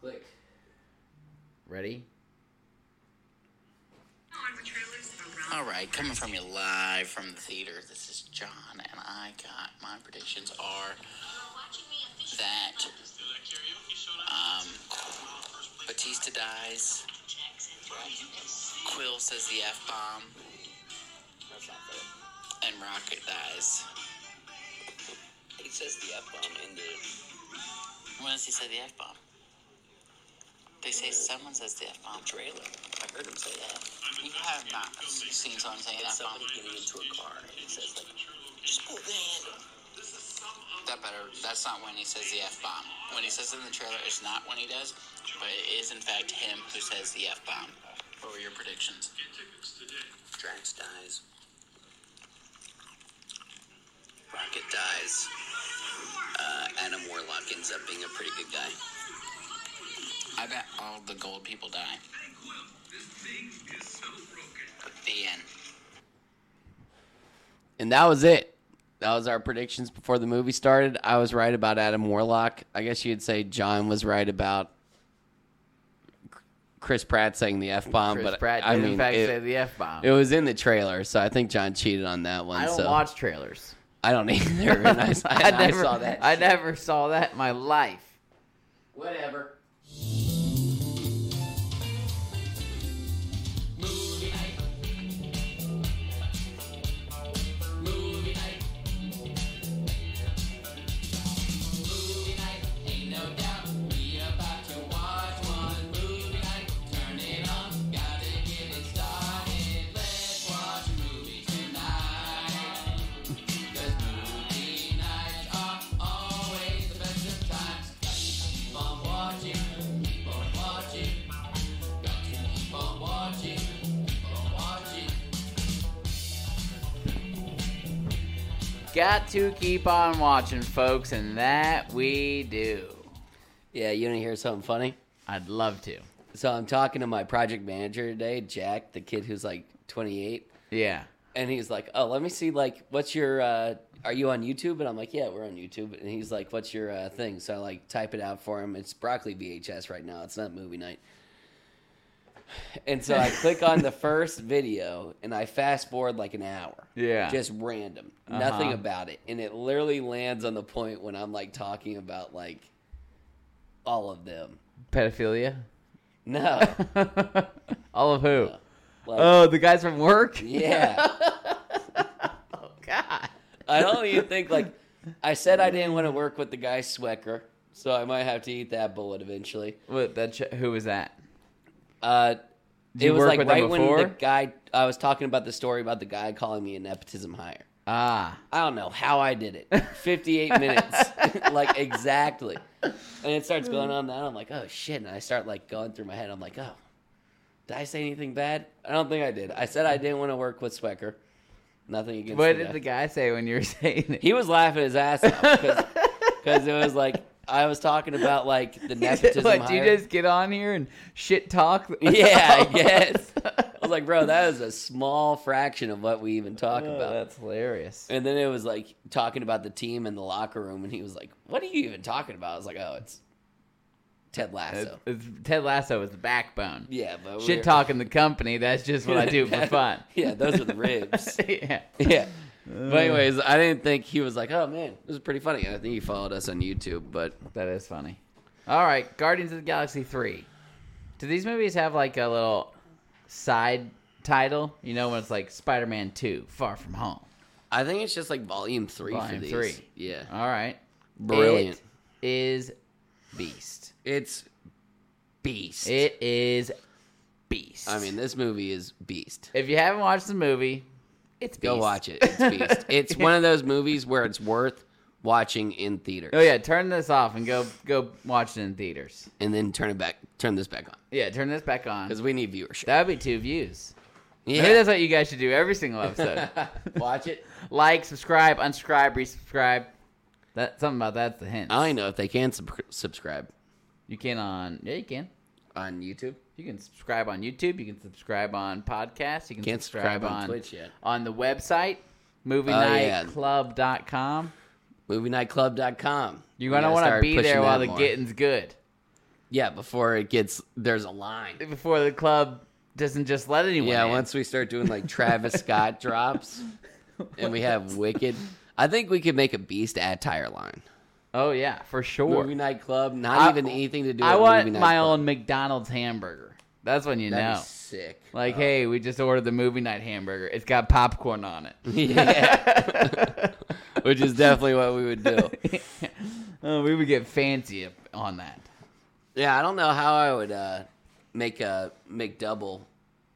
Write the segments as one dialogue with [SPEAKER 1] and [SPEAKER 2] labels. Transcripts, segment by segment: [SPEAKER 1] Click.
[SPEAKER 2] Ready?
[SPEAKER 3] All right, coming from you live from the theater, this is John, and I got my predictions are that um, Batista dies, Quill says the F bomb, and Rocket dies.
[SPEAKER 4] He says the F bomb in the.
[SPEAKER 3] When does he say the F bomb? They say someone says the F bomb.
[SPEAKER 4] Trailer. I heard him say that.
[SPEAKER 3] You have not seen someone saying
[SPEAKER 4] It's
[SPEAKER 3] F bomb.
[SPEAKER 4] somebody getting into a car and it says like, just pull the handle.
[SPEAKER 3] That better. That's not when he says the f bomb. When he says it in the trailer, it's not when he does, but it is in fact him who says the f bomb. What were your predictions?
[SPEAKER 4] Drax dies. Rocket dies. Uh, Adam Warlock ends up being a pretty good guy.
[SPEAKER 3] I bet all the gold people die. The end.
[SPEAKER 2] And that was it. That was our predictions before the movie started. I was right about Adam Warlock. I guess you'd say John was right about Chris Pratt saying the f bomb,
[SPEAKER 1] Chris
[SPEAKER 2] but
[SPEAKER 1] Pratt did
[SPEAKER 2] I mean,
[SPEAKER 1] in fact
[SPEAKER 2] it,
[SPEAKER 1] say the F bomb.
[SPEAKER 2] it was in the trailer, so I think John cheated on that one.
[SPEAKER 1] I don't
[SPEAKER 2] so
[SPEAKER 1] watch trailers.
[SPEAKER 2] I don't either. And I, and I saw that.
[SPEAKER 1] I never saw that in my life.
[SPEAKER 2] Whatever.
[SPEAKER 1] Got to keep on watching, folks, and that we do.
[SPEAKER 2] Yeah, you want to hear something funny?
[SPEAKER 1] I'd love to.
[SPEAKER 2] So I'm talking to my project manager today, Jack, the kid who's like 28,
[SPEAKER 1] Yeah.
[SPEAKER 2] and he's like, "Oh, let me see. Like, what's your? Uh, are you on YouTube?" And I'm like, "Yeah, we're on YouTube." And he's like, "What's your uh, thing?" So I like type it out for him. It's broccoli VHS right now. It's not movie night. And so I click on the first video and I fast forward like an hour.
[SPEAKER 1] Yeah.
[SPEAKER 2] Just random. Nothing
[SPEAKER 1] Uh-huh.
[SPEAKER 2] about it. And it literally lands on the point when I'm like talking about like all of them.
[SPEAKER 1] Pedophilia.
[SPEAKER 2] No.
[SPEAKER 1] All of who?
[SPEAKER 2] Like,
[SPEAKER 1] Oh, the guys from work.
[SPEAKER 2] Yeah.
[SPEAKER 1] Oh God.
[SPEAKER 2] I don't even think like I said I didn't want to work with the guy Swecker, so I might have to eat that bullet eventually.
[SPEAKER 1] What? That? Ch- who was that?
[SPEAKER 2] Uh,
[SPEAKER 1] Did
[SPEAKER 2] it
[SPEAKER 1] you
[SPEAKER 2] was
[SPEAKER 1] work
[SPEAKER 2] like
[SPEAKER 1] with him
[SPEAKER 2] right when the
[SPEAKER 1] before?
[SPEAKER 2] guy I was talking about the story about the guy calling me a nepotism hire.
[SPEAKER 1] Ah.
[SPEAKER 2] I don't know how I did it. Fifty-eight minutes, like exactly. And it starts going on that. I'm like, oh shit! And I start like going through my head. I'm like, oh, did I say anything bad? I don't think I did. I said I didn't want to work with Swecker. Nothing against.
[SPEAKER 1] What
[SPEAKER 2] the guy.
[SPEAKER 1] did the guy say when you were saying it?
[SPEAKER 2] He was laughing his ass off because it was like I was talking about like the nepotism.
[SPEAKER 1] What, do you
[SPEAKER 2] hire.
[SPEAKER 1] just get on here and shit talk?
[SPEAKER 2] Yeah, I guess. Uh, I was like, bro, that is a small fraction of what we even talk
[SPEAKER 1] Oh,
[SPEAKER 2] about.
[SPEAKER 1] that's hilarious.
[SPEAKER 2] And then it was like talking about the team in the locker room, and he was like, "What are you even talking about?" I was like, "Oh, it's Ted Lasso."
[SPEAKER 1] It's- it's- Ted Lasso is the backbone.
[SPEAKER 2] yeah, but
[SPEAKER 1] Shit
[SPEAKER 2] we're-
[SPEAKER 1] talking the company. That's just what I do for fun. Uh.
[SPEAKER 2] yeah, those are the ribs.
[SPEAKER 1] yeah.
[SPEAKER 2] yeah. But anyways, I didn't think he was like, "Oh man, this is pretty funny." I think he followed us on YouTube, but
[SPEAKER 1] That is funny. All right, Guardians of the Galaxy 3. Do these movies have like a little side title? You know, when it's like Spider Man 2, Far From Home.
[SPEAKER 2] I think it's just like volume three for
[SPEAKER 1] Volume
[SPEAKER 2] these.
[SPEAKER 1] three.
[SPEAKER 2] Yeah.
[SPEAKER 1] All right.
[SPEAKER 2] Brilliant.
[SPEAKER 1] It is Beast.
[SPEAKER 2] It's beast.
[SPEAKER 1] It is Beast.
[SPEAKER 2] I mean, this movie is beast.
[SPEAKER 1] if you haven't watched the movie, it's Beast.
[SPEAKER 2] Go watch it. It's beast. it's one of those movies where it's worth watching in theaters.
[SPEAKER 1] Oh yeah, turn this off and go go watch it in theaters.
[SPEAKER 2] And then turn it back. Turn this back on
[SPEAKER 1] Yeah, turn this back
[SPEAKER 2] because
[SPEAKER 1] on.
[SPEAKER 2] we need viewership.
[SPEAKER 1] That would be two views. Maybe
[SPEAKER 2] yeah.
[SPEAKER 1] that's what you guys should do every single episode.
[SPEAKER 2] watch it.
[SPEAKER 1] like, subscribe, unsubscribe, resubscribe. That something about that's the hint.
[SPEAKER 2] I don't even know if they can sub- subscribe
[SPEAKER 1] You can on yeah, you can.
[SPEAKER 2] on YouTube.
[SPEAKER 1] You can subscribe on YouTube. You can subscribe on podcasts. You can
[SPEAKER 2] Can't
[SPEAKER 1] subscribe,
[SPEAKER 2] subscribe on
[SPEAKER 1] on,
[SPEAKER 2] Twitch yet. Oh,
[SPEAKER 1] On the website,
[SPEAKER 2] yeah.
[SPEAKER 1] movienightclub.com.
[SPEAKER 2] MovieNightClub.com.
[SPEAKER 1] You're gonna
[SPEAKER 2] We gotta
[SPEAKER 1] want to
[SPEAKER 2] start
[SPEAKER 1] be
[SPEAKER 2] pushing
[SPEAKER 1] there while
[SPEAKER 2] that
[SPEAKER 1] the
[SPEAKER 2] more.
[SPEAKER 1] getting's good.
[SPEAKER 2] Yeah, before it gets there's a line.
[SPEAKER 1] before the club doesn't just let anyone.
[SPEAKER 2] Yeah,
[SPEAKER 1] in.
[SPEAKER 2] once we start doing like Travis Scott drops, and we have Wicked, I think we could make a Beast attire line.
[SPEAKER 1] Oh yeah, for sure.
[SPEAKER 2] Movie night club, not
[SPEAKER 1] I-
[SPEAKER 2] even anything to do.
[SPEAKER 1] I
[SPEAKER 2] with
[SPEAKER 1] want
[SPEAKER 2] movie night
[SPEAKER 1] my
[SPEAKER 2] club.
[SPEAKER 1] own McDonald's hamburger. That's when you
[SPEAKER 2] That'd be uh,
[SPEAKER 1] know.
[SPEAKER 2] sick.
[SPEAKER 1] Like, hey, we just ordered the movie night hamburger. It's got popcorn on it.
[SPEAKER 2] yeah, which is definitely what we would do.
[SPEAKER 1] Oh, we would get fancy if- on that.
[SPEAKER 2] Yeah, I don't know how I would uh, make a McDouble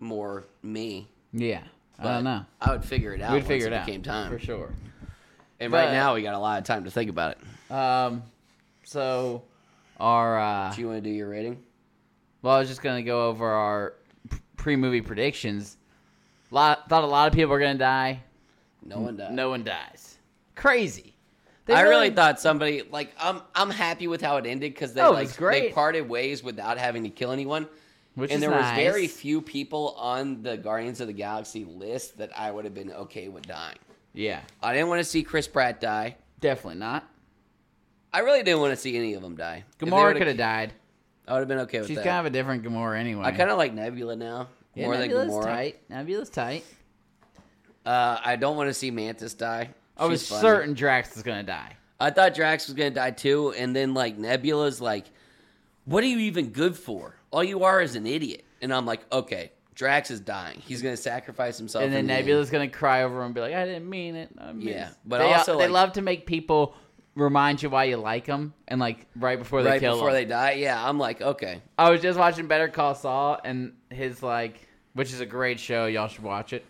[SPEAKER 2] more me.
[SPEAKER 1] Yeah, I
[SPEAKER 2] but
[SPEAKER 1] don't know.
[SPEAKER 2] I would figure it out.
[SPEAKER 1] We'd
[SPEAKER 2] once
[SPEAKER 1] figure it out.
[SPEAKER 2] Became time.
[SPEAKER 1] for sure.
[SPEAKER 2] And
[SPEAKER 1] But-
[SPEAKER 2] right now we got a lot of time to think about it.
[SPEAKER 1] Um, so our uh,
[SPEAKER 2] Do you want to do your rating?
[SPEAKER 1] well, I was just gonna go over our p- pre-movie predictions. Lot thought a lot of people were gonna die.
[SPEAKER 2] No one does.
[SPEAKER 1] No one dies. Crazy. They
[SPEAKER 2] I really thought somebody like I'm I'm happy with how it ended because they
[SPEAKER 1] Oh, it
[SPEAKER 2] like
[SPEAKER 1] was great.
[SPEAKER 2] they parted ways without having to kill anyone.
[SPEAKER 1] Which
[SPEAKER 2] and
[SPEAKER 1] is
[SPEAKER 2] there
[SPEAKER 1] nice.
[SPEAKER 2] was very few people on the Guardians of the Galaxy list that I would have been okay with dying.
[SPEAKER 1] Yeah,
[SPEAKER 2] I didn't want to see Chris Pratt die.
[SPEAKER 1] definitely not.
[SPEAKER 2] I really didn't want to see any of them die. If they
[SPEAKER 1] Gamora
[SPEAKER 2] would've-
[SPEAKER 1] could have died.
[SPEAKER 2] I would have been okay with
[SPEAKER 1] She's
[SPEAKER 2] that.
[SPEAKER 1] kind of a different Gamora anyway.
[SPEAKER 2] I kind of like Nebula now
[SPEAKER 1] yeah,
[SPEAKER 2] more
[SPEAKER 1] Nebula's
[SPEAKER 2] than Gamora.
[SPEAKER 1] tight. Nebula's tight.
[SPEAKER 2] Uh, I don't want to see Mantis die.
[SPEAKER 1] I was
[SPEAKER 2] She's funny.
[SPEAKER 1] certain Drax was gonna die.
[SPEAKER 2] I thought Drax was gonna die too, and then like Nebula's like, "What are you even good for? All you are is an idiot." And I'm like, "Okay, Drax is dying. He's gonna sacrifice himself."
[SPEAKER 1] and
[SPEAKER 2] in
[SPEAKER 1] then
[SPEAKER 2] the end."
[SPEAKER 1] Nebula's gonna cry over him and be like, "I didn't mean it." I mean
[SPEAKER 2] Yeah,
[SPEAKER 1] it."
[SPEAKER 2] but
[SPEAKER 1] they,
[SPEAKER 2] also,
[SPEAKER 1] they
[SPEAKER 2] like-
[SPEAKER 1] love to make people remind you why you like them, and like right before they
[SPEAKER 2] right
[SPEAKER 1] kill
[SPEAKER 2] before
[SPEAKER 1] them.
[SPEAKER 2] they die. Yeah, I'm like, okay,
[SPEAKER 1] I was just watching Better Call Saul, and his like, which is a great show. Y'all should watch it.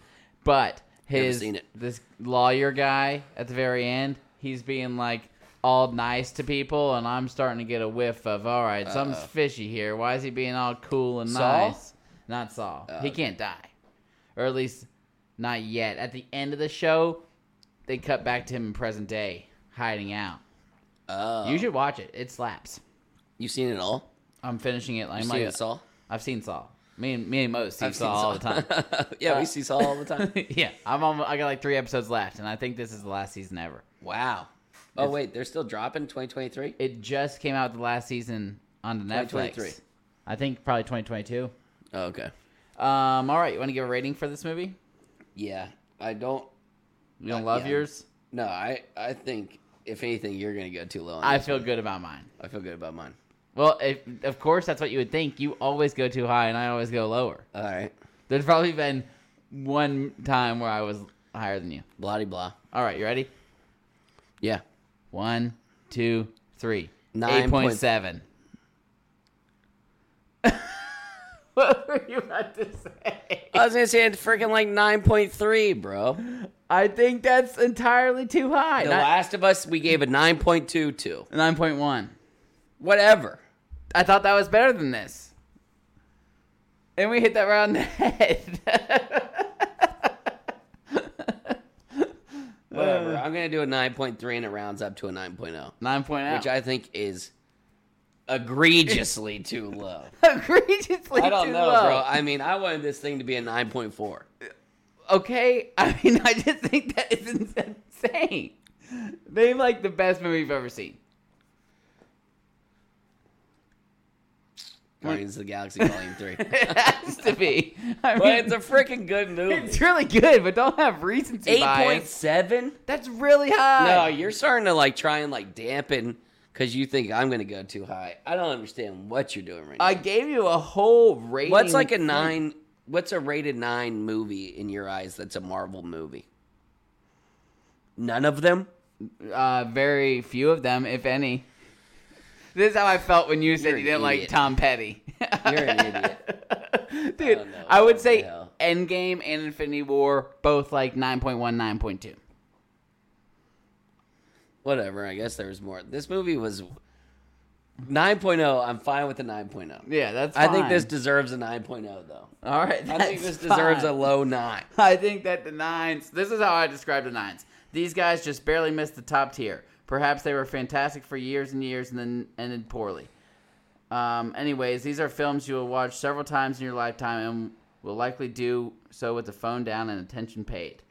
[SPEAKER 1] But
[SPEAKER 2] Never
[SPEAKER 1] his
[SPEAKER 2] seen it.
[SPEAKER 1] this lawyer guy at the very end, he's being like all nice to people, and I'm starting to get a whiff of all right, something's fishy here. Why is he being all cool and
[SPEAKER 2] Uh. Saul? Uh,
[SPEAKER 1] nice? Not Saul. he can't die, or at least not yet. At the end of the show, they cut back to him in present day, hiding out.
[SPEAKER 2] uh,
[SPEAKER 1] You should watch it. It slaps.
[SPEAKER 2] you've seen it all.
[SPEAKER 1] I'm finishing it. I'm
[SPEAKER 2] You've
[SPEAKER 1] like
[SPEAKER 2] seen it all.
[SPEAKER 1] I've seen Saw. Me and me and Mo see
[SPEAKER 2] I've
[SPEAKER 1] Saw all the time.
[SPEAKER 2] yeah,
[SPEAKER 1] Uh,
[SPEAKER 2] we see Saul all the time.
[SPEAKER 1] yeah, I'm on, I got like three episodes left, and I think this is the last season ever.
[SPEAKER 2] wow. Oh wait, they're still dropping 2023.
[SPEAKER 1] It just came out the last season on the
[SPEAKER 2] 2023.
[SPEAKER 1] Netflix. I think probably 2022.
[SPEAKER 2] Oh, okay.
[SPEAKER 1] Um, all right, you want to give a rating for this movie?
[SPEAKER 2] Yeah, I don't.
[SPEAKER 1] You don't
[SPEAKER 2] Uh,
[SPEAKER 1] love
[SPEAKER 2] yeah.
[SPEAKER 1] yours?
[SPEAKER 2] No, I I think if anything, you're gonna go too low. On
[SPEAKER 1] I
[SPEAKER 2] this.
[SPEAKER 1] feel good about mine.
[SPEAKER 2] I feel good about mine.
[SPEAKER 1] Well, if, of course, that's what you would think. You always go too high, and I always go lower.
[SPEAKER 2] All right,
[SPEAKER 1] There's probably been one time where I was higher than you.
[SPEAKER 2] blah blah.
[SPEAKER 1] All right, you ready?
[SPEAKER 2] Yeah.
[SPEAKER 1] One, two, three.
[SPEAKER 2] Nine
[SPEAKER 1] Eight point
[SPEAKER 2] point-
[SPEAKER 1] seven. what were you about to say?
[SPEAKER 2] I was gonna say it's freaking like nine point three, bro.
[SPEAKER 1] I think that's entirely too high.
[SPEAKER 2] The Last of Us we gave a nine point two to.
[SPEAKER 1] Nine point one.
[SPEAKER 2] Whatever.
[SPEAKER 1] I thought that was better than this. And we hit that right on the head.
[SPEAKER 2] Whatever. I'm gonna do a nine point three and it rounds up to a 9.0,
[SPEAKER 1] Nine point oh.
[SPEAKER 2] which I think is egregiously too low.
[SPEAKER 1] egregiously
[SPEAKER 2] I don't
[SPEAKER 1] too
[SPEAKER 2] know,
[SPEAKER 1] low.
[SPEAKER 2] bro. I mean, I wanted this thing to be a nine point four.
[SPEAKER 1] okay, I mean, I just think that is insane. They like the best movie you've ever seen.
[SPEAKER 2] Guardians of the Galaxy Volume Three.
[SPEAKER 1] It has to be. I mean,
[SPEAKER 2] but it's a freaking good
[SPEAKER 1] It's
[SPEAKER 2] movie.
[SPEAKER 1] really good, but don't have reason to
[SPEAKER 2] Eight
[SPEAKER 1] buy
[SPEAKER 2] point
[SPEAKER 1] it.
[SPEAKER 2] seven.
[SPEAKER 1] That's really high.
[SPEAKER 2] No, you're starting to like try and like dampen because you think I'm gonna go too high. I don't understand what you're doing right now.
[SPEAKER 1] I gave you a whole rating.
[SPEAKER 2] What's like a nine? What's a rated nine movie in your eyes? That's a Marvel movie. None of them.
[SPEAKER 1] Uh, very few of them, if any. This is how I felt when you said
[SPEAKER 2] You're
[SPEAKER 1] you
[SPEAKER 2] an
[SPEAKER 1] didn't like
[SPEAKER 2] idiot.
[SPEAKER 1] Tom Petty.
[SPEAKER 2] You're an idiot.
[SPEAKER 1] Dude,
[SPEAKER 2] don't know
[SPEAKER 1] I, would
[SPEAKER 2] what
[SPEAKER 1] say
[SPEAKER 2] the hell.
[SPEAKER 1] Endgame and Infinity War both like 9.1, 9.2.
[SPEAKER 2] Whatever. I guess there was more. This movie was 9.0. I'm fine with the 9.0.
[SPEAKER 1] Yeah, that's
[SPEAKER 2] oh. I think
[SPEAKER 1] fine.
[SPEAKER 2] this deserves a 9.0 though.
[SPEAKER 1] All right.
[SPEAKER 2] I think this
[SPEAKER 1] that's
[SPEAKER 2] deserves a
[SPEAKER 1] fine.
[SPEAKER 2] low nine.
[SPEAKER 1] I think that the nines. This is how I describe the nines. These guys just barely missed the top tier. Perhaps they were fantastic for years and years and then ended poorly. Um, anyways, these are films you will watch several times in your lifetime and will likely do so with the phone down and attention paid.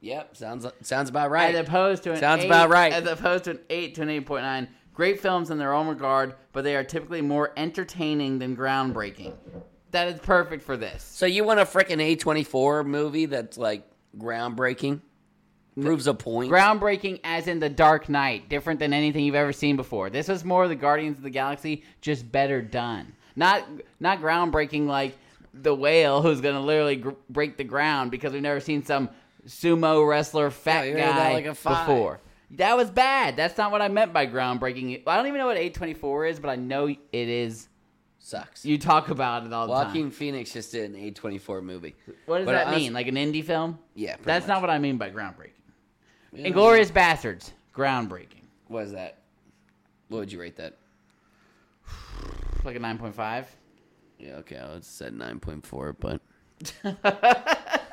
[SPEAKER 2] Yep. Sounds sounds about
[SPEAKER 1] As
[SPEAKER 2] right.
[SPEAKER 1] opposed to an
[SPEAKER 2] Sounds
[SPEAKER 1] eight-
[SPEAKER 2] about right.
[SPEAKER 1] As opposed to an eight to an eight point nine, Great films in their own regard, but they are typically more entertaining than groundbreaking. That is perfect for this.
[SPEAKER 2] So you want a freaking A twenty four movie that's like groundbreaking? Proves a point.
[SPEAKER 1] Groundbreaking, as in The Dark Knight, different than anything you've ever seen before. This was more the Guardians of the Galaxy, just better done. Not not groundbreaking like the whale who's gonna literally gr- break the ground because we've never seen some sumo wrestler fat
[SPEAKER 2] Yeah, you heard that
[SPEAKER 1] guy
[SPEAKER 2] like a five.
[SPEAKER 1] before. That was bad. That's not what I meant by groundbreaking. I don't even know what 824 is, but I know it is.
[SPEAKER 2] Sucks.
[SPEAKER 1] You talk about it all the
[SPEAKER 2] Joaquin
[SPEAKER 1] time.
[SPEAKER 2] Phoenix just did an A twenty four movie.
[SPEAKER 1] What does
[SPEAKER 2] But
[SPEAKER 1] that
[SPEAKER 2] I-
[SPEAKER 1] mean? Like an indie film?
[SPEAKER 2] Yeah, pretty
[SPEAKER 1] That's
[SPEAKER 2] much.
[SPEAKER 1] not what I mean by groundbreaking.
[SPEAKER 2] Yeah.
[SPEAKER 1] Inglorious Bastards, groundbreaking.
[SPEAKER 2] What is that? What would you rate that?
[SPEAKER 1] Like a 9.5.
[SPEAKER 2] Yeah, okay, I would said nine point four, but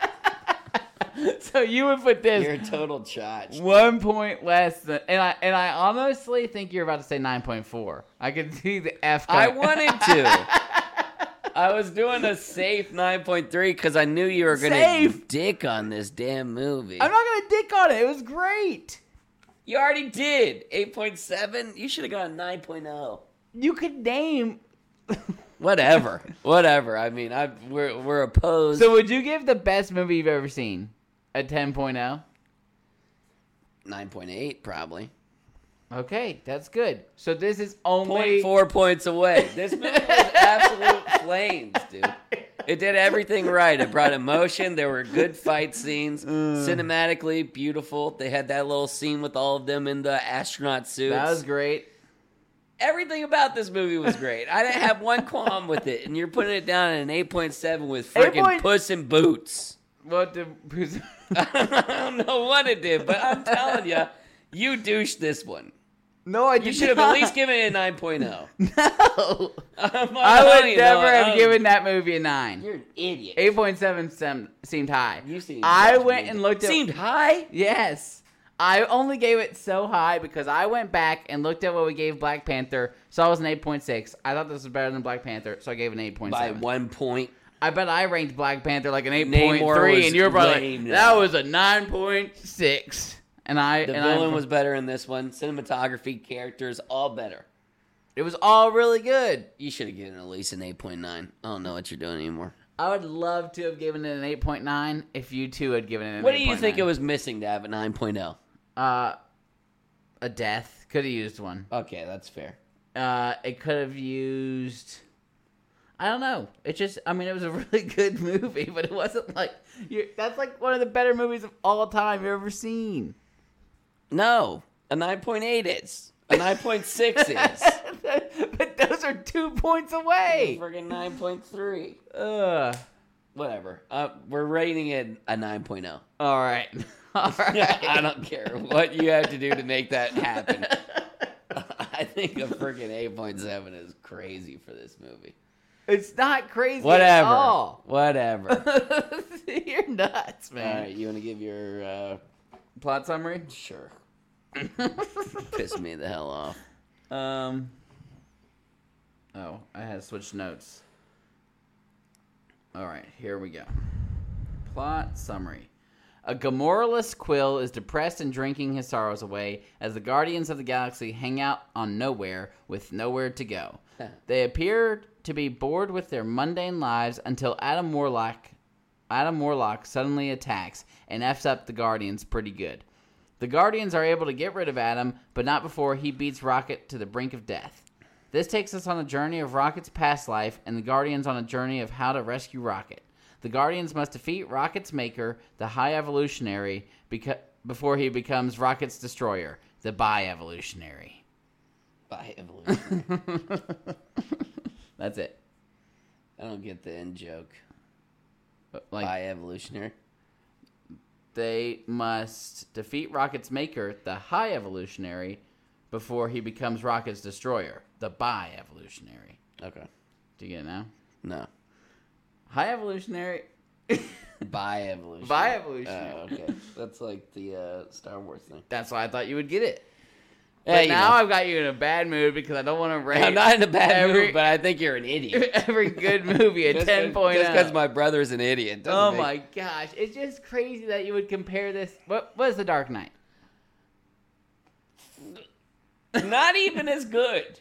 [SPEAKER 1] So you would put this
[SPEAKER 2] you're a total chotch.
[SPEAKER 1] one point less than, and I and I honestly think you're about to say 9.4. I could see the F.
[SPEAKER 2] I
[SPEAKER 1] coming.
[SPEAKER 2] wanted to. I was doing a safe 9.3 because I knew you were going to
[SPEAKER 1] Safe.
[SPEAKER 2] dick on this damn movie.
[SPEAKER 1] I'm not gonna dick on it. It was great.
[SPEAKER 2] you already did. 8.7. You should have gotten 9.0.
[SPEAKER 1] You could name.
[SPEAKER 2] oh. Whatever. Whatever. I mean, I we're, we're opposed.
[SPEAKER 1] So would you give the best movie you've ever seen a oh? 10.0?
[SPEAKER 2] 9.8, probably.
[SPEAKER 1] Okay, that's good. So this is only
[SPEAKER 2] Point four points away. This movie was absolute flames, dude. It did everything right. It brought emotion. There were good fight scenes.
[SPEAKER 1] Mm.
[SPEAKER 2] Cinematically beautiful. They had that little scene with all of them in the astronaut suits.
[SPEAKER 1] That was great.
[SPEAKER 2] everything about this movie was great. I didn't have one qualm with it, and you're putting it down at an 8.7 with freaking
[SPEAKER 1] 8.7.
[SPEAKER 2] Puss in Boots.
[SPEAKER 1] What the
[SPEAKER 2] I don't know what it did, but I'm telling you, you douched this one.
[SPEAKER 1] No, I
[SPEAKER 2] You should have at least given it a 9.0.
[SPEAKER 1] No.
[SPEAKER 2] I'm
[SPEAKER 1] I
[SPEAKER 2] telling
[SPEAKER 1] would
[SPEAKER 2] you,
[SPEAKER 1] never
[SPEAKER 2] though,
[SPEAKER 1] have
[SPEAKER 2] I'm-
[SPEAKER 1] given that movie a nine.
[SPEAKER 2] You're an idiot.
[SPEAKER 1] Eight point seven sem- seemed high.
[SPEAKER 2] You seem
[SPEAKER 1] I
[SPEAKER 2] judgmental.
[SPEAKER 1] went and looked at
[SPEAKER 2] Seemed high?
[SPEAKER 1] Yes. I only gave it so high because I went back and looked at what we gave Black Panther, so I was an 8.6. I thought this was better than Black Panther, so I gave it an
[SPEAKER 2] By
[SPEAKER 1] 8.7.
[SPEAKER 2] one point.
[SPEAKER 1] I bet I ranked Black Panther like an
[SPEAKER 2] Namor
[SPEAKER 1] 8.3,
[SPEAKER 2] was
[SPEAKER 1] and you were probably
[SPEAKER 2] lame,
[SPEAKER 1] like,
[SPEAKER 2] though.
[SPEAKER 1] that was a 9.6. And I,
[SPEAKER 2] The
[SPEAKER 1] and I-
[SPEAKER 2] villain was better in this one. Cinematography, characters, all better.
[SPEAKER 1] it was all really good.
[SPEAKER 2] You should have given it at least an 8.9. I don't know what you're doing anymore.
[SPEAKER 1] I would love to have given it an 8.9 if you two had given it an
[SPEAKER 2] What do you think it
[SPEAKER 1] 8.9.
[SPEAKER 2] was missing to have a oh? 9.0?
[SPEAKER 1] Uh, a death. Could have used one.
[SPEAKER 2] Okay, that's fair.
[SPEAKER 1] uh, it could have used. I don't know. It just, I mean, it was a really good movie, but it wasn't like you're, that's like one of the better movies of all time you've ever seen.
[SPEAKER 2] No, a 9.8 is. A 9.6 is.
[SPEAKER 1] but those are two points away.
[SPEAKER 2] Friggin' 9.3.
[SPEAKER 1] Ugh.
[SPEAKER 2] Whatever. Uh, we're rating it a oh. 9.0.
[SPEAKER 1] All right, all right.
[SPEAKER 2] I don't care what you have to do to make that happen. I think a freaking 8.7 is crazy for this movie.
[SPEAKER 1] It's not crazy at
[SPEAKER 2] Whatever.
[SPEAKER 1] all.
[SPEAKER 2] Whatever. All
[SPEAKER 1] you're nuts, man.
[SPEAKER 2] right, you want to give your. Uh,
[SPEAKER 1] Plot summary.
[SPEAKER 2] sure. Piss me the hell off.
[SPEAKER 1] Um. Oh, I had switched notes. All right, here we go. Plot summary. A Gamoraless Quill is depressed and drinking his sorrows away as the Guardians of the Galaxy hang out on nowhere with nowhere to go. they appear to be bored with their mundane lives until Adam Warlock Adam Warlock suddenly attacks and f's up the Guardians pretty good. The Guardians are able to get rid of Adam, but not before he beats Rocket to the brink of death. This takes us on a journey of Rocket's past life and the Guardians on a journey of how to rescue Rocket. The Guardians must defeat Rocket's maker, the High Evolutionary, beca- before he becomes Rocket's destroyer, the Bi Evolutionary.
[SPEAKER 2] By evolution.
[SPEAKER 1] That's it.
[SPEAKER 2] I don't get the end joke.
[SPEAKER 1] Like
[SPEAKER 2] By evolutionary.
[SPEAKER 1] they must defeat Rocket's maker, the High Evolutionary, before he becomes Rocket's destroyer, the Bi Evolutionary.
[SPEAKER 2] Okay.
[SPEAKER 1] Do you get it now?
[SPEAKER 2] No.
[SPEAKER 1] High Evolutionary
[SPEAKER 2] By evolution.
[SPEAKER 1] By evolutionary.
[SPEAKER 2] Oh, okay. That's like the uh, Star Wars thing.
[SPEAKER 1] That's why I thought you would get it. But
[SPEAKER 2] Hey, you
[SPEAKER 1] now
[SPEAKER 2] know.
[SPEAKER 1] I've got you in a bad mood because I don't want to rate
[SPEAKER 2] I'm not in a bad
[SPEAKER 1] every-
[SPEAKER 2] mood, but I think you're an idiot.
[SPEAKER 1] every good movie a
[SPEAKER 2] Just-
[SPEAKER 1] ten point.
[SPEAKER 2] Just because my brother's an idiot. doesn't
[SPEAKER 1] Oh
[SPEAKER 2] make-
[SPEAKER 1] my gosh, it's just crazy that you would compare this. What was the Dark Knight?
[SPEAKER 2] Not even as good.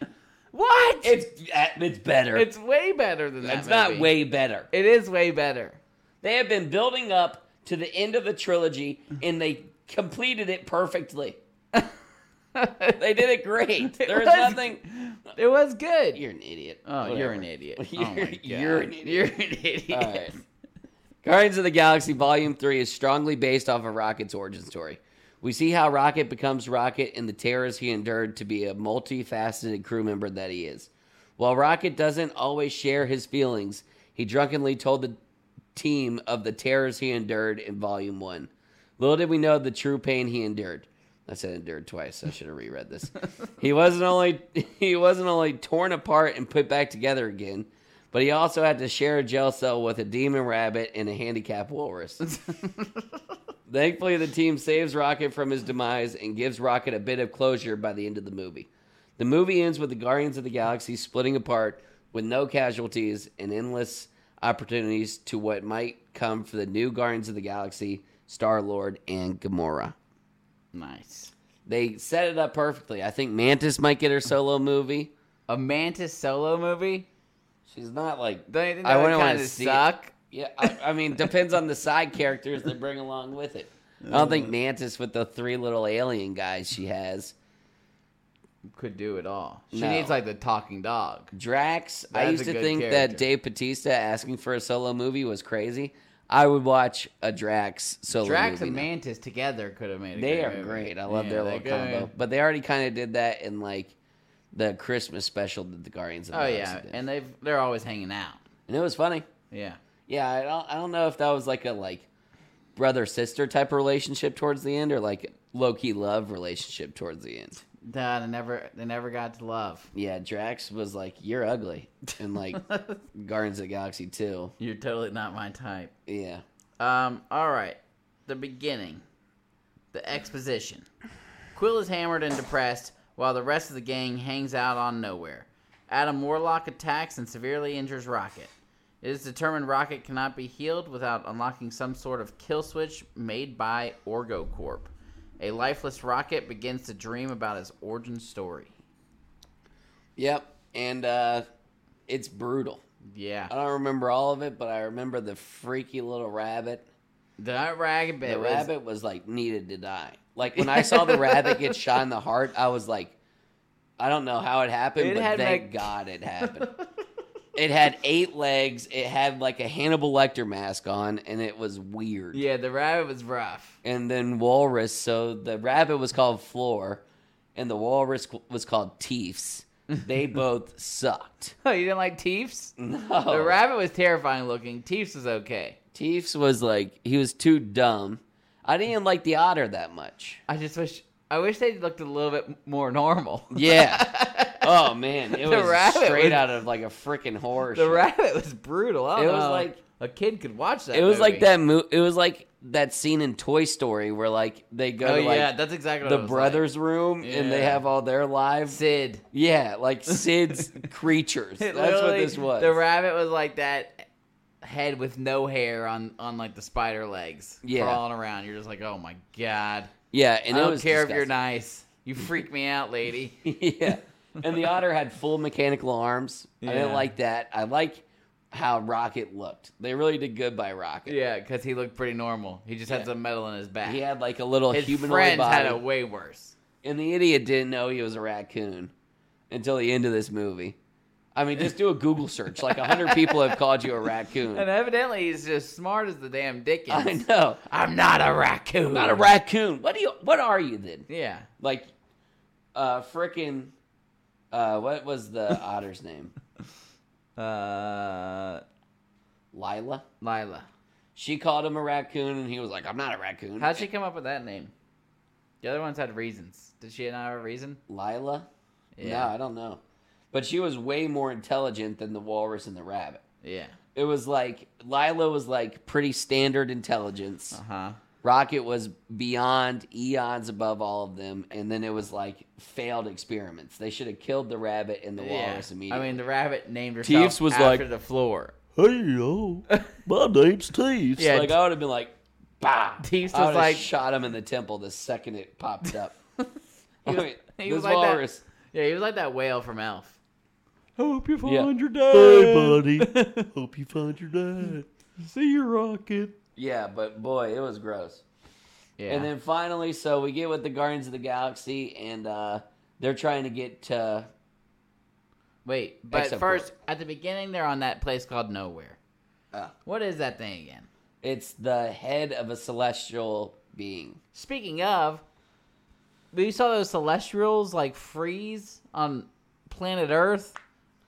[SPEAKER 1] What?
[SPEAKER 2] It's uh, it's better. It's,
[SPEAKER 1] It's way better than that.
[SPEAKER 2] not
[SPEAKER 1] movie.
[SPEAKER 2] way better.
[SPEAKER 1] It is way better.
[SPEAKER 2] They have been building up to the end of the trilogy, and they completed it perfectly. They did it great.
[SPEAKER 1] It
[SPEAKER 2] There's
[SPEAKER 1] was-
[SPEAKER 2] nothing.
[SPEAKER 1] It was good.
[SPEAKER 2] You're an idiot.
[SPEAKER 1] oh, you're
[SPEAKER 2] Whatever.
[SPEAKER 1] an idiot.
[SPEAKER 2] You're,
[SPEAKER 1] oh my God.
[SPEAKER 2] you're an idiot.
[SPEAKER 1] You're an idiot.
[SPEAKER 2] All right. Guardians of the Galaxy Volume 3 is strongly based off of Rocket's origin story. We see how Rocket becomes Rocket and the terrors he endured to be a multifaceted crew member that he is. While Rocket doesn't always share his feelings, he drunkenly told the team of the terrors he endured in Volume 1. Little did we know the true pain he endured. I said endured twice. I should have reread this. he wasn't only he wasn't only torn apart and put back together again, but he also had to share a jail cell with a demon rabbit and a handicapped walrus. Thankfully, the team saves Rocket from his demise and gives Rocket a bit of closure by the end of the movie. The movie ends with the Guardians of the Galaxy splitting apart with no casualties and endless opportunities to what might come for the new Guardians of the Galaxy, Star Lord, and Gamora.
[SPEAKER 1] Nice.
[SPEAKER 2] They set it up perfectly. I think Mantis might get her solo movie.
[SPEAKER 1] A Mantis solo movie?
[SPEAKER 2] She's not like
[SPEAKER 1] Don't you think
[SPEAKER 2] I
[SPEAKER 1] that would
[SPEAKER 2] wouldn't wanna
[SPEAKER 1] kind of
[SPEAKER 2] see it.
[SPEAKER 1] suck?
[SPEAKER 2] Yeah, I, I mean, depends on the side characters they bring along with it. I don't think Mantis with the three little alien guys she has.
[SPEAKER 1] Could do it all. She
[SPEAKER 2] No.
[SPEAKER 1] needs like the talking dog.
[SPEAKER 2] Drax, I
[SPEAKER 1] That's
[SPEAKER 2] used
[SPEAKER 1] a
[SPEAKER 2] to
[SPEAKER 1] good
[SPEAKER 2] think that
[SPEAKER 1] character.
[SPEAKER 2] Dave Batista asking for a solo movie was crazy. I would watch a Drax solo
[SPEAKER 1] Drax
[SPEAKER 2] movie.
[SPEAKER 1] and
[SPEAKER 2] now.
[SPEAKER 1] Mantis together could have made. A
[SPEAKER 2] they
[SPEAKER 1] great
[SPEAKER 2] are
[SPEAKER 1] movie.
[SPEAKER 2] great. I love
[SPEAKER 1] Yeah,
[SPEAKER 2] their
[SPEAKER 1] they
[SPEAKER 2] little
[SPEAKER 1] could.
[SPEAKER 2] combo. But they already kind of did that in like the Christmas special that the Guardians of the
[SPEAKER 1] Oh
[SPEAKER 2] Galaxy
[SPEAKER 1] yeah,
[SPEAKER 2] did.
[SPEAKER 1] and they've they're always hanging out.
[SPEAKER 2] and it was funny.
[SPEAKER 1] Yeah.
[SPEAKER 2] Yeah, I don't, I don't know if that was like a like brother sister type of relationship towards the end or like low key love relationship towards the end.
[SPEAKER 1] Nah, they never they never got to love.
[SPEAKER 2] Yeah, Drax was like, "You're ugly," and like Guardians of the Galaxy too.
[SPEAKER 1] You're totally not my type.
[SPEAKER 2] Yeah,
[SPEAKER 1] Um, all right. The beginning. The exposition. Quill is hammered and depressed while the rest of the gang hangs out on nowhere. Adam Warlock attacks and severely injures Rocket. It is determined Rocket cannot be healed without unlocking some sort of kill switch made by Orgo Corp. A lifeless Rocket begins to dream about his origin story.
[SPEAKER 2] yep, and uh, it's brutal.
[SPEAKER 1] Yeah.
[SPEAKER 2] I don't remember all of it, but I remember the freaky little rabbit.
[SPEAKER 1] That ragged
[SPEAKER 2] The
[SPEAKER 1] bit was-
[SPEAKER 2] rabbit was like needed to die. Like when I saw the rabbit get shot in the heart, I was like, I don't know how it happened,
[SPEAKER 1] It
[SPEAKER 2] but
[SPEAKER 1] had,
[SPEAKER 2] thank
[SPEAKER 1] like-
[SPEAKER 2] God it happened. it had eight legs. It had like a Hannibal Lecter mask on, and it was weird.
[SPEAKER 1] Yeah, the rabbit was rough.
[SPEAKER 2] And then walrus. So the rabbit was called Floor, and the walrus was called Teefs. They both sucked.
[SPEAKER 1] Oh, you didn't like Teefs?
[SPEAKER 2] No,
[SPEAKER 1] The rabbit was terrifying looking. Teefs was okay.
[SPEAKER 2] Teefs was like he was too dumb. I didn't like the otter that much.
[SPEAKER 1] I just wish I wish they looked a little bit more normal.
[SPEAKER 2] Yeah. Oh man, it
[SPEAKER 1] The
[SPEAKER 2] was
[SPEAKER 1] rabbit
[SPEAKER 2] straight
[SPEAKER 1] was-
[SPEAKER 2] out of like a freaking horror.
[SPEAKER 1] the
[SPEAKER 2] show.
[SPEAKER 1] rabbit was brutal. I
[SPEAKER 2] It
[SPEAKER 1] don't
[SPEAKER 2] was
[SPEAKER 1] know.
[SPEAKER 2] like-
[SPEAKER 1] a kid could watch that.
[SPEAKER 2] It was like
[SPEAKER 1] movie.
[SPEAKER 2] that. Mo- it was like that scene in Toy Story where like they go
[SPEAKER 1] Oh
[SPEAKER 2] to like
[SPEAKER 1] yeah, that's exactly what
[SPEAKER 2] the
[SPEAKER 1] it was
[SPEAKER 2] brothers' room and they
[SPEAKER 1] Yeah.
[SPEAKER 2] have all their
[SPEAKER 1] Like.
[SPEAKER 2] lives.
[SPEAKER 1] Sid.
[SPEAKER 2] Yeah, like Sid's creatures.
[SPEAKER 1] It
[SPEAKER 2] That's what
[SPEAKER 1] literally-
[SPEAKER 2] this was.
[SPEAKER 1] The rabbit was like that head with no hair on on like the spider legs
[SPEAKER 2] Yeah.
[SPEAKER 1] crawling around. You're just like, oh my god.
[SPEAKER 2] yeah, and
[SPEAKER 1] I
[SPEAKER 2] it
[SPEAKER 1] don't
[SPEAKER 2] was
[SPEAKER 1] care if you're
[SPEAKER 2] disgusting.
[SPEAKER 1] nice. You freak me out, lady.
[SPEAKER 2] yeah. And the otter had full mechanical arms. I
[SPEAKER 1] Yeah.
[SPEAKER 2] didn't like that. I like how Rocket looked. They really did good by Rocket.
[SPEAKER 1] yeah, because he looked pretty normal. He just had
[SPEAKER 2] Yeah.
[SPEAKER 1] some metal in his back.
[SPEAKER 2] He had like a little
[SPEAKER 1] his
[SPEAKER 2] humanoid
[SPEAKER 1] friends
[SPEAKER 2] body.
[SPEAKER 1] had it way worse.
[SPEAKER 2] And the idiot didn't know he was a raccoon until the end of this movie. I mean, just do a Google search. Like, 100 people have called you a
[SPEAKER 1] And
[SPEAKER 2] raccoon.
[SPEAKER 1] evidently, he's just smart as the damn Dickens.
[SPEAKER 2] I know.
[SPEAKER 1] I'm not a raccoon.
[SPEAKER 2] Not a raccoon. What do you? What are you then?
[SPEAKER 1] Yeah.
[SPEAKER 2] Like, uh, frickin', uh, what was the otter's name?
[SPEAKER 1] Uh,
[SPEAKER 2] Lila.
[SPEAKER 1] Lila.
[SPEAKER 2] She called him a raccoon, and he was like, "I'm not a raccoon."
[SPEAKER 1] How'd she come up with that name? The other ones had reasons. Did she not have a reason?
[SPEAKER 2] Lila? No,
[SPEAKER 1] Yeah.
[SPEAKER 2] I don't know. But she was way more intelligent than the walrus and the rabbit.
[SPEAKER 1] Yeah.
[SPEAKER 2] It was like Lila was like pretty standard intelligence.
[SPEAKER 1] Uh huh.
[SPEAKER 2] Rocket was beyond eons above all of them, and then it was like failed experiments. They should have killed the rabbit and the
[SPEAKER 1] Yeah.
[SPEAKER 2] walrus
[SPEAKER 1] I
[SPEAKER 2] immediately.
[SPEAKER 1] mean, the rabbit named herself
[SPEAKER 2] Teefs was
[SPEAKER 1] after
[SPEAKER 2] like-
[SPEAKER 1] the floor.
[SPEAKER 2] hey yo, my name's Teeves.
[SPEAKER 1] Yeah,
[SPEAKER 2] like I would have been like, bah.
[SPEAKER 1] Teeves
[SPEAKER 2] I
[SPEAKER 1] was
[SPEAKER 2] would've
[SPEAKER 1] like-
[SPEAKER 2] shot him in the temple the second it popped up.
[SPEAKER 1] was-
[SPEAKER 2] Wait,
[SPEAKER 1] he
[SPEAKER 2] this
[SPEAKER 1] was like that.
[SPEAKER 2] walrus.
[SPEAKER 1] Yeah, he was like that whale from Elf.
[SPEAKER 5] Hope you find
[SPEAKER 2] Yeah.
[SPEAKER 5] your dad.
[SPEAKER 2] Hope you found your dad.
[SPEAKER 5] See you, Rocket.
[SPEAKER 2] Yeah, but boy, it was gross.
[SPEAKER 1] Yeah.
[SPEAKER 2] And then finally, so we get with the Guardians of the Galaxy, and uh, they're trying to get uh,
[SPEAKER 1] Wait, but
[SPEAKER 2] Except for-
[SPEAKER 1] first, at the beginning, they're on that place called Nowhere.
[SPEAKER 2] Ah.
[SPEAKER 1] What is that thing again?
[SPEAKER 2] it's the head of a celestial being.
[SPEAKER 1] Speaking of, we saw those Celestials like freeze on planet Earth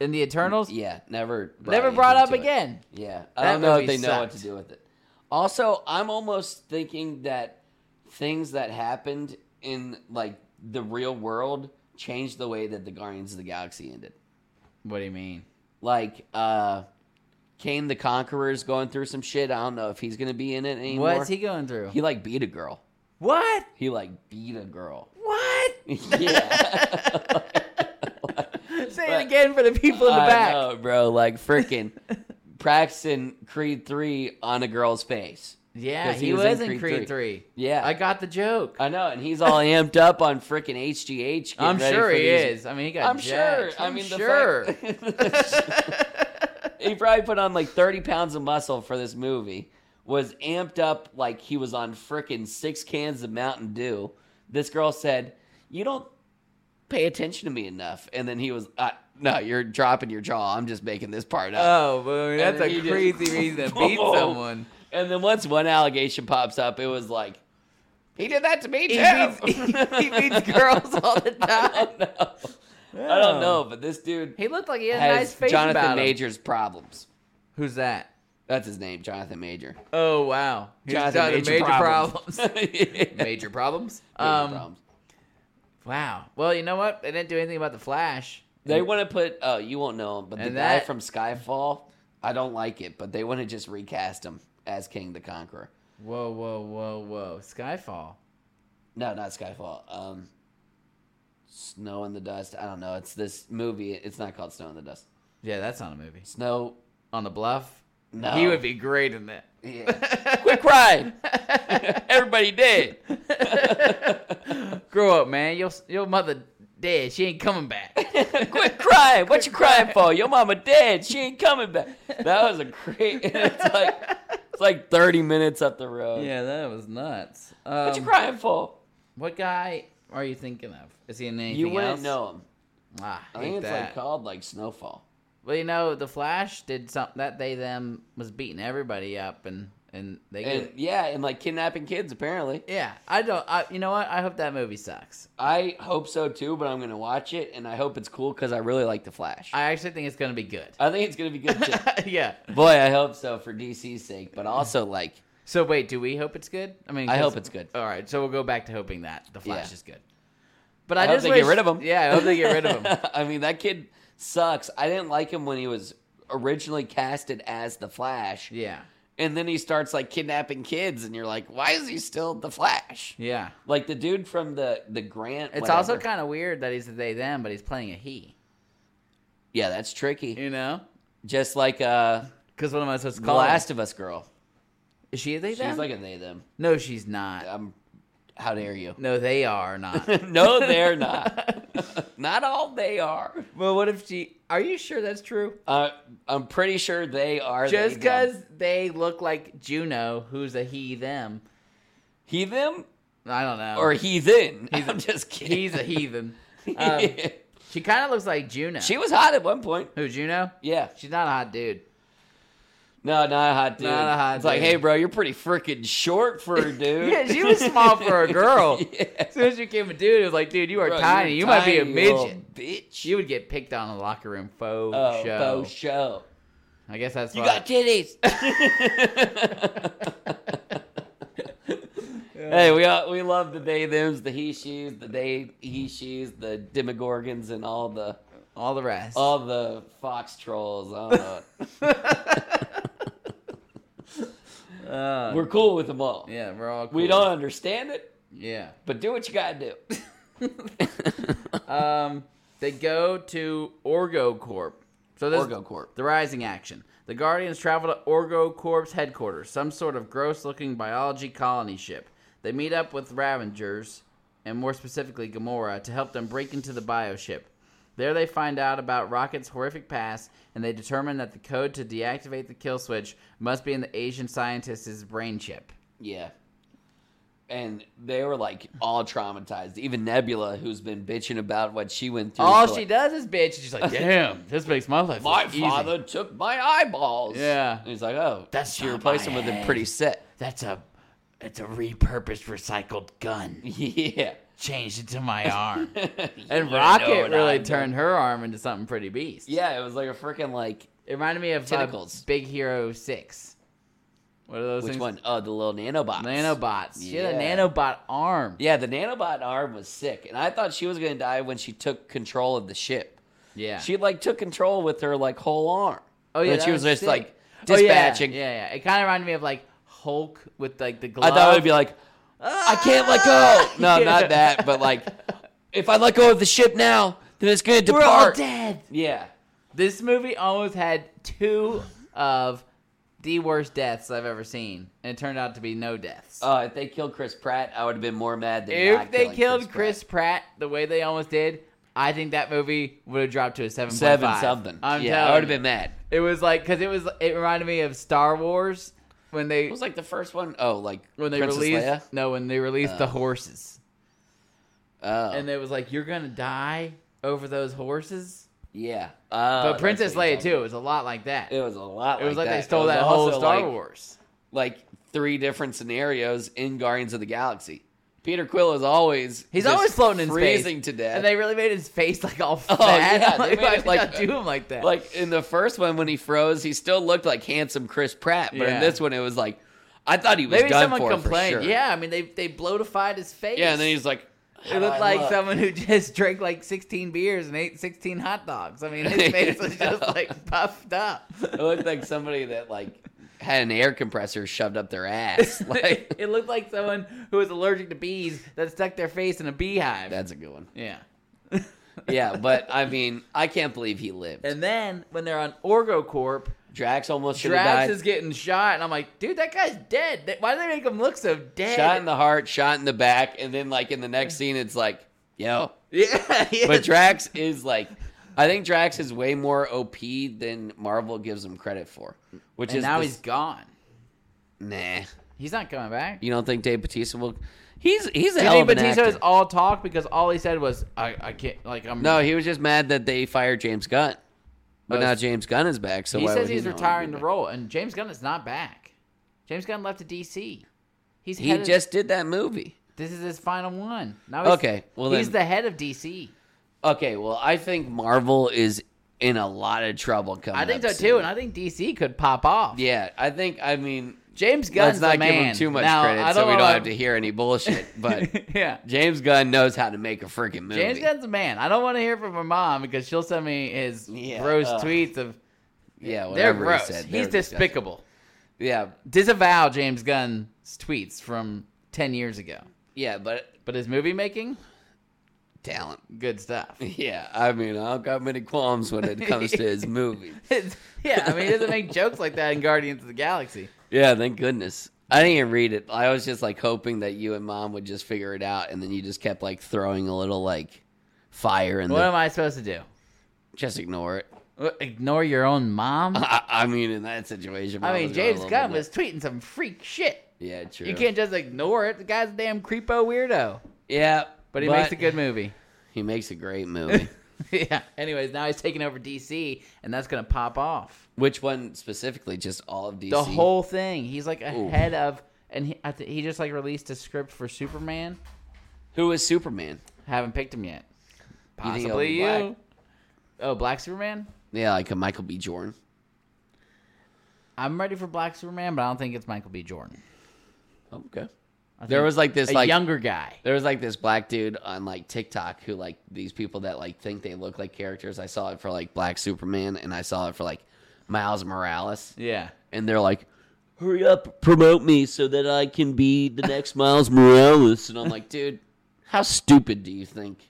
[SPEAKER 1] in the Eternals.
[SPEAKER 2] Yeah, never brought
[SPEAKER 1] Never brought up
[SPEAKER 2] anything to it.
[SPEAKER 1] again.
[SPEAKER 2] Yeah, I
[SPEAKER 1] That
[SPEAKER 2] don't know if
[SPEAKER 1] movie
[SPEAKER 2] they know what
[SPEAKER 1] sucked.
[SPEAKER 2] to do with it. Also, I'm almost thinking that things that happened in like the real world changed the way that the Guardians of the Galaxy ended.
[SPEAKER 1] What do you mean?
[SPEAKER 2] Like, uh, Kane the Conqueror's going through some shit. I don't know if he's gonna be in it anymore.
[SPEAKER 1] What's he going through?
[SPEAKER 2] He like beat a girl.
[SPEAKER 1] what?
[SPEAKER 2] He like beat a girl.
[SPEAKER 1] What?
[SPEAKER 2] yeah.
[SPEAKER 1] Say it again for the people in the back.
[SPEAKER 2] I know, bro. Like freaking practicing Creed three on a girl's face.
[SPEAKER 1] Yeah,
[SPEAKER 2] 'Cause
[SPEAKER 1] he, was, in Creed, 3.
[SPEAKER 2] Yeah,
[SPEAKER 1] I
[SPEAKER 2] I,
[SPEAKER 1] got the joke. I,
[SPEAKER 2] know, and he's all amped up on freaking HGH. getting
[SPEAKER 1] am
[SPEAKER 2] ready
[SPEAKER 1] sure
[SPEAKER 2] for
[SPEAKER 1] he
[SPEAKER 2] these-
[SPEAKER 1] is. I mean, he got
[SPEAKER 2] I'm
[SPEAKER 1] jacked.
[SPEAKER 2] sure. I
[SPEAKER 1] I'm
[SPEAKER 2] mean,
[SPEAKER 1] sure.
[SPEAKER 2] The fact- he probably put on like 30 pounds of muscle for this movie. Was amped up like he was on freaking six cans of Mountain Dew. This girl said, "You don't pay attention to me enough," and then he was, uh, "No, you're dropping your jaw. I'm just making this part up."
[SPEAKER 1] oh, boy, that's
[SPEAKER 2] then
[SPEAKER 1] a
[SPEAKER 2] he just- Oh.
[SPEAKER 1] crazy reason to beat
[SPEAKER 2] Boom.
[SPEAKER 1] someone.
[SPEAKER 2] And then once one allegation pops up, it was like, he did that to me too.
[SPEAKER 1] He beats, he beats girls all the
[SPEAKER 2] I
[SPEAKER 1] time.
[SPEAKER 2] don't know. I don't know, but this dude
[SPEAKER 1] He looked like he had a
[SPEAKER 2] has
[SPEAKER 1] nice face
[SPEAKER 2] Jonathan
[SPEAKER 1] about him.
[SPEAKER 2] Major's problems.
[SPEAKER 1] Who's that?
[SPEAKER 2] That's his name, Jonathan Major.
[SPEAKER 1] Oh wow, He's got major problems.
[SPEAKER 2] Major
[SPEAKER 1] major problems. Um,
[SPEAKER 2] problems.
[SPEAKER 1] Wow. Well, you know what? They didn't do anything about the Flash.
[SPEAKER 2] They want to put. Oh, you won't know him, but the
[SPEAKER 1] and
[SPEAKER 2] guy
[SPEAKER 1] that-
[SPEAKER 2] from Skyfall. I don't like it, but they want to just recast him as King the Conqueror.
[SPEAKER 1] Whoa, whoa, whoa, whoa! Skyfall.
[SPEAKER 2] No, not Skyfall. Um, Snow in the Dust. I don't know. It's this movie. It's not called Snow in the Dust.
[SPEAKER 1] Yeah, that's not a movie.
[SPEAKER 2] Snow.
[SPEAKER 1] On the Bluff. Oh.
[SPEAKER 2] No.
[SPEAKER 1] He would be great in that.
[SPEAKER 2] Yeah. Quit crying. Everybody dead.
[SPEAKER 1] Grow up, man. Your your mother dead. She ain't coming back.
[SPEAKER 2] Quit crying. What you crying for? Your mama dead. She ain't coming back. That was a great. It's like it's like thirty minutes up the road.
[SPEAKER 1] yeah, that was nuts.
[SPEAKER 2] What you
[SPEAKER 1] Um,
[SPEAKER 2] crying for?
[SPEAKER 1] What guy are you thinking of? Is he in anything
[SPEAKER 2] You wouldn't
[SPEAKER 1] else?
[SPEAKER 2] know him.
[SPEAKER 1] Ah,
[SPEAKER 2] I think
[SPEAKER 1] hate
[SPEAKER 2] it's like
[SPEAKER 1] that.
[SPEAKER 2] called like Snowfall.
[SPEAKER 1] Well, you know, the Flash did something that they them was beating everybody up, and and they get
[SPEAKER 2] And yeah, and like kidnapping kids apparently.
[SPEAKER 1] yeah. I don't. I, you know what? I hope that movie sucks.
[SPEAKER 2] I hope so too, but I'm gonna watch it and I hope it's cool because I really like the Flash. I,
[SPEAKER 1] I actually think it's gonna be good.
[SPEAKER 2] think it's gonna be good too.
[SPEAKER 1] yeah.
[SPEAKER 2] Boy, I hope so for DC's sake, but also like
[SPEAKER 1] So wait, do we hope it's good? I mean,
[SPEAKER 2] I
[SPEAKER 1] 'cause-
[SPEAKER 2] hope it's good.
[SPEAKER 1] All right, so we'll go back to hoping that the Flash
[SPEAKER 2] Yeah.
[SPEAKER 1] is good. But
[SPEAKER 2] I,
[SPEAKER 1] I,
[SPEAKER 2] hope
[SPEAKER 1] just
[SPEAKER 2] they
[SPEAKER 1] wish,
[SPEAKER 2] get rid of him.
[SPEAKER 1] Yeah, I hope they get rid of him.
[SPEAKER 2] I mean, that kid sucks. I didn't like him when he was originally casted as the Flash,
[SPEAKER 1] yeah,
[SPEAKER 2] and then he starts like kidnapping kids, and you're like, why is he still the Flash?
[SPEAKER 1] yeah.
[SPEAKER 2] Like the dude from the the Grant.
[SPEAKER 1] It's
[SPEAKER 2] whatever.
[SPEAKER 1] also kind of weird that he's a they them, but he's playing a he.
[SPEAKER 2] yeah, that's tricky.
[SPEAKER 1] You know,
[SPEAKER 2] Just like uh,
[SPEAKER 1] because what am I supposed to
[SPEAKER 2] the
[SPEAKER 1] call? him?
[SPEAKER 2] Last of Us girl.
[SPEAKER 1] Is she a they
[SPEAKER 2] She's
[SPEAKER 1] them?
[SPEAKER 2] like a they them.
[SPEAKER 1] no, she's not.
[SPEAKER 2] Um, how dare you?
[SPEAKER 1] No, they are not.
[SPEAKER 2] no, they're not. not all they are.
[SPEAKER 1] well, what if she? Are you sure that's true?
[SPEAKER 2] Uh, I'm pretty sure they are.
[SPEAKER 1] Just
[SPEAKER 2] they them.
[SPEAKER 1] because they look like Juno, who's a he them.
[SPEAKER 2] he them
[SPEAKER 1] I don't know.
[SPEAKER 2] or heathen. He's, I'm just kidding.
[SPEAKER 1] he's a heathen. Um, she kind of looks like Juno.
[SPEAKER 2] she was hot at one point.
[SPEAKER 1] Who Juno?
[SPEAKER 2] Yeah.
[SPEAKER 1] She's not a hot dude.
[SPEAKER 2] No, not a hot dude.
[SPEAKER 1] Not a hot
[SPEAKER 2] It's like,
[SPEAKER 1] dude.
[SPEAKER 2] hey, bro, you're pretty freaking short for a dude.
[SPEAKER 1] Yeah, she was small for a girl.
[SPEAKER 2] Yeah.
[SPEAKER 1] As soon as you became a dude, it was like, dude, you are
[SPEAKER 2] Bro,
[SPEAKER 1] tiny.
[SPEAKER 2] you're
[SPEAKER 1] You might be a
[SPEAKER 2] tiny, little
[SPEAKER 1] midget.
[SPEAKER 2] bitch.
[SPEAKER 1] You would get picked on in the locker room. Faux
[SPEAKER 2] oh,
[SPEAKER 1] show.
[SPEAKER 2] show. show.
[SPEAKER 1] I guess that's
[SPEAKER 2] You
[SPEAKER 1] why.
[SPEAKER 2] got titties. Hey, we all, we love the they them's, the he she's, the they he she's, the demogorgons, and all the
[SPEAKER 1] all the rest.
[SPEAKER 2] all the fox trolls. I don't know.
[SPEAKER 1] Uh,
[SPEAKER 2] We're cool with them all.
[SPEAKER 1] yeah, we're all. Cool.
[SPEAKER 2] We don't understand it,
[SPEAKER 1] Yeah.
[SPEAKER 2] but do what you gotta do.
[SPEAKER 1] Um, they go to Orgo Corp. So this
[SPEAKER 2] Orgo Corp.
[SPEAKER 1] The Rising Action. The Guardians travel to Orgo Corp's headquarters, some sort of gross-looking biology colony ship. They meet up with Ravengers, and more specifically Gamora, to help them break into the bioship. There they find out about Rocket's horrific past, and they determine that the code to deactivate the kill switch must be in the Asian scientist's brain chip.
[SPEAKER 2] Yeah. And they were like all traumatized. Even Nebula, who's been bitching about what she went through.
[SPEAKER 1] All
[SPEAKER 2] for,
[SPEAKER 1] she
[SPEAKER 2] like,
[SPEAKER 1] does is bitch. She's like, damn, this makes my life
[SPEAKER 2] My
[SPEAKER 1] look easy."
[SPEAKER 2] father took my eyeballs.
[SPEAKER 1] Yeah.
[SPEAKER 2] And he's like, oh,
[SPEAKER 1] That's
[SPEAKER 2] she
[SPEAKER 1] not
[SPEAKER 2] replaced
[SPEAKER 1] my
[SPEAKER 2] him with a
[SPEAKER 1] head.
[SPEAKER 2] pretty set.
[SPEAKER 1] That's a, it's a repurposed, recycled gun.
[SPEAKER 2] Yeah.
[SPEAKER 1] Changed it to my arm. and
[SPEAKER 2] know
[SPEAKER 1] Rocket
[SPEAKER 2] what
[SPEAKER 1] really
[SPEAKER 2] I've done.
[SPEAKER 1] turned her arm into something pretty beast.
[SPEAKER 2] Yeah, it was like a freaking like
[SPEAKER 1] It reminded me of uh,
[SPEAKER 2] Tentacles.
[SPEAKER 1] Big Hero Six. What are those
[SPEAKER 2] which
[SPEAKER 1] things?
[SPEAKER 2] one? Oh, the little nanobots.
[SPEAKER 1] Nanobots. She had a
[SPEAKER 2] Yeah.
[SPEAKER 1] nanobot arm.
[SPEAKER 2] Yeah, the nanobot arm was sick, and I thought she was gonna die when she took control of the ship.
[SPEAKER 1] Yeah.
[SPEAKER 2] She like took control with her like whole arm.
[SPEAKER 1] oh yeah.
[SPEAKER 2] But she
[SPEAKER 1] that
[SPEAKER 2] was just
[SPEAKER 1] sick.
[SPEAKER 2] like
[SPEAKER 1] Oh, yeah,
[SPEAKER 2] dispatching.
[SPEAKER 1] yeah, yeah, It kind of reminded me of like Hulk with like the
[SPEAKER 2] I
[SPEAKER 1] glove.
[SPEAKER 2] thought it would be like, I can't let go. No,
[SPEAKER 1] Ah. Yeah.
[SPEAKER 2] not that, but like, if I let go of the ship now, then it's gonna
[SPEAKER 1] we're all
[SPEAKER 2] depart.
[SPEAKER 1] dead.
[SPEAKER 2] Yeah,
[SPEAKER 1] This movie almost had two of the worst deaths I've ever seen, and it turned out to be no deaths.
[SPEAKER 2] Oh, if they killed Chris Pratt, I would have been more mad than
[SPEAKER 1] if
[SPEAKER 2] not
[SPEAKER 1] they
[SPEAKER 2] killing
[SPEAKER 1] killed Chris, Pratt. the way they almost did, I think that movie would have dropped to a seven
[SPEAKER 2] Pratt. seven something.
[SPEAKER 1] I'm
[SPEAKER 2] yeah,
[SPEAKER 1] telling
[SPEAKER 2] I would have
[SPEAKER 1] you.
[SPEAKER 2] been mad.
[SPEAKER 1] It was like because it was it reminded me of Star Wars when they
[SPEAKER 2] It was like the first one. Oh, like
[SPEAKER 1] when they
[SPEAKER 2] Princess
[SPEAKER 1] released
[SPEAKER 2] Leia.
[SPEAKER 1] no when they released the
[SPEAKER 2] Oh.
[SPEAKER 1] horses
[SPEAKER 2] Oh,
[SPEAKER 1] and it was like you're gonna die over those horses.
[SPEAKER 2] yeah. Oh,
[SPEAKER 1] But
[SPEAKER 2] that's
[SPEAKER 1] Princess
[SPEAKER 2] what you're
[SPEAKER 1] Leia
[SPEAKER 2] talking
[SPEAKER 1] too it was a lot like that.
[SPEAKER 2] It was a lot.
[SPEAKER 1] It was like,
[SPEAKER 2] that.
[SPEAKER 1] they stole
[SPEAKER 2] It was
[SPEAKER 1] that whole
[SPEAKER 2] also,
[SPEAKER 1] Star
[SPEAKER 2] like-
[SPEAKER 1] Wars.
[SPEAKER 2] Like three different scenarios in Guardians of the Galaxy. Peter Quill is always
[SPEAKER 1] He's
[SPEAKER 2] just
[SPEAKER 1] always floating in space,
[SPEAKER 2] freezing to death.
[SPEAKER 1] and they really made his face like all fat.
[SPEAKER 2] Oh, yeah, they
[SPEAKER 1] like,
[SPEAKER 2] made
[SPEAKER 1] why
[SPEAKER 2] it
[SPEAKER 1] did
[SPEAKER 2] like-
[SPEAKER 1] y'all do him like that?
[SPEAKER 2] like in the first one when he froze, he still looked like handsome Chris Pratt, but
[SPEAKER 1] Yeah.
[SPEAKER 2] in this one it was like I thought he was
[SPEAKER 1] maybe
[SPEAKER 2] done
[SPEAKER 1] someone
[SPEAKER 2] for, for
[SPEAKER 1] complained.
[SPEAKER 2] sure.
[SPEAKER 1] Yeah, I mean they they blowtified his face.
[SPEAKER 2] yeah, and then he's like, "How do
[SPEAKER 1] It looked
[SPEAKER 2] I
[SPEAKER 1] like
[SPEAKER 2] look?"
[SPEAKER 1] someone who just drank like 16 beers and ate 16 hot dogs. I mean, his face was just like puffed up.
[SPEAKER 2] It looked like somebody that like had an air compressor shoved up their ass. Like
[SPEAKER 1] it looked like someone who was allergic to bees that stuck their face in a beehive.
[SPEAKER 2] that's a good one.
[SPEAKER 1] yeah.
[SPEAKER 2] Yeah, but I mean, I can't believe he lived.
[SPEAKER 1] And then when they're on Orgocorp,
[SPEAKER 2] Drax almost should have
[SPEAKER 1] Drax
[SPEAKER 2] died.
[SPEAKER 1] is getting shot, and I'm like, dude, that guy's dead. They- Why do they make him look so dead?
[SPEAKER 2] shot in the heart, shot in the back, and then like in the next scene, it's like, yo.
[SPEAKER 1] yeah, yeah.
[SPEAKER 2] But Drax is like, I think Drax is way more OP than Marvel gives him credit for. Which
[SPEAKER 1] and
[SPEAKER 2] is
[SPEAKER 1] now
[SPEAKER 2] this-
[SPEAKER 1] he's gone.
[SPEAKER 2] nah.
[SPEAKER 1] He's not coming back.
[SPEAKER 2] You don't think Dave Batista will? He's he's a hell
[SPEAKER 1] Dave
[SPEAKER 2] of an
[SPEAKER 1] Batista
[SPEAKER 2] actor.
[SPEAKER 1] is all talk because all he said was, I, I can't, like, I'm
[SPEAKER 2] no, he was just mad that they fired James Gunn, but
[SPEAKER 1] Oh,
[SPEAKER 2] now
[SPEAKER 1] it's-
[SPEAKER 2] James Gunn is back. So
[SPEAKER 1] he
[SPEAKER 2] why
[SPEAKER 1] says
[SPEAKER 2] would
[SPEAKER 1] he's
[SPEAKER 2] not wanna be
[SPEAKER 1] retiring the
[SPEAKER 2] back?
[SPEAKER 1] role, and James Gunn is not back. James Gunn left to DC. He's
[SPEAKER 2] He
[SPEAKER 1] head of-
[SPEAKER 2] just did that movie.
[SPEAKER 1] this is his final one. Now he's,
[SPEAKER 2] Okay, well
[SPEAKER 1] he's
[SPEAKER 2] then-
[SPEAKER 1] the head of DC.
[SPEAKER 2] Okay, well, I think Marvel is in a lot of trouble coming.
[SPEAKER 1] I think
[SPEAKER 2] up
[SPEAKER 1] so
[SPEAKER 2] soon.
[SPEAKER 1] too, and I think DC could pop off.
[SPEAKER 2] yeah, I think. I mean,
[SPEAKER 1] James
[SPEAKER 2] let's
[SPEAKER 1] Gunn's
[SPEAKER 2] not
[SPEAKER 1] the
[SPEAKER 2] give
[SPEAKER 1] man.
[SPEAKER 2] him too much
[SPEAKER 1] Now, I
[SPEAKER 2] credit, so we
[SPEAKER 1] know
[SPEAKER 2] don't
[SPEAKER 1] if-
[SPEAKER 2] have to hear any bullshit. But
[SPEAKER 1] yeah.
[SPEAKER 2] James Gunn knows how to make a freaking movie.
[SPEAKER 1] James Gunn's the man. I don't want to hear from my mom because she'll send me his
[SPEAKER 2] Yeah,
[SPEAKER 1] gross
[SPEAKER 2] ugh.
[SPEAKER 1] tweets of
[SPEAKER 2] yeah,
[SPEAKER 1] they're
[SPEAKER 2] whatever
[SPEAKER 1] gross.
[SPEAKER 2] he said, they
[SPEAKER 1] He's
[SPEAKER 2] were disgusting.
[SPEAKER 1] despicable.
[SPEAKER 2] Yeah,
[SPEAKER 1] Disavow James Gunn's tweets from ten years ago,
[SPEAKER 2] yeah, but
[SPEAKER 1] but his movie making,
[SPEAKER 2] talent.
[SPEAKER 1] good stuff.
[SPEAKER 2] Yeah, I mean, I don't got many qualms when it comes to his movies.
[SPEAKER 1] It's- yeah, I mean, he doesn't make jokes like that in Guardians of the Galaxy.
[SPEAKER 2] Yeah, thank goodness. I didn't even read it. I was just like hoping that you and mom would just figure it out, and then you just kept like throwing a little like fire in
[SPEAKER 1] What
[SPEAKER 2] the
[SPEAKER 1] am I supposed to do?
[SPEAKER 2] just ignore it.
[SPEAKER 1] Uh, Ignore your own mom?
[SPEAKER 2] I, I mean, in that situation,
[SPEAKER 1] I
[SPEAKER 2] mom
[SPEAKER 1] mean,
[SPEAKER 2] was going a
[SPEAKER 1] James
[SPEAKER 2] little
[SPEAKER 1] Gunn
[SPEAKER 2] bit
[SPEAKER 1] was tweeting some freak shit.
[SPEAKER 2] nuts. yeah, true.
[SPEAKER 1] You can't just ignore it. The guy's a damn creepo weirdo.
[SPEAKER 2] yeah,
[SPEAKER 1] But he makes a good movie.
[SPEAKER 2] He makes a great movie.
[SPEAKER 1] yeah. Anyways, now he's taking over DC, and that's gonna pop off.
[SPEAKER 2] Which one specifically? Just all of DC.
[SPEAKER 1] The whole thing. He's like
[SPEAKER 2] Ooh.
[SPEAKER 1] ahead of, and he, I th- he just like released a script for Superman.
[SPEAKER 2] Who is Superman?
[SPEAKER 1] Haven't picked him yet.
[SPEAKER 2] You think he'll
[SPEAKER 1] Possibly
[SPEAKER 2] be
[SPEAKER 1] you.
[SPEAKER 2] black?
[SPEAKER 1] Oh, Black Superman.
[SPEAKER 2] Yeah, like a Michael B. Jordan.
[SPEAKER 1] I'm ready for Black Superman, but I don't think it's Michael B. Jordan.
[SPEAKER 2] Okay.
[SPEAKER 1] I
[SPEAKER 2] There
[SPEAKER 1] think
[SPEAKER 2] was like this
[SPEAKER 1] a
[SPEAKER 2] like
[SPEAKER 1] younger guy.
[SPEAKER 2] There was like this black dude on like TikTok who like these people that like think they look like characters. I saw it for like Black Superman and I saw it for like Miles Morales.
[SPEAKER 1] Yeah.
[SPEAKER 2] And they're like, hurry up, promote me so that I can be the next Miles Morales. And I'm like, dude, how stupid do you think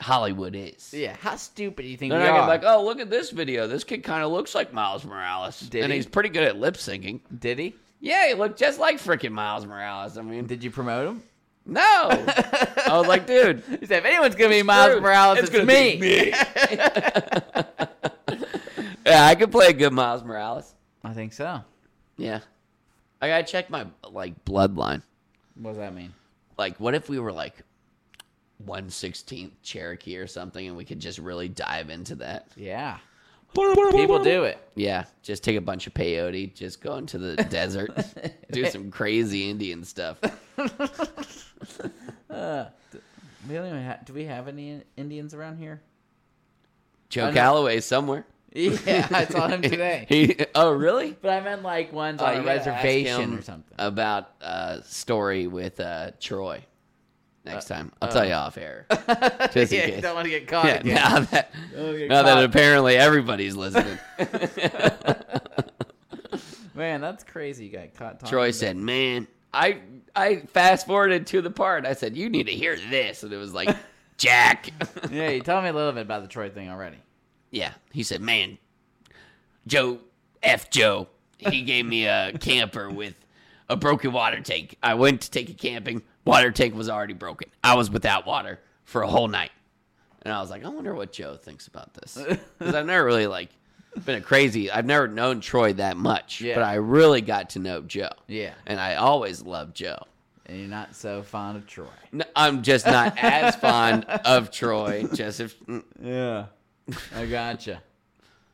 [SPEAKER 2] Hollywood is?
[SPEAKER 1] Yeah. How stupid do you think
[SPEAKER 2] They're
[SPEAKER 1] we
[SPEAKER 2] not gonna
[SPEAKER 1] are?
[SPEAKER 2] be like, oh, look at this video. This kid kind of looks like Miles Morales.
[SPEAKER 1] Did
[SPEAKER 2] and
[SPEAKER 1] he?
[SPEAKER 2] he's pretty good at lip syncing.
[SPEAKER 1] Did he?
[SPEAKER 2] Yeah, he looked just like freaking Miles Morales. I mean,
[SPEAKER 1] Did you promote him?
[SPEAKER 2] No. I was like, dude.
[SPEAKER 1] He said, if anyone's gonna be Miles
[SPEAKER 2] screwed.
[SPEAKER 1] Morales,
[SPEAKER 2] It's
[SPEAKER 1] it's,
[SPEAKER 2] gonna
[SPEAKER 1] me.
[SPEAKER 2] be Yeah, I could play a good Miles Morales.
[SPEAKER 1] I think so.
[SPEAKER 2] Yeah. I gotta check my like bloodline.
[SPEAKER 1] What does that mean?
[SPEAKER 2] Like, what if we were like one sixteenth Cherokee or something, and we could just really dive into that?
[SPEAKER 1] Yeah, people do it.
[SPEAKER 2] Yeah, just take a bunch of peyote, just go into the desert, do some crazy Indian stuff.
[SPEAKER 1] We don't even ha- do we have any Indians around here?
[SPEAKER 2] Joe
[SPEAKER 1] know.
[SPEAKER 2] Calloway somewhere.
[SPEAKER 1] Yeah, I saw him today.
[SPEAKER 2] He, oh, really?
[SPEAKER 1] But I meant like ones
[SPEAKER 2] Oh,
[SPEAKER 1] on a
[SPEAKER 2] you gotta ask
[SPEAKER 1] reservation
[SPEAKER 2] him
[SPEAKER 1] or something.
[SPEAKER 2] About uh, story with uh, Troy next time. I'll tell you off air. Just in
[SPEAKER 1] Uh, yeah,
[SPEAKER 2] case.
[SPEAKER 1] don't want to get caught.
[SPEAKER 2] Yeah,
[SPEAKER 1] again.
[SPEAKER 2] now that,
[SPEAKER 1] you're
[SPEAKER 2] now that
[SPEAKER 1] caught.
[SPEAKER 2] apparently everybody's listening.
[SPEAKER 1] Man, that's crazy. You got caught. Talking
[SPEAKER 2] Troy
[SPEAKER 1] about-
[SPEAKER 2] said, "Man, I I fast forwarded to the part. I said you need to hear this," and it was like Jack.
[SPEAKER 1] "Yeah, you told me a little bit about the Troy thing already."
[SPEAKER 2] yeah, he said, "Man, Joe F Joe, he gave me a camper with a broken water tank. I went to take it camping. Water tank was already broken. I was without water for a whole night." And I was like, "I wonder what Joe thinks about this." Cuz I've never really like been a crazy. I've never known Troy that much,
[SPEAKER 1] Yeah.
[SPEAKER 2] but I really got to know Joe.
[SPEAKER 1] Yeah.
[SPEAKER 2] And I always loved Joe.
[SPEAKER 1] And you're not so fond of Troy.
[SPEAKER 2] No, I'm just not as fond of Troy. Just if mm,
[SPEAKER 1] Yeah, I gotcha.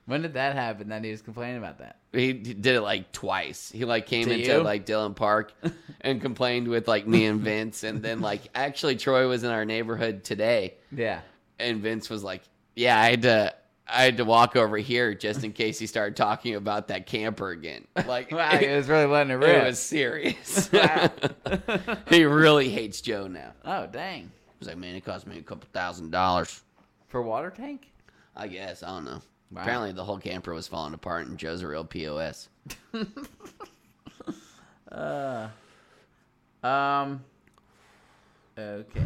[SPEAKER 1] When did that happen? That he was complaining about that.
[SPEAKER 2] he did it like twice. He like came
[SPEAKER 1] To
[SPEAKER 2] into
[SPEAKER 1] you?
[SPEAKER 2] like Dylan Park and complained with like me and Vince, and then like actually Troy was in our neighborhood today,
[SPEAKER 1] Yeah.
[SPEAKER 2] and Vince was like, "Yeah, I had to." I had to walk over here just in case he started talking about that camper again. Like
[SPEAKER 1] Wow,
[SPEAKER 2] it,
[SPEAKER 1] it was really letting it rip.
[SPEAKER 2] it was serious. he really hates Joe now.
[SPEAKER 1] Oh, dang.
[SPEAKER 2] He's like, man, it cost me a couple thousand dollars.
[SPEAKER 1] For water tank?
[SPEAKER 2] I guess. I don't know.
[SPEAKER 1] Wow.
[SPEAKER 2] Apparently, the whole camper was falling apart, and Joe's a real POS.
[SPEAKER 1] Um. Okay.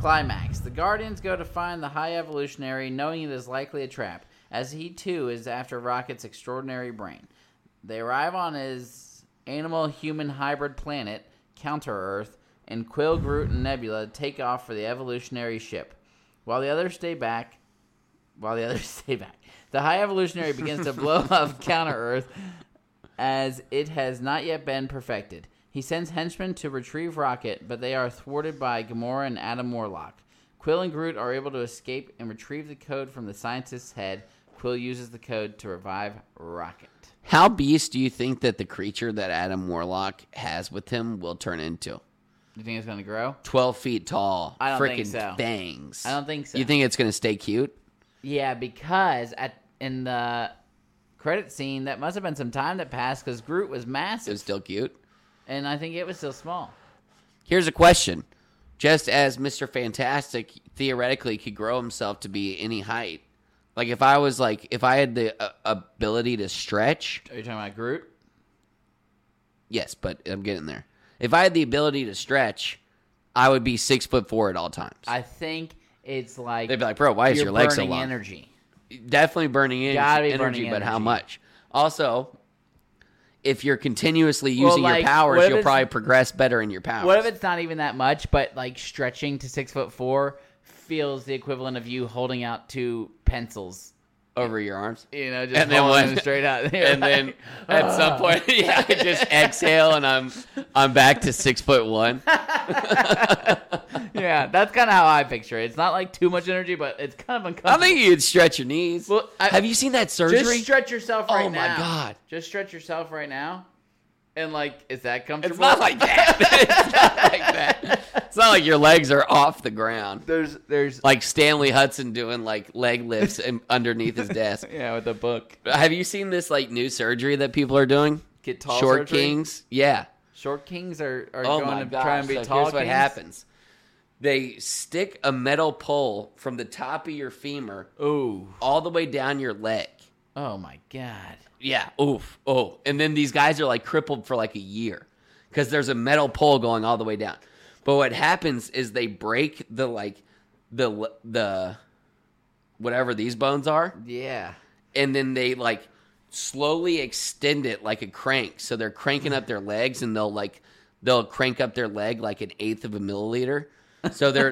[SPEAKER 1] Climax. The Guardians go to find the High Evolutionary, knowing it is likely a trap, as he too is after Rocket's extraordinary brain. They arrive on his animal human hybrid planet, Counter Earth, and Quill, Groot, and Nebula take off for the evolutionary ship. While the others stay back, while the others stay back, the High Evolutionary begins to blow up Counter Earth as it has not yet been perfected. He sends henchmen to retrieve Rocket, but they are thwarted by Gamora and Adam Warlock. Quill and Groot are able to escape and retrieve the code from the scientist's head. Quill uses the code to revive Rocket.
[SPEAKER 2] How beast do you think that the creature that Adam Warlock has with him will turn into?
[SPEAKER 1] You think it's gonna grow?
[SPEAKER 2] 12 feet tall,
[SPEAKER 1] I don't
[SPEAKER 2] freaking
[SPEAKER 1] think so.
[SPEAKER 2] fangs.
[SPEAKER 1] I don't think so.
[SPEAKER 2] You think it's going to stay cute?
[SPEAKER 1] Yeah, because at in the credit scene, that must have been some time that passed because Groot was
[SPEAKER 2] It
[SPEAKER 1] massive,
[SPEAKER 2] was still cute?
[SPEAKER 1] and I think it was still small.
[SPEAKER 2] Here's a question. Just as Mr. Fantastic theoretically could grow himself to be any height, like if I was like, if I had the uh, ability to stretch,
[SPEAKER 1] Are you talking about Groot?
[SPEAKER 2] Yes, but I'm getting there. If I had the ability to stretch, I would be six foot four at all times.
[SPEAKER 1] I think it's like
[SPEAKER 2] They'd be like, bro, why is
[SPEAKER 1] you're
[SPEAKER 2] your leg so
[SPEAKER 1] burning
[SPEAKER 2] long?
[SPEAKER 1] energy.
[SPEAKER 2] Definitely burning in-
[SPEAKER 1] Gotta be
[SPEAKER 2] energy,
[SPEAKER 1] burning
[SPEAKER 2] but how
[SPEAKER 1] energy.
[SPEAKER 2] much? Also, if you're continuously
[SPEAKER 1] Well,
[SPEAKER 2] using
[SPEAKER 1] like,
[SPEAKER 2] your powers,
[SPEAKER 1] what if
[SPEAKER 2] you'll
[SPEAKER 1] it's-
[SPEAKER 2] probably progress better in your powers.
[SPEAKER 1] What if it's not even that much, but like stretching to six foot four feels the equivalent of you holding out two pencils.
[SPEAKER 2] over your arms?
[SPEAKER 1] You know, just
[SPEAKER 2] And then
[SPEAKER 1] holding
[SPEAKER 2] when-
[SPEAKER 1] them straight out.
[SPEAKER 2] And then at some point, yeah, I just exhale and I'm I'm back to six foot one.
[SPEAKER 1] yeah, that's kind of how I picture it. It's not like too much energy, but it's kind of uncomfortable.
[SPEAKER 2] I think you'd stretch your knees.
[SPEAKER 1] Well, I-
[SPEAKER 2] Have you seen that surgery?
[SPEAKER 1] just stretch yourself
[SPEAKER 2] Oh
[SPEAKER 1] right
[SPEAKER 2] my
[SPEAKER 1] now.
[SPEAKER 2] God.
[SPEAKER 1] Just stretch yourself right now, and like, is that comfortable?
[SPEAKER 2] It's not like that. it's not like that. It's not like your legs are off the ground.
[SPEAKER 1] there's there's
[SPEAKER 2] Like Stanley Hudson doing like leg lifts in, underneath his desk.
[SPEAKER 1] yeah with the book
[SPEAKER 2] Have you seen this like new surgery that people are doing?
[SPEAKER 1] Get tall
[SPEAKER 2] short
[SPEAKER 1] surgery?
[SPEAKER 2] kings. Yeah.
[SPEAKER 1] short kings are are
[SPEAKER 2] Oh
[SPEAKER 1] going
[SPEAKER 2] my
[SPEAKER 1] to
[SPEAKER 2] gosh.
[SPEAKER 1] try and be
[SPEAKER 2] so
[SPEAKER 1] tall.
[SPEAKER 2] here's what
[SPEAKER 1] kings?
[SPEAKER 2] happens. They stick a metal pole from the top of your femur
[SPEAKER 1] Ooh.
[SPEAKER 2] all the way down your leg.
[SPEAKER 1] Oh my god.
[SPEAKER 2] Yeah. Oof. Oh. And then these guys are like crippled for like a year because there's a metal pole going all the way down. But what happens is they break the like the the whatever these bones are,
[SPEAKER 1] Yeah.
[SPEAKER 2] and then they like slowly extend it like a crank. So they're cranking up their legs, and they'll like they'll crank up their leg like an eighth of a milliliter. So they're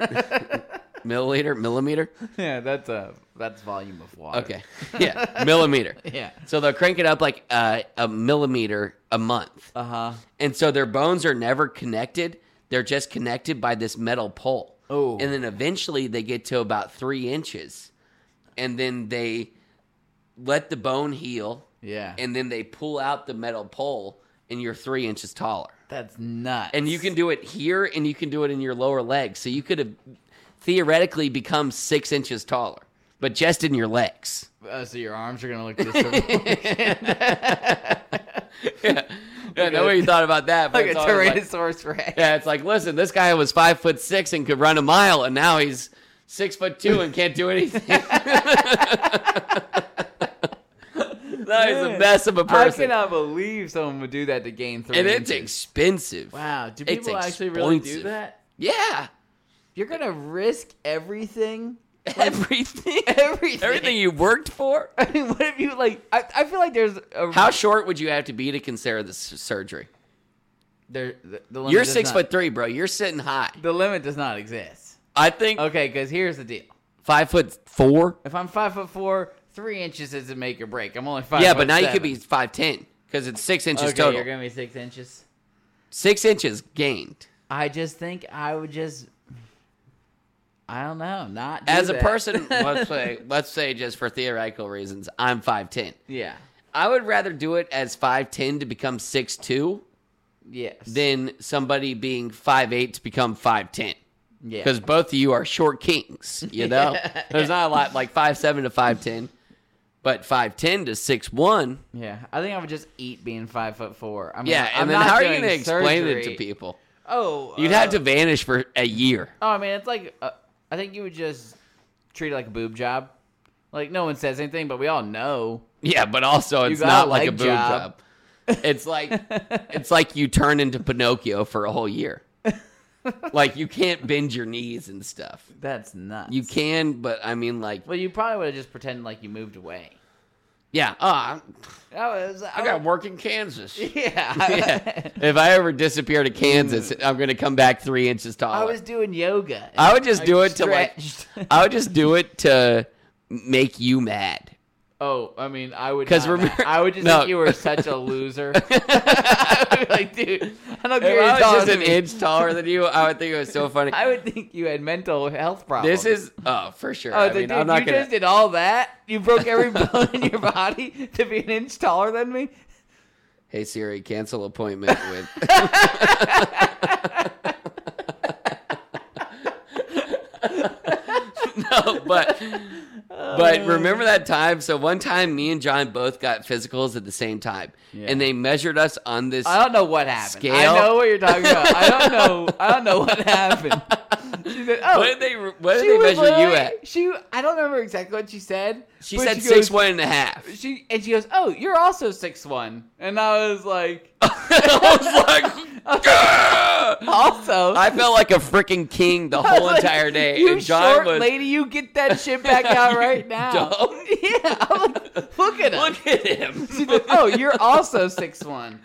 [SPEAKER 2] milliliter, millimeter.
[SPEAKER 1] Yeah, that's a that's volume of water.
[SPEAKER 2] Okay, yeah, millimeter.
[SPEAKER 1] Yeah.
[SPEAKER 2] So they'll crank it up like uh, a millimeter a month,
[SPEAKER 1] Uh huh.
[SPEAKER 2] and so their bones are never connected. They're just connected by this metal pole.
[SPEAKER 1] Oh.
[SPEAKER 2] and then eventually they get to about three inches, and then they let the bone heal,
[SPEAKER 1] Yeah.
[SPEAKER 2] and then they pull out the metal pole, and you're three inches taller.
[SPEAKER 1] that's nuts.
[SPEAKER 2] And you can do it here, and you can do it in your lower leg. So you could have theoretically become six inches taller, but just in your legs.
[SPEAKER 1] Uh, so your arms are gonna look this.
[SPEAKER 2] Yeah, no way you thought about that. But
[SPEAKER 1] like a
[SPEAKER 2] it's always like-
[SPEAKER 1] Tyrannosaurus Rex.
[SPEAKER 2] yeah, it's like, listen, this guy was five foot six and could run a mile, and now he's six foot two and can't do anything. that is a mess of a
[SPEAKER 1] I
[SPEAKER 2] person,
[SPEAKER 1] cannot believe someone would do that to gain three.
[SPEAKER 2] and it's
[SPEAKER 1] inches.
[SPEAKER 2] expensive.
[SPEAKER 1] wow. Do
[SPEAKER 2] It's
[SPEAKER 1] people actually really do
[SPEAKER 2] expensive.
[SPEAKER 1] that?
[SPEAKER 2] Yeah,
[SPEAKER 1] You're gonna risk everything.
[SPEAKER 2] everything,
[SPEAKER 1] Everything.
[SPEAKER 2] everything you worked for.
[SPEAKER 1] I mean, what if you like? I, I feel like there's a
[SPEAKER 2] How short would you have to be to consider this surgery?
[SPEAKER 1] there. The, the limit
[SPEAKER 2] You're
[SPEAKER 1] does
[SPEAKER 2] six
[SPEAKER 1] not-
[SPEAKER 2] foot three, bro. You're sitting high.
[SPEAKER 1] The limit does not exist.
[SPEAKER 2] I think
[SPEAKER 1] Okay, because here's the deal.
[SPEAKER 2] five foot four.
[SPEAKER 1] If I'm five foot four, three inches isn't make or break. I'm only five.
[SPEAKER 2] yeah,
[SPEAKER 1] foot
[SPEAKER 2] but now you
[SPEAKER 1] seven.
[SPEAKER 2] could be five ten because it's six inches
[SPEAKER 1] okay.
[SPEAKER 2] total.
[SPEAKER 1] You're gonna be six inches.
[SPEAKER 2] Six inches gained.
[SPEAKER 1] I just think I would just. I don't know. Not do
[SPEAKER 2] As a
[SPEAKER 1] that.
[SPEAKER 2] person, let's say, let's say just for theoretical reasons, I'm five ten.
[SPEAKER 1] yeah.
[SPEAKER 2] I would rather do it as five ten to become six two
[SPEAKER 1] Yes.
[SPEAKER 2] than somebody being five eight to become five ten.
[SPEAKER 1] yeah.
[SPEAKER 2] Because both of you are short kings, you know. There's not a lot like five seven to five ten, but five ten to six one.
[SPEAKER 1] Yeah, I think I would just eat being five foot four. I mean,
[SPEAKER 2] Yeah,
[SPEAKER 1] I'm
[SPEAKER 2] and then
[SPEAKER 1] not
[SPEAKER 2] how are you
[SPEAKER 1] doing
[SPEAKER 2] going to explain it to
[SPEAKER 1] surgery.
[SPEAKER 2] people?
[SPEAKER 1] Oh,
[SPEAKER 2] You'd
[SPEAKER 1] uh,
[SPEAKER 2] have to vanish for a year.
[SPEAKER 1] Oh, I mean, it's like uh, I think you would just treat it like a boob job. Like no one says anything, but we all know.
[SPEAKER 2] Yeah, but also it's
[SPEAKER 1] got
[SPEAKER 2] not
[SPEAKER 1] a
[SPEAKER 2] like a
[SPEAKER 1] leg
[SPEAKER 2] boob job.
[SPEAKER 1] job.
[SPEAKER 2] It's like it's like you turn into Pinocchio for a whole year. like you can't bend your knees and stuff.
[SPEAKER 1] That's nuts.
[SPEAKER 2] You can, but I mean, like,
[SPEAKER 1] Well, you probably would have just pretended like you moved away.
[SPEAKER 2] yeah. Oh, I,
[SPEAKER 1] That was. I,
[SPEAKER 2] I got
[SPEAKER 1] would-
[SPEAKER 2] work in Kansas.
[SPEAKER 1] Yeah.
[SPEAKER 2] yeah. If I ever disappear to Kansas, I'm gonna come back three inches
[SPEAKER 1] Mm. I
[SPEAKER 2] taller.
[SPEAKER 1] was doing yoga.
[SPEAKER 2] I would just do it to, like-
[SPEAKER 1] to
[SPEAKER 2] I would just do it to make you mad.
[SPEAKER 1] Oh, I mean, I would.
[SPEAKER 2] 'Cause
[SPEAKER 1] Because remember,
[SPEAKER 2] remember-
[SPEAKER 1] I would just
[SPEAKER 2] no.
[SPEAKER 1] think you were such a loser. I would be like, dude, I don't
[SPEAKER 2] If I
[SPEAKER 1] care. you're
[SPEAKER 2] was
[SPEAKER 1] taller
[SPEAKER 2] just
[SPEAKER 1] than
[SPEAKER 2] an
[SPEAKER 1] me.
[SPEAKER 2] inch taller than you, I would think it was so funny.
[SPEAKER 1] I would think you had mental health problems.
[SPEAKER 2] This is oh for sure.
[SPEAKER 1] Oh,
[SPEAKER 2] I
[SPEAKER 1] the
[SPEAKER 2] mean,
[SPEAKER 1] dude,
[SPEAKER 2] I'm not
[SPEAKER 1] you
[SPEAKER 2] gonna.
[SPEAKER 1] just did all that. You broke every bone in your body to be an inch taller than me.
[SPEAKER 2] Hey Siri, cancel appointment with. no, but
[SPEAKER 1] Uh.
[SPEAKER 2] but remember that time? So one time, me and John both got physicals at the same time, and they measured us on this.
[SPEAKER 1] I don't know what happened.
[SPEAKER 2] Scale?
[SPEAKER 1] I know what you're talking about. I don't know. I don't know what happened. She said, "Oh,
[SPEAKER 2] what did they? What did
[SPEAKER 1] she
[SPEAKER 2] they
[SPEAKER 1] was
[SPEAKER 2] measure you
[SPEAKER 1] literally-
[SPEAKER 2] at?
[SPEAKER 1] She. I don't remember exactly what she said.
[SPEAKER 2] She
[SPEAKER 1] but
[SPEAKER 2] said
[SPEAKER 1] goes-
[SPEAKER 2] six one and a half.
[SPEAKER 1] She and she goes, "Oh, you're also six one," and I was like,
[SPEAKER 2] I was like, "Gah!"
[SPEAKER 1] "Also,
[SPEAKER 2] I felt like a freaking king the
[SPEAKER 1] I was
[SPEAKER 2] whole
[SPEAKER 1] like,
[SPEAKER 2] entire day.
[SPEAKER 1] You
[SPEAKER 2] and John
[SPEAKER 1] short
[SPEAKER 2] was,
[SPEAKER 1] lady, you get that shit back out
[SPEAKER 2] You
[SPEAKER 1] right now."
[SPEAKER 2] dumb.
[SPEAKER 1] Yeah, I'm like, look at her.
[SPEAKER 2] Look at him.
[SPEAKER 1] She goes, "Oh, you're also six one."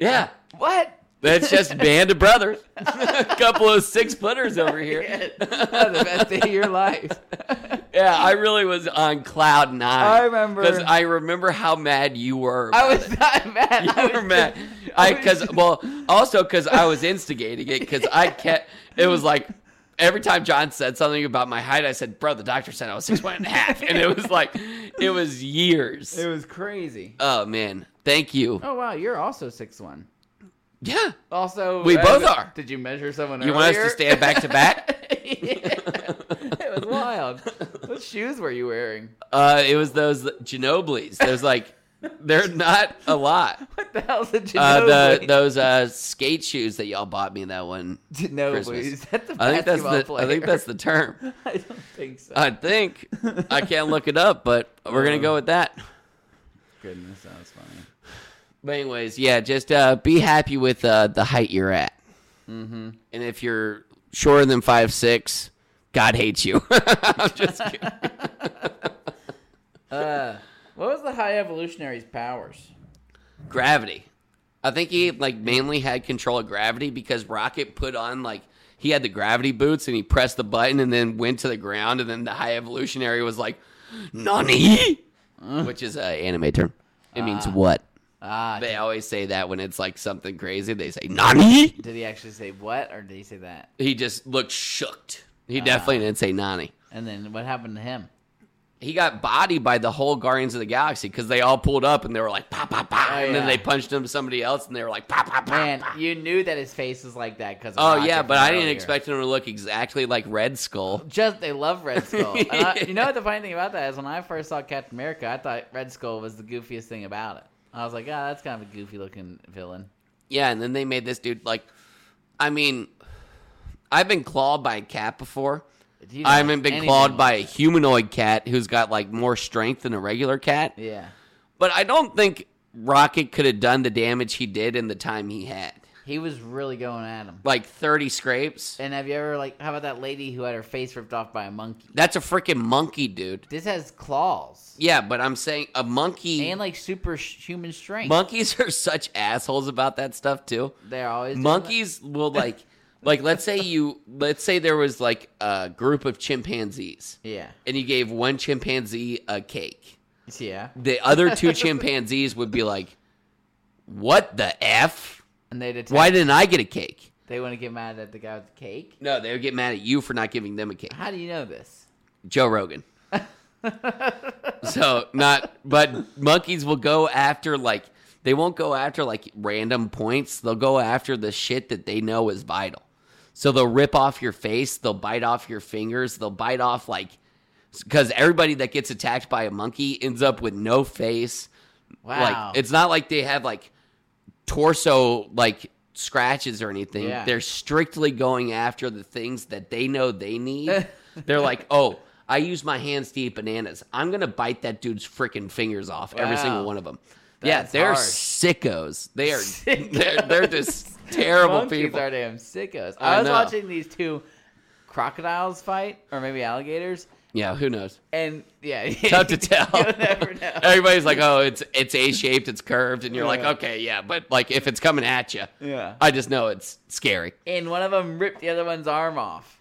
[SPEAKER 2] Yeah.
[SPEAKER 1] What?
[SPEAKER 2] That's just band of brothers. A couple of six footers over here.
[SPEAKER 1] Yeah,
[SPEAKER 2] Yeah.
[SPEAKER 1] the best day of your life.
[SPEAKER 2] I really was on cloud nine.
[SPEAKER 1] I remember-
[SPEAKER 2] Because I remember how mad you were.
[SPEAKER 1] I
[SPEAKER 2] about
[SPEAKER 1] was
[SPEAKER 2] it.
[SPEAKER 1] not mad.
[SPEAKER 2] You
[SPEAKER 1] I was
[SPEAKER 2] were mad.
[SPEAKER 1] just-
[SPEAKER 2] I
[SPEAKER 1] was
[SPEAKER 2] because
[SPEAKER 1] just-
[SPEAKER 2] well also because I was instigating it because I kept it was like every time John said something about my height I said bro the doctor said I was six one and a half and it was like it was years.
[SPEAKER 1] it was crazy.
[SPEAKER 2] oh man, thank you.
[SPEAKER 1] Oh wow, you're also six one.
[SPEAKER 2] Yeah,
[SPEAKER 1] Also,
[SPEAKER 2] We
[SPEAKER 1] uh,
[SPEAKER 2] both are.
[SPEAKER 1] Did you measure someone?
[SPEAKER 2] you want us
[SPEAKER 1] earlier?
[SPEAKER 2] to stand back to back?
[SPEAKER 1] it was wild. What shoes were you wearing?
[SPEAKER 2] Uh, it was those Genoblis. There's like, they're not a lot.
[SPEAKER 1] What the hell's a Ginobili?
[SPEAKER 2] Uh, the those uh skate shoes that y'all bought me that one.
[SPEAKER 1] Ginobili.
[SPEAKER 2] Christmas.
[SPEAKER 1] Is that the
[SPEAKER 2] I think that's
[SPEAKER 1] basketball
[SPEAKER 2] the
[SPEAKER 1] player?
[SPEAKER 2] I think Oh, that's the term.
[SPEAKER 1] I don't think so.
[SPEAKER 2] I think I can't look it up, but we're gonna
[SPEAKER 1] Uh.
[SPEAKER 2] go with that.
[SPEAKER 1] Goodness, that was funny.
[SPEAKER 2] But anyways, yeah, just uh, be happy with uh, the height you're at. Mm-hmm. And if you're shorter than five six, God hates you. I'm just kidding.
[SPEAKER 1] What was the high evolutionary's powers?
[SPEAKER 2] Gravity. I think he like mainly had control of gravity because Rocket put on like he had the gravity boots and he pressed the button and then went to the ground and then the high evolutionary was like nani, which is an anime term. It means what?
[SPEAKER 1] Uh. Ah,
[SPEAKER 2] They always say that when it's like something crazy. They say nani.
[SPEAKER 1] did he actually say what, or did he say that?
[SPEAKER 2] He just looked shooked.
[SPEAKER 1] Ah.
[SPEAKER 2] He definitely didn't say nani.
[SPEAKER 1] And then what happened to him?
[SPEAKER 2] he got bodied by the whole Guardians of the Galaxy because they all pulled up and they were like pa pa pa,
[SPEAKER 1] Oh,
[SPEAKER 2] and then
[SPEAKER 1] yeah.
[SPEAKER 2] they punched him to somebody else and they were like pa pa pa.
[SPEAKER 1] Man,
[SPEAKER 2] pa.
[SPEAKER 1] you knew that his face was like that because.
[SPEAKER 2] oh yeah, but I didn't expect him to look exactly like Red Skull.
[SPEAKER 1] Just they love Red Skull. And I, you know what the funny thing about that is when I first saw Captain America, I thought Red Skull was the goofiest thing about it. I was like, ah, that's kind of a goofy looking villain.
[SPEAKER 2] Yeah, and then they made this dude like, I mean, I've been clawed by a cat before.
[SPEAKER 1] Do you know
[SPEAKER 2] I haven't been
[SPEAKER 1] anything
[SPEAKER 2] clawed
[SPEAKER 1] like-
[SPEAKER 2] by a humanoid cat who's got like more strength than a regular cat.
[SPEAKER 1] Yeah,
[SPEAKER 2] But I don't think Rocket could have done the damage he did in the time he had.
[SPEAKER 1] he was really going at him.
[SPEAKER 2] Like thirty scrapes.
[SPEAKER 1] And have you ever like how about that lady who had her face ripped off by a monkey?
[SPEAKER 2] That's a freaking monkey, dude.
[SPEAKER 1] This has claws
[SPEAKER 2] Yeah, but I'm saying a monkey.
[SPEAKER 1] and like super sh- human strength.
[SPEAKER 2] monkeys are such assholes about that stuff too.
[SPEAKER 1] They're always doing that.
[SPEAKER 2] Monkeys will like, like let's say you, let's say there was like a group of chimpanzees,
[SPEAKER 1] Yeah,
[SPEAKER 2] and you gave one chimpanzee a cake.
[SPEAKER 1] yeah,
[SPEAKER 2] The other two chimpanzees would be like, "What the f?
[SPEAKER 1] and they'd attack.
[SPEAKER 2] Why didn't I get a cake?"
[SPEAKER 1] They want to get mad at the guy with the cake.
[SPEAKER 2] No, they would get mad at you for not giving them a cake.
[SPEAKER 1] How do you know this?
[SPEAKER 2] Joe Rogan. so not, but monkeys will go after like they won't go after like random points. They'll go after the shit that they know is vital. So they'll rip off your face. They'll bite off your fingers. They'll bite off like because everybody that gets attacked by a monkey ends up with no face.
[SPEAKER 1] Wow,
[SPEAKER 2] Like it's not like they have like torso like scratches or anything.
[SPEAKER 1] Yeah.
[SPEAKER 2] They're strictly going after the things that they know they need. They're like, "Oh, I use my hands to eat bananas. I'm going to bite that dude's freaking fingers off every
[SPEAKER 1] Wow.
[SPEAKER 2] single one of them."
[SPEAKER 1] That's
[SPEAKER 2] yeah, they're
[SPEAKER 1] harsh.
[SPEAKER 2] sickos. They are
[SPEAKER 1] Sickos.
[SPEAKER 2] they're they're just terrible
[SPEAKER 1] monkeys
[SPEAKER 2] people.
[SPEAKER 1] are damn sickos.
[SPEAKER 2] I
[SPEAKER 1] I was
[SPEAKER 2] know.
[SPEAKER 1] watching these two crocodiles fight, or maybe alligators,
[SPEAKER 2] yeah, who knows?
[SPEAKER 1] and yeah,
[SPEAKER 2] Tough to tell.
[SPEAKER 1] You'll never know.
[SPEAKER 2] Everybody's like, "Oh, it's it's A-shaped, it's curved." And you're
[SPEAKER 1] Yeah.
[SPEAKER 2] like, "Okay, yeah, but like if it's coming at you,
[SPEAKER 1] Yeah,
[SPEAKER 2] I just know it's scary."
[SPEAKER 1] and one of them ripped the other one's arm off.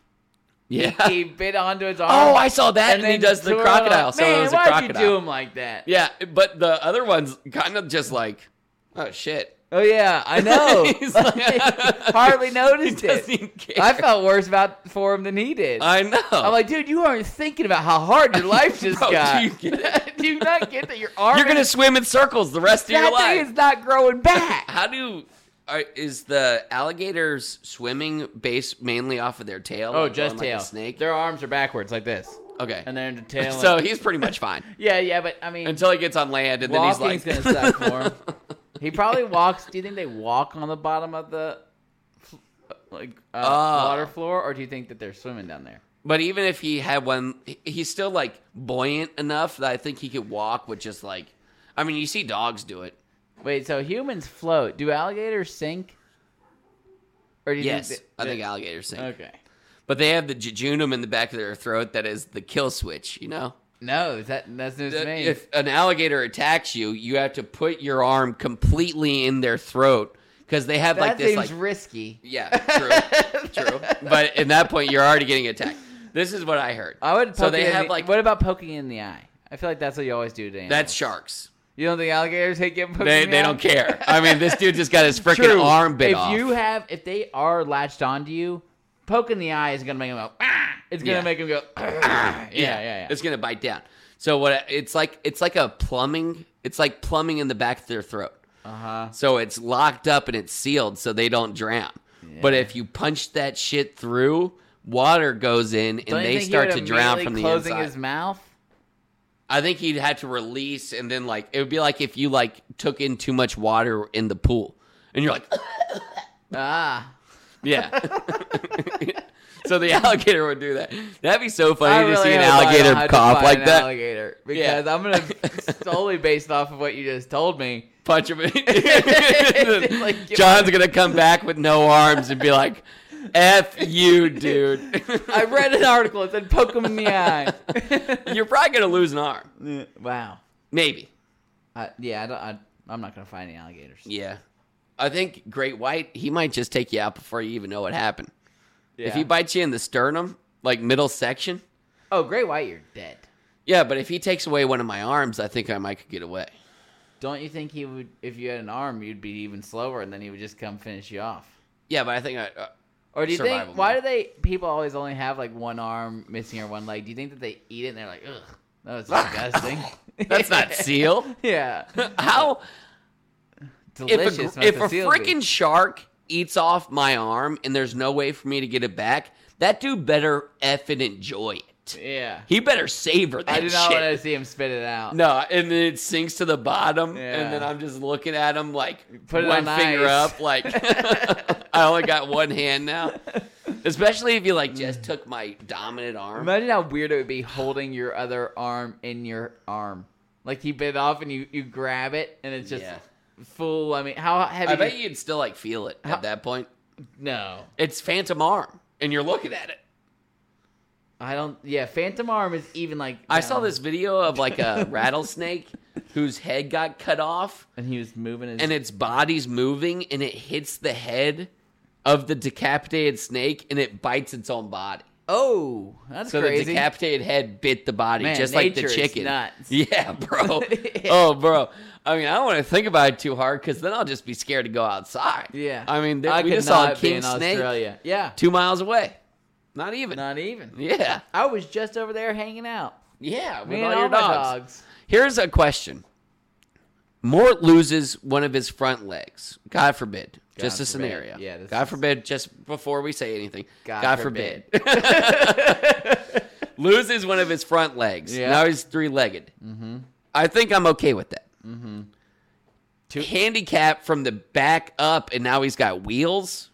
[SPEAKER 2] Yeah.
[SPEAKER 1] He bit onto its arm.
[SPEAKER 2] Oh, I saw that, and, he
[SPEAKER 1] then
[SPEAKER 2] does the
[SPEAKER 1] two are like,
[SPEAKER 2] crocodile. so it
[SPEAKER 1] Man,
[SPEAKER 2] was a
[SPEAKER 1] why'd
[SPEAKER 2] crocodile.
[SPEAKER 1] you do him like that?
[SPEAKER 2] Yeah, but the other one's kind of just like, oh shit.
[SPEAKER 1] Oh yeah, I know.
[SPEAKER 2] He's
[SPEAKER 1] Like,
[SPEAKER 2] like-
[SPEAKER 1] hardly noticed
[SPEAKER 2] He
[SPEAKER 1] it.
[SPEAKER 2] doesn't care.
[SPEAKER 1] I felt worse about for him than he did.
[SPEAKER 2] I know.
[SPEAKER 1] am like, dude, you aren't thinking about how hard your life just
[SPEAKER 2] Bro, do
[SPEAKER 1] got.
[SPEAKER 2] you get it?
[SPEAKER 1] Do you not get that your arm?
[SPEAKER 2] you're gonna
[SPEAKER 1] is-
[SPEAKER 2] swim in circles the rest of your
[SPEAKER 1] that thing
[SPEAKER 2] life.
[SPEAKER 1] is not growing back.
[SPEAKER 2] How do? Are, is the alligators swimming based mainly off of their tail?
[SPEAKER 1] Oh,
[SPEAKER 2] like
[SPEAKER 1] just
[SPEAKER 2] going like
[SPEAKER 1] tail.
[SPEAKER 2] a snake.
[SPEAKER 1] Their arms are backwards like this,
[SPEAKER 2] okay,
[SPEAKER 1] and then the tail.
[SPEAKER 2] so he's pretty much fine
[SPEAKER 1] yeah, yeah, but I mean,
[SPEAKER 2] until he gets on land, and then he's like,
[SPEAKER 1] walking's gonna suck for him. He probably walks. Do you think they walk on the bottom of the fl- like uh,
[SPEAKER 2] Ah.
[SPEAKER 1] water floor, or do you think that they're swimming down there?
[SPEAKER 2] But even if he had one, he- he's still like buoyant enough that I think he could walk with just like, I mean, you see dogs do it.
[SPEAKER 1] Wait, so humans float. Do alligators sink? Or do you
[SPEAKER 2] Yes,
[SPEAKER 1] think
[SPEAKER 2] I
[SPEAKER 1] that-
[SPEAKER 2] think alligators sink.
[SPEAKER 1] Okay.
[SPEAKER 2] But they have the jejunum in the back of their throat that is the kill switch. You know,
[SPEAKER 1] No, is that that's news to me.
[SPEAKER 2] if an alligator attacks you, you have to put your arm completely in their throat because they have
[SPEAKER 1] that
[SPEAKER 2] like this
[SPEAKER 1] seems
[SPEAKER 2] like
[SPEAKER 1] risky.
[SPEAKER 2] yeah true true. But at that point, you're already getting attacked. This is what I heard.
[SPEAKER 1] I would. Poke
[SPEAKER 2] so they
[SPEAKER 1] it in
[SPEAKER 2] have
[SPEAKER 1] the-
[SPEAKER 2] like
[SPEAKER 1] What about poking in the eye? I feel like that's what you always do to animals.
[SPEAKER 2] that's sharks.
[SPEAKER 1] You don't think alligators hate getting poked?
[SPEAKER 2] They,
[SPEAKER 1] in the
[SPEAKER 2] they
[SPEAKER 1] eye?
[SPEAKER 2] don't care. I mean, this dude just got his freaking
[SPEAKER 1] True.
[SPEAKER 2] arm bit
[SPEAKER 1] if
[SPEAKER 2] off.
[SPEAKER 1] you have, if they are latched onto you, poking the eye is gonna make them go. Ah! It's gonna
[SPEAKER 2] Yeah.
[SPEAKER 1] make them go. Ah! Yeah, yeah, yeah.
[SPEAKER 2] It's gonna bite down. So what? I- It's like it's like a plumbing. It's like plumbing in the back of their throat.
[SPEAKER 1] Uh huh.
[SPEAKER 2] So it's locked up and it's sealed, so they don't drown. But if you punch that shit through, water goes in and they start to drown from the
[SPEAKER 1] closing
[SPEAKER 2] inside.
[SPEAKER 1] his mouth.
[SPEAKER 2] I think he'd have to release, and then like it would be like if you like took in too much water in the pool, and you're like,
[SPEAKER 1] Ah.
[SPEAKER 2] yeah. so the alligator would do that. That'd be so funny
[SPEAKER 1] I
[SPEAKER 2] to see
[SPEAKER 1] really
[SPEAKER 2] an
[SPEAKER 1] hope I don't
[SPEAKER 2] alligator
[SPEAKER 1] have to
[SPEAKER 2] cough
[SPEAKER 1] fight
[SPEAKER 2] like
[SPEAKER 1] an
[SPEAKER 2] that.
[SPEAKER 1] Alligator, because I'm gonna solely based off of what you just told me.
[SPEAKER 2] punch him.
[SPEAKER 1] Like, give
[SPEAKER 2] John's gonna come back with no arms and be like, "F you, dude."
[SPEAKER 1] I read an article. It said poke him in the eye.
[SPEAKER 2] You're probably gonna lose an arm,
[SPEAKER 1] wow.
[SPEAKER 2] maybe.
[SPEAKER 1] I, yeah, I don't, I, I'm not gonna fight any alligators.
[SPEAKER 2] Yeah, I think Great White, he might just take you out before you even know what happened.
[SPEAKER 1] Yeah.
[SPEAKER 2] If he bites you in the sternum, like middle section,
[SPEAKER 1] oh, Gray White, you're dead.
[SPEAKER 2] yeah. But if he takes away one of my arms, I think I might could get away.
[SPEAKER 1] Don't you think he would? If you had an arm, you'd be even slower, and then he would just come finish you off.
[SPEAKER 2] Yeah, but I think I. Uh,
[SPEAKER 1] Or do you
[SPEAKER 2] Survival
[SPEAKER 1] think? Why do
[SPEAKER 2] mode.
[SPEAKER 1] they? People always only have like one arm missing or one leg. Do you think that they eat it and they're like, ugh, that was disgusting.
[SPEAKER 2] that's not seal.
[SPEAKER 1] yeah,
[SPEAKER 2] How
[SPEAKER 1] delicious.
[SPEAKER 2] if
[SPEAKER 1] must
[SPEAKER 2] a, if
[SPEAKER 1] the
[SPEAKER 2] a
[SPEAKER 1] seal be.
[SPEAKER 2] freaking shark eats off my arm and there's no way for me to get it back, that dude better effing enjoy it.
[SPEAKER 1] yeah,
[SPEAKER 2] He better savor that
[SPEAKER 1] I do not
[SPEAKER 2] shit.
[SPEAKER 1] want to see him spit it out.
[SPEAKER 2] No, and then it sinks to the bottom,
[SPEAKER 1] Yeah.
[SPEAKER 2] and then I'm just looking at him like
[SPEAKER 1] Put it
[SPEAKER 2] one
[SPEAKER 1] on
[SPEAKER 2] finger
[SPEAKER 1] ice.
[SPEAKER 2] up, like I only got one hand now. Especially if you like just took my dominant arm.
[SPEAKER 1] Mm. Imagine how weird it would be holding your other arm in your arm. Like he bit off and you, you grab it and it's just
[SPEAKER 2] Yeah.
[SPEAKER 1] full. I mean, how heavy?
[SPEAKER 2] I bet you'd still like feel it at that point.
[SPEAKER 1] No,
[SPEAKER 2] It's phantom arm, and you're looking at it.
[SPEAKER 1] I don't. Yeah, phantom arm is even like.
[SPEAKER 2] I saw
[SPEAKER 1] down,
[SPEAKER 2] this video of like a rattlesnake whose head got cut off
[SPEAKER 1] and he was moving his.
[SPEAKER 2] and its body's moving and it hits the head of the decapitated snake and it bites its own body.
[SPEAKER 1] oh, that's
[SPEAKER 2] So the
[SPEAKER 1] crazy.
[SPEAKER 2] decapitated head bit the body
[SPEAKER 1] Man,
[SPEAKER 2] just like the
[SPEAKER 1] nature is
[SPEAKER 2] chicken.
[SPEAKER 1] nuts.
[SPEAKER 2] Yeah, bro. Oh, bro. I mean, I don't want to think about it too hard because then I'll just be scared to go outside.
[SPEAKER 1] yeah,
[SPEAKER 2] I mean, th-
[SPEAKER 1] I
[SPEAKER 2] we
[SPEAKER 1] could
[SPEAKER 2] just saw a
[SPEAKER 1] not be
[SPEAKER 2] king
[SPEAKER 1] in
[SPEAKER 2] snake
[SPEAKER 1] Australia. Yeah,
[SPEAKER 2] two miles away. Not even.
[SPEAKER 1] not even.
[SPEAKER 2] yeah.
[SPEAKER 1] I was just over there hanging out.
[SPEAKER 2] Yeah. With
[SPEAKER 1] Me
[SPEAKER 2] all
[SPEAKER 1] and
[SPEAKER 2] your
[SPEAKER 1] all oh my
[SPEAKER 2] dogs.
[SPEAKER 1] dogs.
[SPEAKER 2] Here's a question. Mort loses one of his front legs. God forbid. just a
[SPEAKER 1] forbid.
[SPEAKER 2] scenario.
[SPEAKER 1] Yeah, this
[SPEAKER 2] God
[SPEAKER 1] is-
[SPEAKER 2] forbid. Just before we say anything. God,
[SPEAKER 1] God
[SPEAKER 2] forbid.
[SPEAKER 1] forbid.
[SPEAKER 2] loses one of his front legs.
[SPEAKER 1] Yeah.
[SPEAKER 2] Now he's three legged. Mm-hmm. I think I'm okay with that. Mm-hmm. Handicap from the back up, and now he's got wheels.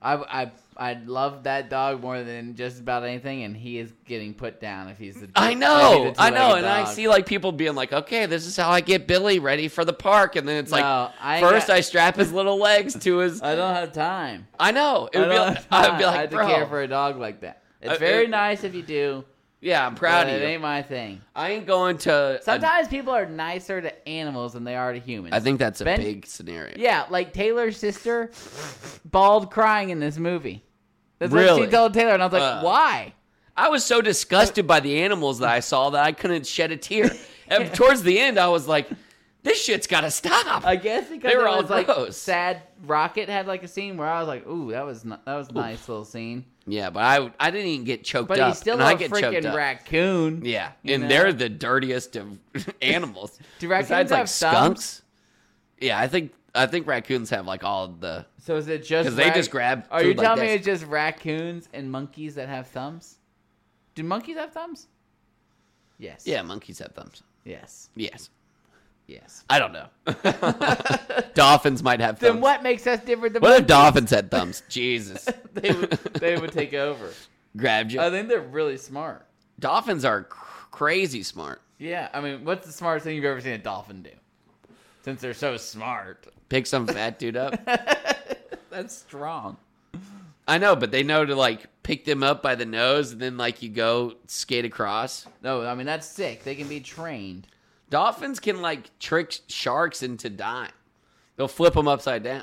[SPEAKER 1] I I I love that dog more than just about anything, and he is getting put down if he's the.
[SPEAKER 2] I
[SPEAKER 1] if
[SPEAKER 2] know,
[SPEAKER 1] he's the
[SPEAKER 2] I know,
[SPEAKER 1] two-legged
[SPEAKER 2] and I
[SPEAKER 1] dog.
[SPEAKER 2] see like people being like, "Okay, this is how I get Billy ready for the park," and then it's like,
[SPEAKER 1] No, I ain't
[SPEAKER 2] first
[SPEAKER 1] got-
[SPEAKER 2] I strap his little legs to his.
[SPEAKER 1] I don't have time.
[SPEAKER 2] I know it
[SPEAKER 1] I
[SPEAKER 2] would be
[SPEAKER 1] don't
[SPEAKER 2] like,
[SPEAKER 1] have
[SPEAKER 2] I'd be
[SPEAKER 1] time.
[SPEAKER 2] like,
[SPEAKER 1] I have to
[SPEAKER 2] "Bro,
[SPEAKER 1] care for a dog like that. It's
[SPEAKER 2] Uh,
[SPEAKER 1] very
[SPEAKER 2] it-
[SPEAKER 1] nice if you do.
[SPEAKER 2] yeah, I'm
[SPEAKER 1] But
[SPEAKER 2] proud of
[SPEAKER 1] it
[SPEAKER 2] you.
[SPEAKER 1] ain't my thing.
[SPEAKER 2] I ain't going to." a-
[SPEAKER 1] Sometimes people are nicer to animals than they are to humans.
[SPEAKER 2] I think that's a
[SPEAKER 1] Ben-
[SPEAKER 2] big scenario.
[SPEAKER 1] Yeah, like Taylor's sister, bald crying in this movie. That's what
[SPEAKER 2] Really?
[SPEAKER 1] she told Taylor, and I was like,
[SPEAKER 2] Uh.
[SPEAKER 1] why?
[SPEAKER 2] I was so disgusted by the animals that I saw that I couldn't shed a tear. And towards the end, I was like, "This shit's got to stop."
[SPEAKER 1] I guess because
[SPEAKER 2] They were
[SPEAKER 1] it
[SPEAKER 2] all
[SPEAKER 1] was like
[SPEAKER 2] gross.
[SPEAKER 1] sad. Rocket had like a scene where I was like, ooh, that was ni- that was a nice little scene.
[SPEAKER 2] yeah, but I I didn't even get choked
[SPEAKER 1] But
[SPEAKER 2] up.
[SPEAKER 1] he's still
[SPEAKER 2] and I
[SPEAKER 1] a
[SPEAKER 2] get choked
[SPEAKER 1] freaking
[SPEAKER 2] up.
[SPEAKER 1] raccoon.
[SPEAKER 2] Yeah,
[SPEAKER 1] You
[SPEAKER 2] and
[SPEAKER 1] know?
[SPEAKER 2] they're the dirtiest of animals.
[SPEAKER 1] Do raccoons
[SPEAKER 2] Besides, like
[SPEAKER 1] have thumbs?
[SPEAKER 2] skunks. Yeah, I think I think raccoons have like all the.
[SPEAKER 1] So is it just
[SPEAKER 2] 'Cause they just grab
[SPEAKER 1] Are you
[SPEAKER 2] food like
[SPEAKER 1] telling me
[SPEAKER 2] this.
[SPEAKER 1] it's just raccoons and monkeys that have thumbs? Do monkeys have thumbs? Yes.
[SPEAKER 2] Yeah, monkeys have thumbs.
[SPEAKER 1] Yes.
[SPEAKER 2] Yes,
[SPEAKER 1] Yes.
[SPEAKER 2] I don't know. dolphins might have thumbs.
[SPEAKER 1] Then what makes us different than
[SPEAKER 2] What if
[SPEAKER 1] monkeys?
[SPEAKER 2] dolphins had thumbs? Jesus,
[SPEAKER 1] they would they would take over.
[SPEAKER 2] grabbed you.
[SPEAKER 1] I think they're really smart.
[SPEAKER 2] dolphins are cr- crazy smart.
[SPEAKER 1] Yeah, I mean, what's the smartest thing you've ever seen a dolphin do? Since they're so smart,
[SPEAKER 2] Pick some fat dude up.
[SPEAKER 1] that's strong.
[SPEAKER 2] I know, but they know to like pick them up by the nose and then like you go skate across.
[SPEAKER 1] No, I mean that's sick. They can be trained.
[SPEAKER 2] Dolphins can like trick sharks into dying. They'll flip them upside down.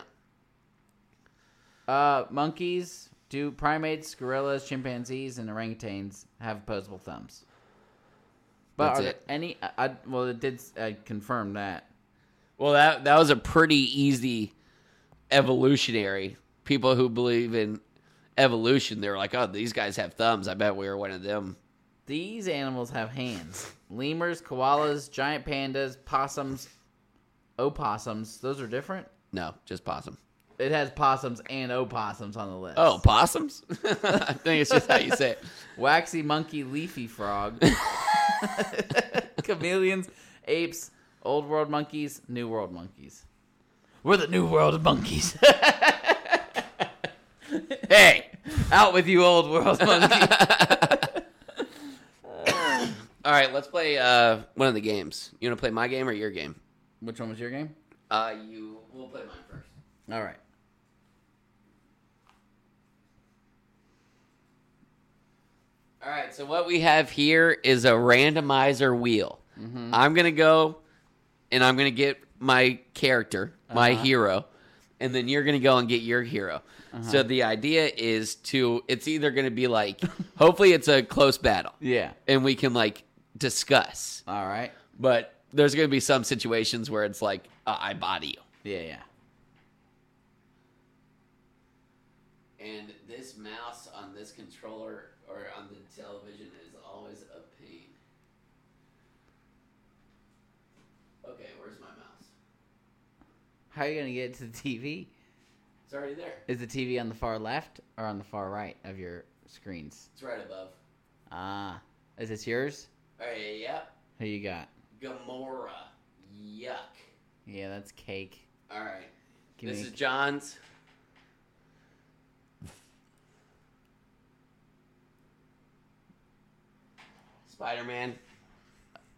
[SPEAKER 1] Uh, monkeys do primates, gorillas, chimpanzees, and orangutans have opposable thumbs. But
[SPEAKER 2] That's
[SPEAKER 1] are there
[SPEAKER 2] it.
[SPEAKER 1] any? I, I- well, it did uh, confirm that.
[SPEAKER 2] Well, that that was a pretty easy evolutionary. People who believe in evolution, they're like, "Oh, these guys have thumbs. I bet we were one of them."
[SPEAKER 1] These animals have hands. Lemurs, koalas, giant pandas, possums, opossums. Those are different.
[SPEAKER 2] No, just possum.
[SPEAKER 1] It has possums and opossums on the list.
[SPEAKER 2] Oh, possums? I think it's just how you say it.
[SPEAKER 1] Waxy monkey, leafy frog, chameleons, apes, old world monkeys, new world monkeys. We're the new world of monkeys.
[SPEAKER 2] Hey,
[SPEAKER 1] Out with you, old world monkeys.
[SPEAKER 2] all right, let's play uh, one of the games. You want to play my game or your game?
[SPEAKER 1] Which one was your game?
[SPEAKER 2] Uh, you. We'll play mine first.
[SPEAKER 1] All right.
[SPEAKER 2] All right, so what we have here is a randomizer wheel. I'm going to go and I'm going to get my character, my hero, and then you're gonna go and get your hero. So the idea is to it's either gonna be like hopefully it's a close battle
[SPEAKER 1] Yeah.
[SPEAKER 2] and we can like discuss,
[SPEAKER 1] All right.
[SPEAKER 2] but there's gonna be some situations where it's like uh, I body you.
[SPEAKER 1] Yeah, yeah.
[SPEAKER 2] And this mouse on this controller or on the television is always a pain. Okay, where's my mouse?
[SPEAKER 1] How are you gonna get to the TV?
[SPEAKER 2] It's already there.
[SPEAKER 1] Is the TV on the far left or on the far right of your screens?
[SPEAKER 2] It's right above.
[SPEAKER 1] Ah, is this yours?
[SPEAKER 2] All right, yep.
[SPEAKER 1] Who you got?
[SPEAKER 2] Gamora. Yuck.
[SPEAKER 1] Yeah, that's cake.
[SPEAKER 2] All right.
[SPEAKER 1] Give
[SPEAKER 2] this
[SPEAKER 1] me
[SPEAKER 2] is John's. Spider Man.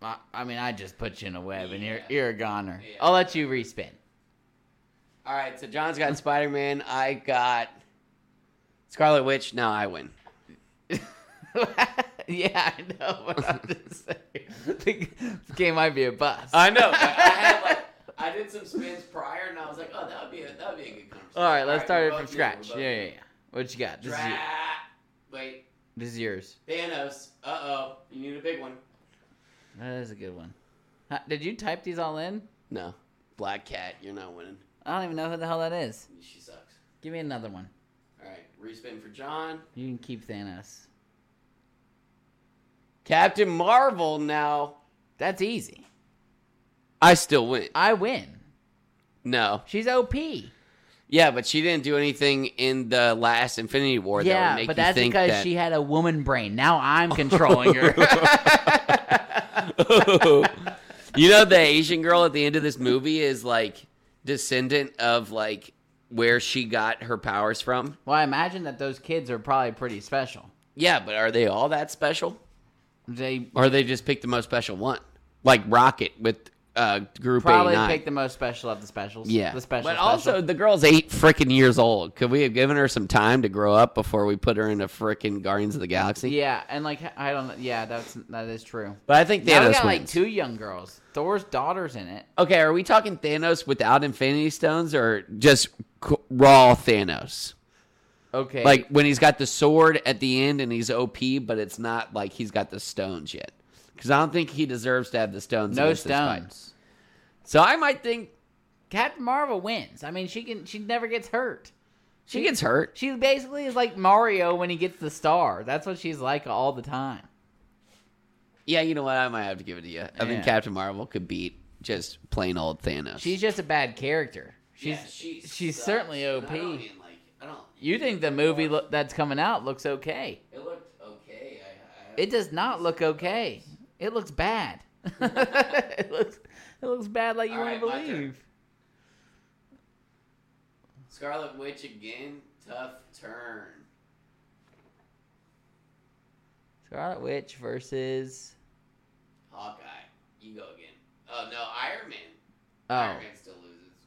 [SPEAKER 1] I, I mean, I just put you in a web, and you're
[SPEAKER 2] Yeah.
[SPEAKER 1] you're a goner.
[SPEAKER 2] Yeah.
[SPEAKER 1] I'll let you respin.
[SPEAKER 2] All right, so John's got Spider Man. I got Scarlet Witch. Now I win.
[SPEAKER 1] yeah, I know. But I'm just saying, this game might be a bust.
[SPEAKER 2] know. I, had like I did some spins prior, and I was like, oh, that would be a that would be a good conversation.
[SPEAKER 1] All right, let's start
[SPEAKER 2] we're
[SPEAKER 1] it from
[SPEAKER 2] both in, we're
[SPEAKER 1] scratch.
[SPEAKER 2] both
[SPEAKER 1] Yeah, yeah,
[SPEAKER 2] in.
[SPEAKER 1] yeah. What you got? This is, your-
[SPEAKER 2] Dra- Wait,
[SPEAKER 1] this is yours.
[SPEAKER 2] Thanos. Uh oh, you need a big one.
[SPEAKER 1] That is a good one. Huh, Did you type these all in?
[SPEAKER 2] No, Black Cat, you're not winning.
[SPEAKER 1] I don't even know who the hell that is.
[SPEAKER 2] She sucks.
[SPEAKER 1] Give me another one.
[SPEAKER 2] All right, respin for John.
[SPEAKER 1] You can keep Thanos.
[SPEAKER 2] Captain Marvel. Now
[SPEAKER 1] That's easy.
[SPEAKER 2] I still win.
[SPEAKER 1] I win.
[SPEAKER 2] No,
[SPEAKER 1] She's OP.
[SPEAKER 2] yeah, but she didn't do anything in the last Infinity War. that would
[SPEAKER 1] yeah,
[SPEAKER 2] make
[SPEAKER 1] but
[SPEAKER 2] you
[SPEAKER 1] that's
[SPEAKER 2] think
[SPEAKER 1] because
[SPEAKER 2] that-
[SPEAKER 1] she had a woman brain. Now I'm controlling her.
[SPEAKER 2] you know the Asian girl at the end of this movie is like descendant of like where she got her powers from.
[SPEAKER 1] well, I imagine that those kids are probably pretty special.
[SPEAKER 2] Yeah, but are they all that special?
[SPEAKER 1] They
[SPEAKER 2] Or they just picked the most special one? Like Rocket with uh group
[SPEAKER 1] probably
[SPEAKER 2] 89.
[SPEAKER 1] picked the most special of the specials.
[SPEAKER 2] yeah.
[SPEAKER 1] the special.
[SPEAKER 2] but
[SPEAKER 1] special.
[SPEAKER 2] also the girl's 8 freaking years old. Could we have given her some time to grow up before we put her into freaking Guardians of the Galaxy?
[SPEAKER 1] yeah, and like I don't. know. Yeah, that's that is true.
[SPEAKER 2] But I think
[SPEAKER 1] now we
[SPEAKER 2] Thanos
[SPEAKER 1] got like
[SPEAKER 2] wins.
[SPEAKER 1] two young girls. Thor's daughter's in it.
[SPEAKER 2] Okay, are we talking Thanos without Infinity Stones or just c- raw Thanos?
[SPEAKER 1] Okay,
[SPEAKER 2] Like when he's got the sword at the end and he's OP, but it's not like he's got the stones yet. Because I don't think he deserves to have the stones.
[SPEAKER 1] no
[SPEAKER 2] against this fight.
[SPEAKER 1] stones.
[SPEAKER 2] So I might think
[SPEAKER 1] Captain Marvel wins. I mean, she can. She never gets hurt.
[SPEAKER 2] she gets hurt.
[SPEAKER 1] She basically is like Mario when he gets the star. That's what she's like all the time.
[SPEAKER 2] Yeah, you know what? I might have to give it to you. I
[SPEAKER 1] Yeah.
[SPEAKER 2] think Captain Marvel could beat just plain old Thanos.
[SPEAKER 1] She's just a bad character. She's she's certainly OP.
[SPEAKER 2] like, I don't.
[SPEAKER 1] You think the movie lo- that's coming out looks okay?
[SPEAKER 2] It looked okay. I,
[SPEAKER 1] It does not look okay. It looks bad. it looks it looks bad like you
[SPEAKER 2] All
[SPEAKER 1] want
[SPEAKER 2] right, my
[SPEAKER 1] to believe.
[SPEAKER 2] Scarlet Witch again. Tough turn.
[SPEAKER 1] Scarlet Witch versus
[SPEAKER 2] Hawkeye, you go again. Oh no, Iron Man.
[SPEAKER 1] oh
[SPEAKER 2] still loses.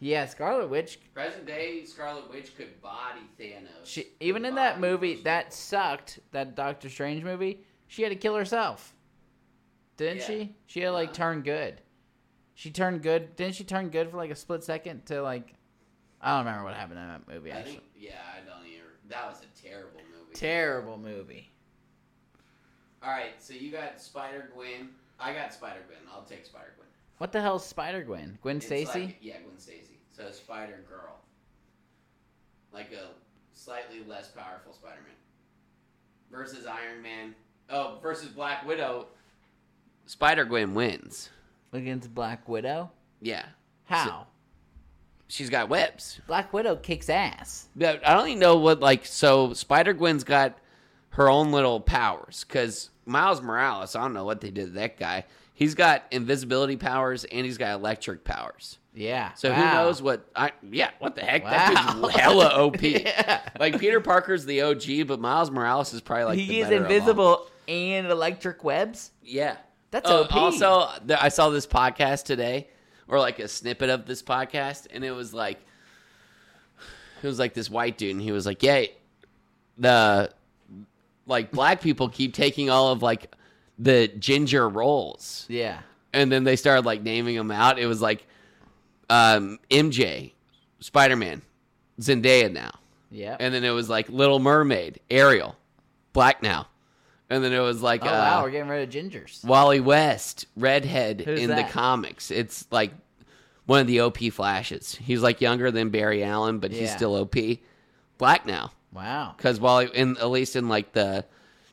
[SPEAKER 1] yeah, Scarlet Witch.
[SPEAKER 2] Present day Scarlet Witch could body Thanos.
[SPEAKER 1] She, even in that movie that sucked. That Doctor Strange movie, she had to kill herself, didn't
[SPEAKER 2] Yeah.
[SPEAKER 1] she? She had to like
[SPEAKER 2] Uh-huh.
[SPEAKER 1] turn good. She turned good. Didn't she turn good for like a split second to like? I don't remember what happened in that movie.
[SPEAKER 2] I
[SPEAKER 1] Actually,
[SPEAKER 2] think, yeah, I don't even. That was a terrible movie.
[SPEAKER 1] terrible movie.
[SPEAKER 2] All right, so you got Spider Gwen. I got Spider Gwen. I'll take Spider Gwen.
[SPEAKER 1] What the hell's Spider Gwen? Gwen Stacy?
[SPEAKER 2] Like, yeah, Gwen Stacy. So Spider Girl, like a slightly less powerful Spider Man, versus Iron Man. Oh, versus Black Widow. Spider Gwen wins.
[SPEAKER 1] Against Black Widow?
[SPEAKER 2] Yeah,
[SPEAKER 1] How?
[SPEAKER 2] she's got webs.
[SPEAKER 1] Black Widow kicks ass.
[SPEAKER 2] Yeah, I don't even know what like so Spider Gwen's got her own little powers because Miles Morales. I don't know what they did to that guy. He's got invisibility powers and he's got electric powers.
[SPEAKER 1] Yeah.
[SPEAKER 2] So who
[SPEAKER 1] Wow.
[SPEAKER 2] knows what? I yeah, what the heck? That
[SPEAKER 1] Wow.
[SPEAKER 2] dude's hella OP.
[SPEAKER 1] Yeah.
[SPEAKER 2] Like Peter Parker's the OG, but Miles Morales is probably like the
[SPEAKER 1] he is
[SPEAKER 2] better of all.
[SPEAKER 1] invisible and electric webs?
[SPEAKER 2] Yeah.
[SPEAKER 1] That's
[SPEAKER 2] oh,
[SPEAKER 1] OP.
[SPEAKER 2] Also, th- I saw this podcast today, or like a snippet of this podcast, and it was like, it was like this white dude, and he was like, "Yeah, the like black people keep taking all of like the ginger rolls,"
[SPEAKER 1] Yeah.
[SPEAKER 2] and then they started like naming them out. It was like, um, MJ Spider Man, Zendaya now,
[SPEAKER 1] Yeah.
[SPEAKER 2] and then it was like Little Mermaid, Ariel, Black now, and then it was like
[SPEAKER 1] oh
[SPEAKER 2] uh,
[SPEAKER 1] wow, we're getting rid of gingers.
[SPEAKER 2] Wally West, redhead
[SPEAKER 1] Who's
[SPEAKER 2] in
[SPEAKER 1] that?
[SPEAKER 2] the comics. It's like one of the OP flashes. He's like younger than Barry Allen, but he's
[SPEAKER 1] Yeah.
[SPEAKER 2] still OP. Black now,
[SPEAKER 1] Wow.
[SPEAKER 2] because Wally, in at least in like the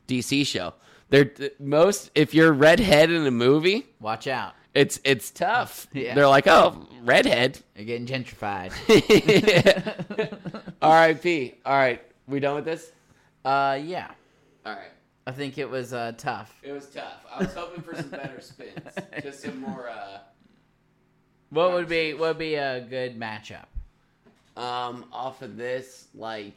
[SPEAKER 2] DC show, they're most if you're redhead in a movie,
[SPEAKER 1] Watch out.
[SPEAKER 2] it's it's tough.
[SPEAKER 1] Yeah.
[SPEAKER 2] They're like, oh, redhead.
[SPEAKER 1] You're getting gentrified.
[SPEAKER 2] R.I.P. All right, we done with this.
[SPEAKER 1] uh, yeah.
[SPEAKER 2] All right.
[SPEAKER 1] I think it was uh, tough.
[SPEAKER 2] It was tough. I was hoping for some better spins, just some more. Uh,
[SPEAKER 1] What would be what would be a good matchup?
[SPEAKER 2] Um, off of this, like,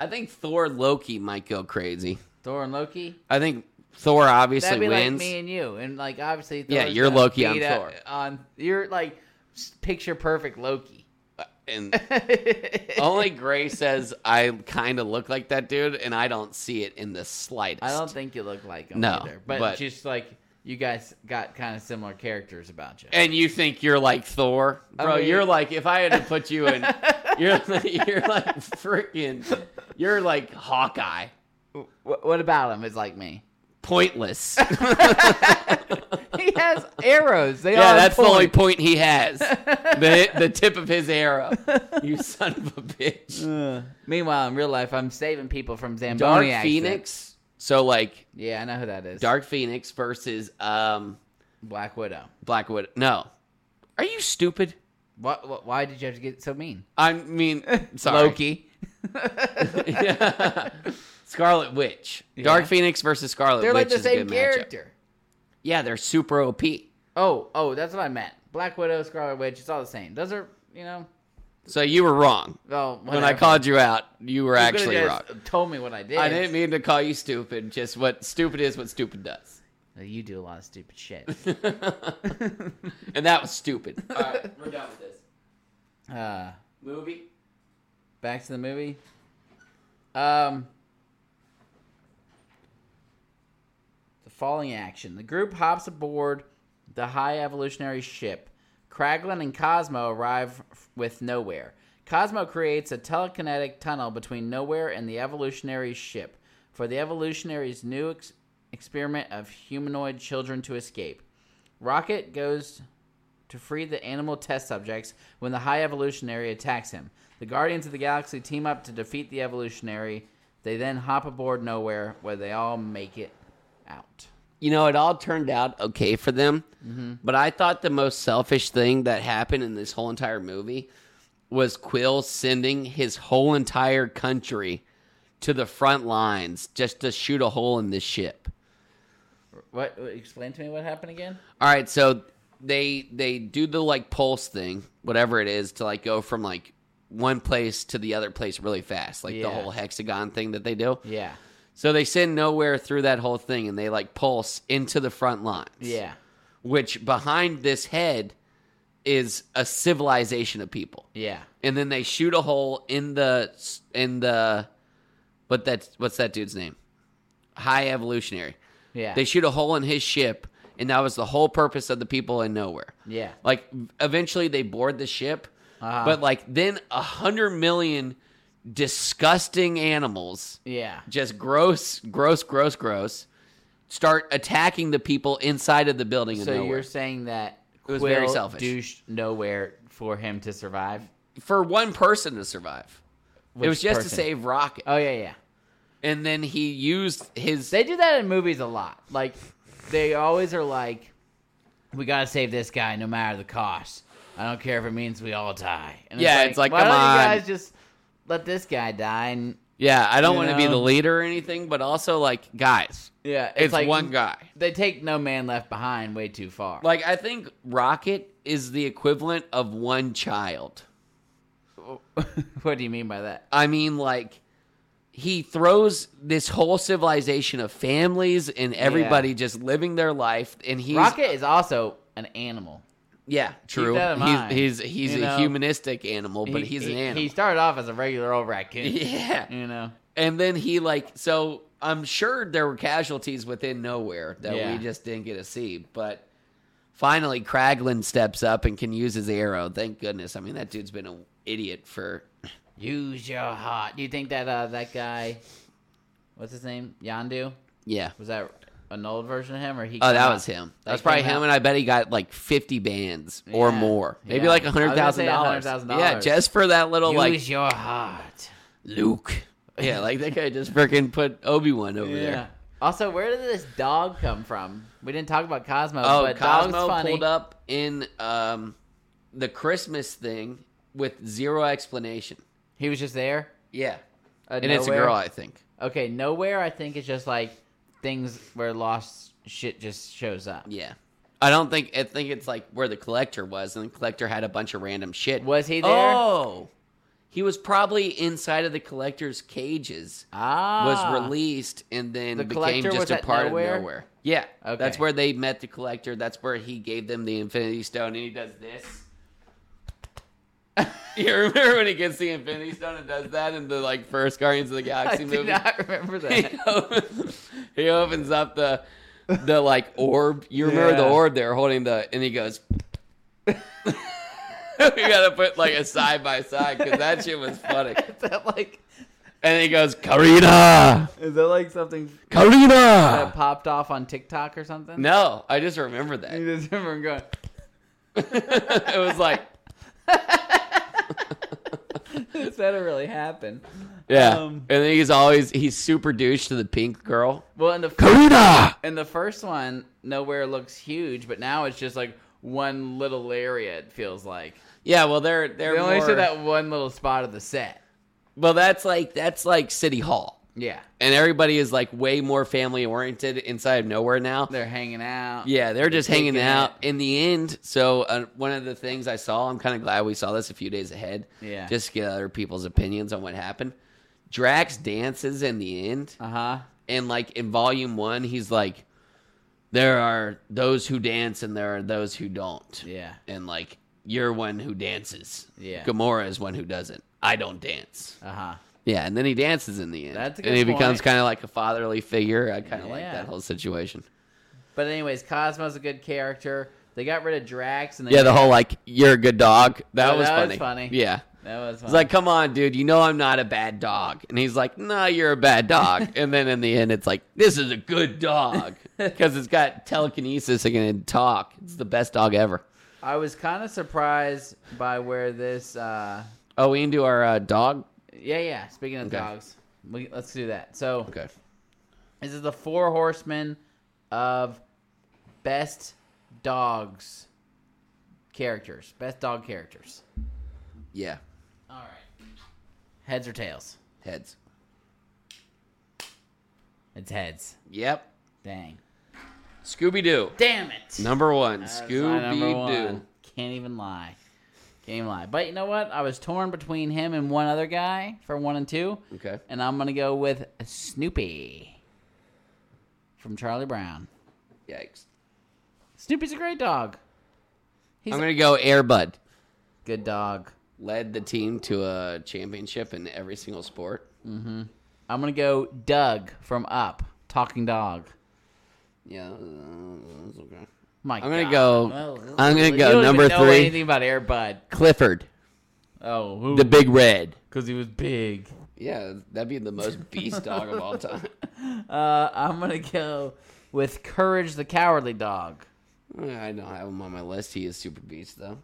[SPEAKER 2] I think Thor Loki might go crazy.
[SPEAKER 1] Thor and Loki.
[SPEAKER 2] I think Thor obviously
[SPEAKER 1] That'd be
[SPEAKER 2] wins.
[SPEAKER 1] like me and you, and like obviously.
[SPEAKER 2] Yeah,
[SPEAKER 1] Thor's
[SPEAKER 2] you're
[SPEAKER 1] gonna
[SPEAKER 2] Loki, I'm
[SPEAKER 1] beat up
[SPEAKER 2] Thor.
[SPEAKER 1] On you're like s- picture perfect Loki.
[SPEAKER 2] Uh, and only Gray says I kind of look like that dude, and I don't see it in the slightest.
[SPEAKER 1] I don't think you look like him
[SPEAKER 2] No,
[SPEAKER 1] either, but,
[SPEAKER 2] but-
[SPEAKER 1] just like you guys got kind of similar characters about you.
[SPEAKER 2] And you think you're like Thor,
[SPEAKER 1] I
[SPEAKER 2] bro?
[SPEAKER 1] mean-
[SPEAKER 2] you're like if I had to put you in, you're you're like freaking, you're like Hawkeye,
[SPEAKER 1] Wh- what about him? Is like me.
[SPEAKER 2] pointless.
[SPEAKER 1] He has arrows. They
[SPEAKER 2] Yeah,
[SPEAKER 1] all
[SPEAKER 2] that's the only
[SPEAKER 1] point.
[SPEAKER 2] point he has. the the tip of his arrow. You son of a
[SPEAKER 1] Uh,
[SPEAKER 2] bitch.
[SPEAKER 1] Meanwhile, in real life, I'm saving people from
[SPEAKER 2] Dark
[SPEAKER 1] Zamboni. accidents.
[SPEAKER 2] Phoenix. So like
[SPEAKER 1] Yeah, I know who that is.
[SPEAKER 2] Dark Phoenix versus um
[SPEAKER 1] Black Widow.
[SPEAKER 2] Black Widow. No. Are you stupid?
[SPEAKER 1] What, what? Why did you have to get so mean?
[SPEAKER 2] I mean sorry.
[SPEAKER 1] Loki.
[SPEAKER 2] Yeah. Scarlet Witch. Dark Phoenix versus Scarlet
[SPEAKER 1] They're
[SPEAKER 2] Witch
[SPEAKER 1] like the
[SPEAKER 2] is a
[SPEAKER 1] same
[SPEAKER 2] good matchup.
[SPEAKER 1] character.
[SPEAKER 2] Yeah, they're super OP.
[SPEAKER 1] Oh, oh, that's what I meant. Black Widow, Scarlet Witch, it's all the same. Those are, you know,
[SPEAKER 2] So you were wrong.
[SPEAKER 1] well,
[SPEAKER 2] When I called you out, you were actually wrong.
[SPEAKER 1] Told me what I did.
[SPEAKER 2] I didn't mean to call you stupid, just what stupid is what stupid does.
[SPEAKER 1] You do a lot of stupid shit.
[SPEAKER 2] and that was stupid. All right, we're done with this
[SPEAKER 1] uh,
[SPEAKER 2] movie.
[SPEAKER 1] back to the movie. Um, the falling action. The group hops aboard the high evolutionary ship. Kraglin and Cosmo arrive f- with Nowhere. Cosmo creates a telekinetic tunnel between Nowhere and the evolutionary ship for the evolutionary's new ex- experiment of humanoid children to escape. Rocket goes to free the animal test subjects when the High Evolutionary attacks him. The Guardians of the Galaxy team up to defeat the Evolutionary. They then hop aboard Nowhere, where they all make it out.
[SPEAKER 2] You know, it all turned out okay for them,
[SPEAKER 1] Mm-hmm.
[SPEAKER 2] but I thought the most selfish thing that happened in this whole entire movie was Quill sending his whole entire country to the front lines just to shoot a hole in this ship.
[SPEAKER 1] What? Explain to me what happened again.
[SPEAKER 2] All right, so they they do the like pulse thing, whatever it is, to like go from like one place to the other place really fast, like the
[SPEAKER 1] Yeah.
[SPEAKER 2] whole hexagon thing that they do.
[SPEAKER 1] Yeah,
[SPEAKER 2] So they send nowhere through that whole thing, and they like pulse into the front lines.
[SPEAKER 1] yeah,
[SPEAKER 2] Which behind this head is a civilization of people,
[SPEAKER 1] yeah.
[SPEAKER 2] and then they shoot a hole in the in the what that what's that dude's name? High evolutionary.
[SPEAKER 1] Yeah.
[SPEAKER 2] They shoot a hole in his ship, and that was the whole purpose of the people in nowhere.
[SPEAKER 1] Yeah.
[SPEAKER 2] Like eventually they board the ship,
[SPEAKER 1] Uh-huh.
[SPEAKER 2] but like then a hundred million disgusting animals
[SPEAKER 1] Yeah.
[SPEAKER 2] just gross, gross, gross, gross. Start attacking the people inside of the building. in
[SPEAKER 1] So
[SPEAKER 2] Nowhere.
[SPEAKER 1] you're saying that
[SPEAKER 2] It was very
[SPEAKER 1] Quill
[SPEAKER 2] selfish.
[SPEAKER 1] douched Nowhere for him to survive.
[SPEAKER 2] for one person to survive.
[SPEAKER 1] Which
[SPEAKER 2] it was just to
[SPEAKER 1] person?
[SPEAKER 2] save Rocket,
[SPEAKER 1] Oh yeah, yeah.
[SPEAKER 2] and then he used his.
[SPEAKER 1] They do that in movies a lot. Like they always are like, "We gotta save this guy no matter the cost. I don't care if it means we all die." And
[SPEAKER 2] Yeah, it's like,
[SPEAKER 1] why
[SPEAKER 2] come
[SPEAKER 1] don't
[SPEAKER 2] on."
[SPEAKER 1] you guys just let this guy die? And
[SPEAKER 2] yeah, I don't
[SPEAKER 1] You
[SPEAKER 2] want to be
[SPEAKER 1] know?
[SPEAKER 2] the leader or anything, but also like guys,
[SPEAKER 1] yeah,
[SPEAKER 2] it's, one guy.
[SPEAKER 1] They take no man left behind way too far.
[SPEAKER 2] Like I think Rocket is the equivalent of one child.
[SPEAKER 1] what do you mean by that?
[SPEAKER 2] I mean, like he throws this whole civilization of families and everybody just living their life, and he's
[SPEAKER 1] Rocket is also an animal.
[SPEAKER 2] yeah, true.
[SPEAKER 1] that in mind,
[SPEAKER 2] he's he's he's a
[SPEAKER 1] you know?
[SPEAKER 2] humanistic animal, but he's an
[SPEAKER 1] He-
[SPEAKER 2] animal.
[SPEAKER 1] He started off as a regular old raccoon.
[SPEAKER 2] yeah,
[SPEAKER 1] You know.
[SPEAKER 2] and then he like so. I'm sure there were casualties within nowhere that
[SPEAKER 1] Yeah.
[SPEAKER 2] we just didn't get to see, but Finally, Kraglin steps up and can use his arrow. Thank goodness. I mean, that dude's been an idiot for.
[SPEAKER 1] Use your heart. Do you think that uh, that guy, what's his name, Yandu,
[SPEAKER 2] Yeah.
[SPEAKER 1] was that an old version of him or he?
[SPEAKER 2] Oh, that
[SPEAKER 1] came
[SPEAKER 2] was
[SPEAKER 1] out-
[SPEAKER 2] him.
[SPEAKER 1] they
[SPEAKER 2] That was probably
[SPEAKER 1] came
[SPEAKER 2] him,
[SPEAKER 1] out-
[SPEAKER 2] and I bet he got like fifty bands or
[SPEAKER 1] Yeah.
[SPEAKER 2] more, maybe
[SPEAKER 1] Yeah.
[SPEAKER 2] like
[SPEAKER 1] I
[SPEAKER 2] a
[SPEAKER 1] was gonna
[SPEAKER 2] hundred thousand
[SPEAKER 1] say
[SPEAKER 2] dollars.
[SPEAKER 1] $100,000.
[SPEAKER 2] Yeah, just for that little
[SPEAKER 1] Use
[SPEAKER 2] like
[SPEAKER 1] your heart.
[SPEAKER 2] Luke. Yeah, like that guy just freaking put Obi Wan over there.
[SPEAKER 1] Also, where did this dog come from? We didn't talk about Cosmo.
[SPEAKER 2] Oh,
[SPEAKER 1] but dog's
[SPEAKER 2] Cosmo
[SPEAKER 1] funny.
[SPEAKER 2] pulled up in um, the Christmas thing with zero explanation.
[SPEAKER 1] He was just there.
[SPEAKER 2] Yeah,
[SPEAKER 1] Uh,
[SPEAKER 2] and it's a
[SPEAKER 1] nowhere?
[SPEAKER 2] girl, I think.
[SPEAKER 1] Okay, nowhere. I think it's just like things where lost shit just shows up.
[SPEAKER 2] Yeah, I don't think I think it's like where the collector was, and the collector had a bunch of random shit.
[SPEAKER 1] Was he there?
[SPEAKER 2] Oh, he was probably inside of the collector's cages.
[SPEAKER 1] Ah,
[SPEAKER 2] was released and then
[SPEAKER 1] The
[SPEAKER 2] became
[SPEAKER 1] Collector
[SPEAKER 2] just
[SPEAKER 1] was
[SPEAKER 2] a
[SPEAKER 1] at
[SPEAKER 2] part
[SPEAKER 1] nowhere?
[SPEAKER 2] of nowhere. Yeah,
[SPEAKER 1] Okay.
[SPEAKER 2] that's where they met the collector. That's where he gave them the Infinity Stone, and he does this. you remember when he gets the Infinity Stone and does that in the like first Guardians of the
[SPEAKER 1] I
[SPEAKER 2] Galaxy
[SPEAKER 1] do
[SPEAKER 2] movie?
[SPEAKER 1] not remember
[SPEAKER 2] he,
[SPEAKER 1] that.
[SPEAKER 2] opens, he opens up the the like orb. You remember the
[SPEAKER 5] Yeah.
[SPEAKER 2] orb they're holding the, and he goes. we gotta put like a side by side because that shit was funny.
[SPEAKER 1] is that like
[SPEAKER 2] And he goes, Karina,
[SPEAKER 1] is that like something
[SPEAKER 2] Karina.
[SPEAKER 1] that popped off on TikTok or something?
[SPEAKER 2] Ah. No, I just remember
[SPEAKER 1] you
[SPEAKER 2] that.
[SPEAKER 1] just remember going.
[SPEAKER 2] it was like,
[SPEAKER 1] Does that really happen?
[SPEAKER 2] yeah.
[SPEAKER 5] Um,
[SPEAKER 2] and then he's always he's super douche to the pink girl.
[SPEAKER 1] Well, in the
[SPEAKER 2] Karina.
[SPEAKER 1] in the first one, nowhere looks huge, but now it's just like one little area. It feels like
[SPEAKER 2] Yeah, well they're they're
[SPEAKER 1] they only
[SPEAKER 2] more-
[SPEAKER 1] show that one little spot of the set.
[SPEAKER 2] Well, that's like that's like City Hall.
[SPEAKER 1] Yeah,
[SPEAKER 2] And everybody is like way more family oriented inside of nowhere now.
[SPEAKER 1] they're hanging out.
[SPEAKER 2] Yeah, they're just hanging
[SPEAKER 1] Taking
[SPEAKER 2] out in the end. So uh, one of the things I saw, I'm kind of glad we saw this a few days ahead.
[SPEAKER 1] Yeah.
[SPEAKER 2] just to get other people's opinions on what happened. Drax dances in the end,
[SPEAKER 1] Uh huh.
[SPEAKER 2] and like in volume one, he's like, "There are those who dance, and there are those who don't."
[SPEAKER 1] Yeah.
[SPEAKER 2] and like you're one who dances.
[SPEAKER 1] Yeah.
[SPEAKER 2] Gamora is one who doesn't. I don't dance.
[SPEAKER 1] Uh huh.
[SPEAKER 2] Yeah, and then he dances in the end.
[SPEAKER 1] That's a
[SPEAKER 2] and
[SPEAKER 1] good
[SPEAKER 2] he becomes
[SPEAKER 1] point.
[SPEAKER 2] kind of like a fatherly figure. I kind of like
[SPEAKER 1] Yeah.
[SPEAKER 2] that whole situation.
[SPEAKER 1] But anyways, Cosmo's a good character. They got rid of Drax, and they
[SPEAKER 2] Yeah, the whole like you're a good dog. That
[SPEAKER 1] Yeah,
[SPEAKER 2] was
[SPEAKER 1] that was
[SPEAKER 2] funny.
[SPEAKER 1] funny.
[SPEAKER 2] Yeah.
[SPEAKER 1] that was
[SPEAKER 2] It's like, come on, dude. You know I'm not a bad dog. And he's like, nah, you're a bad dog. and then in the end, it's like, this is a good dog because it's got telekinesis and can talk. It's the best dog ever.
[SPEAKER 1] I was kind of surprised by where this. uh
[SPEAKER 2] Oh, we into our uh, dog.
[SPEAKER 1] Yeah, yeah. Speaking of
[SPEAKER 2] Okay.
[SPEAKER 1] dogs, we, let's do that. So
[SPEAKER 2] Okay.
[SPEAKER 1] this is the four horsemen of best dogs characters, best dog characters.
[SPEAKER 2] Yeah.
[SPEAKER 1] All right, heads or tails?
[SPEAKER 2] Heads.
[SPEAKER 1] It's heads.
[SPEAKER 2] Yep.
[SPEAKER 1] Dang.
[SPEAKER 2] Scooby Doo.
[SPEAKER 1] Damn it.
[SPEAKER 2] Number one.
[SPEAKER 1] That's my number
[SPEAKER 2] Scooby Doo.
[SPEAKER 1] one. Can't even lie. Can't even lie. But you know what? I was torn between him and one other guy for one and two.
[SPEAKER 2] Okay.
[SPEAKER 1] And I'm gonna go with Snoopy from Charlie Brown.
[SPEAKER 2] Yikes.
[SPEAKER 1] Snoopy's a great dog. He's
[SPEAKER 2] I'm going to go Airbud.
[SPEAKER 1] Good dog.
[SPEAKER 2] Led the team to a championship in every single sport.
[SPEAKER 1] I'm gonna go Doug from Up, Talking Dog.
[SPEAKER 2] Yeah. uh, that's okay.
[SPEAKER 1] My
[SPEAKER 2] I'm gonna
[SPEAKER 1] God.
[SPEAKER 2] go-
[SPEAKER 1] Well,
[SPEAKER 2] I'm gonna
[SPEAKER 1] you
[SPEAKER 2] go
[SPEAKER 1] don't even
[SPEAKER 2] number
[SPEAKER 1] Know
[SPEAKER 2] three.
[SPEAKER 1] anything about Air Bud?
[SPEAKER 2] Clifford.
[SPEAKER 1] Oh, who?
[SPEAKER 2] The Big Red.
[SPEAKER 1] Because he was big.
[SPEAKER 2] Yeah, that'd be the most beast dog of all time.
[SPEAKER 1] Uh, I'm gonna go with Courage the Cowardly Dog.
[SPEAKER 2] I don't have him on my list. He is super beast though.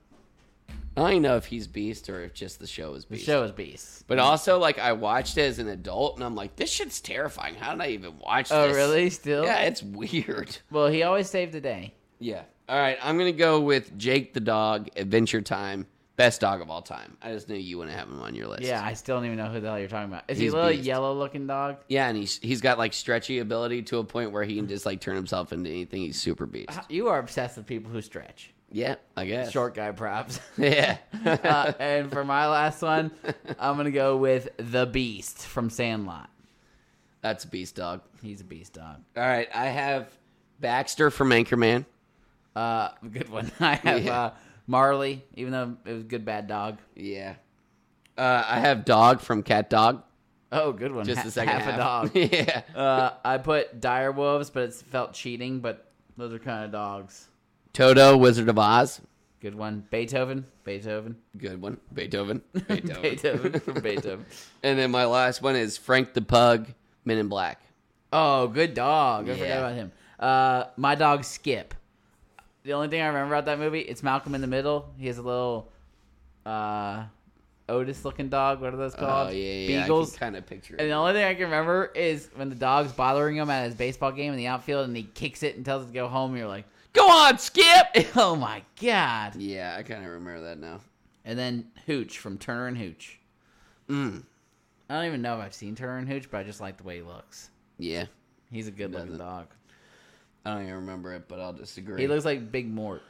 [SPEAKER 2] I don't even know if he's beast or if just the show is
[SPEAKER 1] The
[SPEAKER 2] beast.
[SPEAKER 1] show is Beast.
[SPEAKER 2] But also, like I watched it as an adult, and I'm like, this shit's terrifying. How did I even watch?
[SPEAKER 1] Oh,
[SPEAKER 2] this?
[SPEAKER 1] really? Still?
[SPEAKER 2] Yeah, it's weird.
[SPEAKER 1] Well, he always saved the day.
[SPEAKER 2] Yeah. All right, I'm gonna go with Jake the dog. Adventure Time, best dog of all time. I just knew you wouldn't have him on your list.
[SPEAKER 1] Yeah, I still don't even know who the hell you're talking about. Is he
[SPEAKER 2] He's
[SPEAKER 1] a little
[SPEAKER 2] Beast.
[SPEAKER 1] yellow-looking dog?
[SPEAKER 2] Yeah, and he's he's got like stretchy ability to a point where he can just like turn himself into anything. He's super beast.
[SPEAKER 1] You are obsessed with people who stretch.
[SPEAKER 2] Yeah, I guess.
[SPEAKER 1] Short guy props.
[SPEAKER 2] Yeah.
[SPEAKER 1] uh, and for my last one, I'm gonna go with the Beast from Sandlot.
[SPEAKER 2] That's a beast dog.
[SPEAKER 1] He's a beast dog.
[SPEAKER 2] All right, I have Baxter from Anchorman.
[SPEAKER 1] Uh, good one. I have
[SPEAKER 2] Yeah.
[SPEAKER 1] uh, Marley, even though it was good bad dog.
[SPEAKER 2] Yeah. Uh, I have Dog from Cat Dog.
[SPEAKER 1] Oh, good one.
[SPEAKER 2] Just
[SPEAKER 1] Ha-
[SPEAKER 2] the second half,
[SPEAKER 1] half, a dog.
[SPEAKER 2] yeah.
[SPEAKER 1] uh, I put dire wolves, but it felt cheating. But those are kind of dogs.
[SPEAKER 2] Toto, Wizard of Oz.
[SPEAKER 1] Good one. Beethoven. Beethoven.
[SPEAKER 2] Good one. Beethoven. Beethoven.
[SPEAKER 1] Beethoven from Beethoven.
[SPEAKER 2] And then my last one is Frank the Pug, Men in Black.
[SPEAKER 1] Oh, good dog. I forgot
[SPEAKER 2] Yeah.
[SPEAKER 1] about him. Uh, my dog Skip. The only thing I remember about that movie, it's Malcolm in the Middle. He has a little uh, Otis-looking dog. What are those called?
[SPEAKER 2] Oh, yeah, yeah.
[SPEAKER 1] Beagles.
[SPEAKER 2] I can kind of picture
[SPEAKER 1] And
[SPEAKER 2] it.
[SPEAKER 1] the only thing I can remember is when the dog's bothering him at his baseball game in the outfield, and he kicks it and tells it to go home. And you're like,
[SPEAKER 2] Go on, Skip!
[SPEAKER 1] "Oh my god!"
[SPEAKER 2] Yeah, I kind of remember that now.
[SPEAKER 1] And then Hooch from Turner and Hooch. Mm. I don't even know if I've seen Turner and Hooch, but I just like the way he looks.
[SPEAKER 2] Yeah.
[SPEAKER 1] He's a good-looking
[SPEAKER 2] Doesn't-
[SPEAKER 1] dog.
[SPEAKER 2] I don't even remember it, but I'll disagree.
[SPEAKER 1] He looks like Big Mort.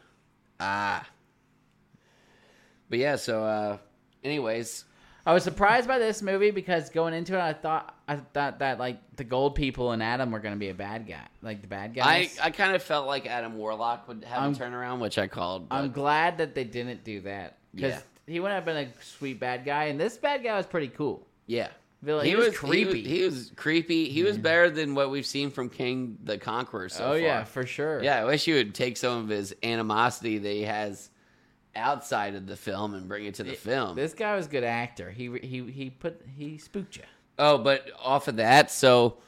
[SPEAKER 2] ah. But yeah, so uh anyways,
[SPEAKER 1] I was surprised by this movie because going into it, I thought I thought that like the gold people and Adam were going to be a bad guy, like the bad
[SPEAKER 2] I,
[SPEAKER 1] guys.
[SPEAKER 2] I kind of felt like Adam Warlock would have
[SPEAKER 1] I'm-
[SPEAKER 2] a turnaround, which I called.
[SPEAKER 1] am
[SPEAKER 2] but-
[SPEAKER 1] glad that they didn't do that because
[SPEAKER 2] Yeah.
[SPEAKER 1] he would have been a sweet bad guy, and this bad guy was pretty cool.
[SPEAKER 2] yeah,
[SPEAKER 1] Villa- he was creepy.
[SPEAKER 2] He was, creepy. He was better than what we've seen from King the Conqueror so
[SPEAKER 1] oh
[SPEAKER 2] far.
[SPEAKER 1] yeah, for sure.
[SPEAKER 2] yeah. I wish he would take some of his animosity that he has outside of the film and bring it to the film.
[SPEAKER 1] this guy was a good actor. He he he put he spooked you.
[SPEAKER 2] Oh, but off of that, so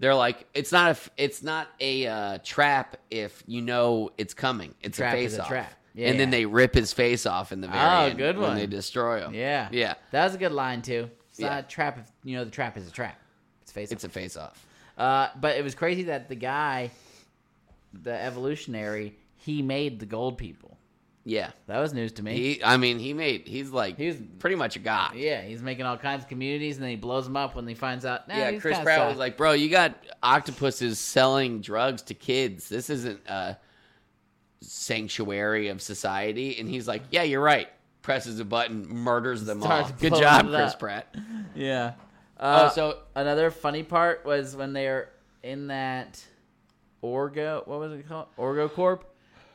[SPEAKER 2] they're like, it's not a, f- it's not a uh, trap if you know it's coming. It's
[SPEAKER 1] Trap
[SPEAKER 2] a
[SPEAKER 1] is
[SPEAKER 2] face
[SPEAKER 1] a
[SPEAKER 2] off.
[SPEAKER 1] trap. Yeah,
[SPEAKER 2] and then
[SPEAKER 1] yeah.
[SPEAKER 2] they rip his face off in the very
[SPEAKER 1] Oh,
[SPEAKER 2] end
[SPEAKER 1] good
[SPEAKER 2] when
[SPEAKER 1] one.
[SPEAKER 2] they destroy him.
[SPEAKER 1] Yeah,
[SPEAKER 2] yeah.
[SPEAKER 1] That was a good line too. It's
[SPEAKER 2] Yeah.
[SPEAKER 1] not a trap. If, you know, the trap is a trap. It's face.
[SPEAKER 2] It's a face off.
[SPEAKER 1] Uh, but it was crazy that the guy, the evolutionary, he made the gold people.
[SPEAKER 2] Yeah.
[SPEAKER 1] That was news to me.
[SPEAKER 2] He, I mean, he made. He's like,
[SPEAKER 1] He was-
[SPEAKER 2] he's pretty much a god.
[SPEAKER 1] yeah, he's making all kinds of communities, and then he blows them up when he finds out. Nah,
[SPEAKER 2] yeah,
[SPEAKER 1] these
[SPEAKER 2] Chris
[SPEAKER 1] guys
[SPEAKER 2] Pratt
[SPEAKER 1] suck.
[SPEAKER 2] was like, bro, you got octopuses selling drugs to kids. This isn't a sanctuary of society. And he's like, yeah, you're right. Presses a button, murders them
[SPEAKER 1] Starts
[SPEAKER 2] all. Good
[SPEAKER 1] blowing
[SPEAKER 2] job,
[SPEAKER 1] it
[SPEAKER 2] Chris
[SPEAKER 1] up.
[SPEAKER 2] Pratt.
[SPEAKER 1] yeah.
[SPEAKER 2] Oh,
[SPEAKER 1] Uh,
[SPEAKER 2] so
[SPEAKER 1] another funny part was when they're in that Orgo. What was it called? Orgo Corp.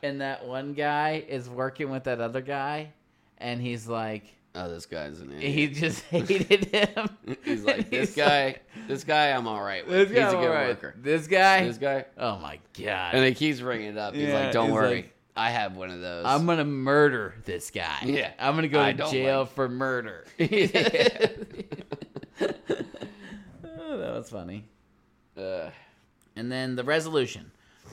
[SPEAKER 1] And that one guy is working with that other guy, and he's like,
[SPEAKER 2] oh, this guy's an
[SPEAKER 1] he
[SPEAKER 2] idiot.
[SPEAKER 1] just hated him.
[SPEAKER 2] he's like, this
[SPEAKER 1] He's
[SPEAKER 2] guy,
[SPEAKER 1] like,
[SPEAKER 2] this guy, I'm all right with.
[SPEAKER 1] This guy,
[SPEAKER 2] he's a good
[SPEAKER 1] all right.
[SPEAKER 2] worker.
[SPEAKER 1] This guy,
[SPEAKER 2] This guy,
[SPEAKER 1] Oh my god.
[SPEAKER 2] and he keeps bringing it up. He's
[SPEAKER 1] Yeah,
[SPEAKER 2] like, don't
[SPEAKER 1] he's
[SPEAKER 2] worry,
[SPEAKER 1] like,
[SPEAKER 2] I have one of those.
[SPEAKER 1] I'm gonna murder this guy.
[SPEAKER 2] Yeah.
[SPEAKER 1] I'm gonna go
[SPEAKER 2] I
[SPEAKER 1] to
[SPEAKER 2] don't
[SPEAKER 1] jail
[SPEAKER 2] like-
[SPEAKER 1] for murder.
[SPEAKER 2] Yeah.
[SPEAKER 1] Oh, that was funny.
[SPEAKER 2] Uh,
[SPEAKER 1] And then the resolution.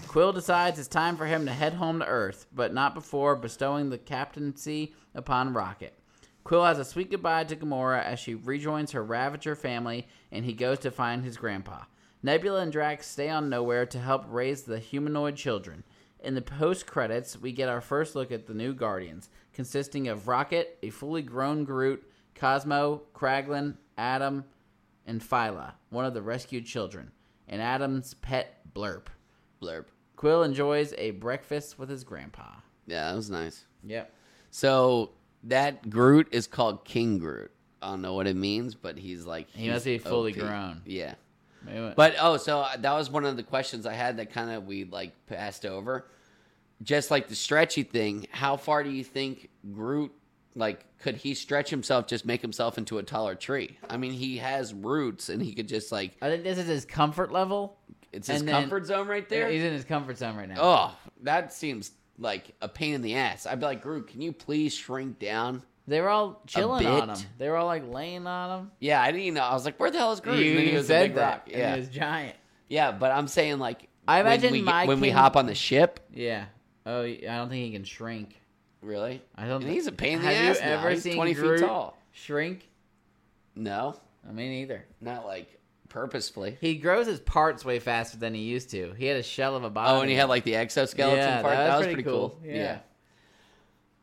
[SPEAKER 1] Quill decides it's time for him to head home to Earth, but not before bestowing the captaincy upon Rocket. Quill has a sweet goodbye to Gamora as she rejoins her Ravager family, and he goes to find his grandpa. Nebula and Drax stay on Nowhere to help raise the humanoid children. In the post credits, we get our first look at the new Guardians, consisting of Rocket, a fully grown Groot, Cosmo, Kraglin, Adam, and Phyla, one of the rescued children, and Adam's pet Blurp.
[SPEAKER 2] blurb.
[SPEAKER 1] Quill enjoys a breakfast with his grandpa.
[SPEAKER 2] Yeah, that was nice.
[SPEAKER 1] Yep.
[SPEAKER 2] So that Groot is called King Groot. I don't know what it means, but he's like
[SPEAKER 1] He
[SPEAKER 2] he's
[SPEAKER 1] must be fully
[SPEAKER 2] OP.
[SPEAKER 1] grown.
[SPEAKER 2] Yeah.
[SPEAKER 1] But
[SPEAKER 2] But oh, so that was one of the questions I had that kind of we like passed over. Just like the stretchy thing, how far do you think Groot like could he stretch himself just make himself into a taller tree? I mean, he has roots and he could just like
[SPEAKER 1] I think this is his comfort level.
[SPEAKER 2] it's his
[SPEAKER 1] And then-
[SPEAKER 2] comfort zone right there.
[SPEAKER 1] He's in his comfort zone right now.
[SPEAKER 2] oh, that seems like a pain in the ass. I'd be like, Groot, can you please shrink down?
[SPEAKER 1] They were all chilling on
[SPEAKER 2] bit.
[SPEAKER 1] him. They were all like laying on him.
[SPEAKER 2] Yeah, I didn't even know. I was like, where the hell is Groot?
[SPEAKER 1] You
[SPEAKER 2] And then he
[SPEAKER 1] even
[SPEAKER 2] was a
[SPEAKER 1] said
[SPEAKER 2] big
[SPEAKER 1] that.
[SPEAKER 2] rock.
[SPEAKER 1] And
[SPEAKER 2] Yeah,
[SPEAKER 1] he was giant.
[SPEAKER 2] yeah, but I'm saying like,
[SPEAKER 1] I
[SPEAKER 2] when
[SPEAKER 1] imagine
[SPEAKER 2] we,
[SPEAKER 1] my
[SPEAKER 2] when we
[SPEAKER 1] king-
[SPEAKER 2] hop on the ship.
[SPEAKER 1] Yeah. Oh, I don't think he can shrink.
[SPEAKER 2] Really?
[SPEAKER 1] I don't.
[SPEAKER 2] And
[SPEAKER 1] thi-
[SPEAKER 2] he's a pain in the
[SPEAKER 1] Have
[SPEAKER 2] ass.
[SPEAKER 1] you
[SPEAKER 2] now.
[SPEAKER 1] ever
[SPEAKER 2] He's
[SPEAKER 1] seen
[SPEAKER 2] 20
[SPEAKER 1] Groot
[SPEAKER 2] feet tall.
[SPEAKER 1] shrink?
[SPEAKER 2] No,
[SPEAKER 1] I mean, either.
[SPEAKER 2] not like purposefully.
[SPEAKER 1] He grows his parts way faster than he used to. He had a shell of a body.
[SPEAKER 2] Oh, and he had like the exoskeleton part. That was, pretty, cool.
[SPEAKER 1] Yeah.
[SPEAKER 2] Yeah.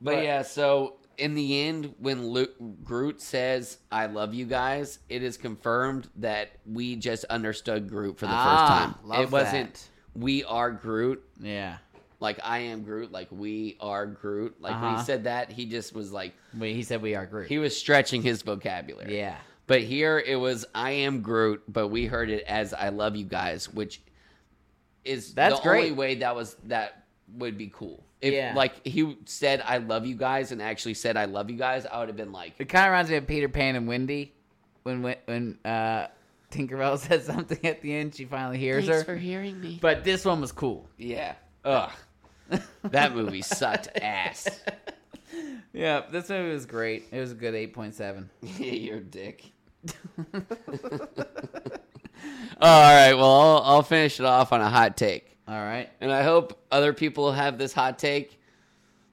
[SPEAKER 2] But,
[SPEAKER 1] But-
[SPEAKER 2] yeah, so in the end, when Lu- Groot says "I love you guys," it is confirmed that we just understood Groot for the
[SPEAKER 1] Ah,
[SPEAKER 2] first time.
[SPEAKER 1] love
[SPEAKER 2] it wasn't
[SPEAKER 1] that.
[SPEAKER 2] "We are Groot."
[SPEAKER 1] Yeah.
[SPEAKER 2] like I am Groot, like we are Groot. Like when
[SPEAKER 1] Uh-huh.
[SPEAKER 2] he said that, he just was like
[SPEAKER 1] Wait, he said we are Groot.
[SPEAKER 2] he was stretching his vocabulary.
[SPEAKER 1] yeah.
[SPEAKER 2] But here it was I am Groot, but we heard it as I love you guys, which is
[SPEAKER 1] That's
[SPEAKER 2] the
[SPEAKER 1] great.
[SPEAKER 2] only way that was that would be cool. If
[SPEAKER 1] Yeah.
[SPEAKER 2] like he said I love you guys and actually said I love you guys, I would have been like
[SPEAKER 1] It kind of reminds me of Peter Pan and Wendy when when, when uh, Tinkerbell says something at the end, she finally hears her.
[SPEAKER 2] hearing me.
[SPEAKER 1] but this one was cool.
[SPEAKER 2] Yeah. Ugh. That movie sucked ass.
[SPEAKER 1] Yeah, this movie was great. It was a good 8.7.
[SPEAKER 2] Yeah, you're a dick. Oh, All right. Well, I'll, I'll finish it off on a hot take,
[SPEAKER 1] All right.
[SPEAKER 2] and I hope other people have this hot take.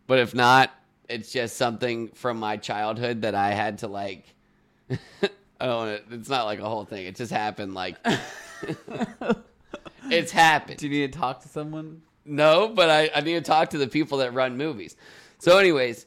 [SPEAKER 2] But if not, it's just something from my childhood that I had to like. oh, it's not like a whole thing. It just happened. Like, it's happened.
[SPEAKER 1] Do you need to talk to someone?
[SPEAKER 2] No, but I, I need to talk to the people that run movies. So, anyways,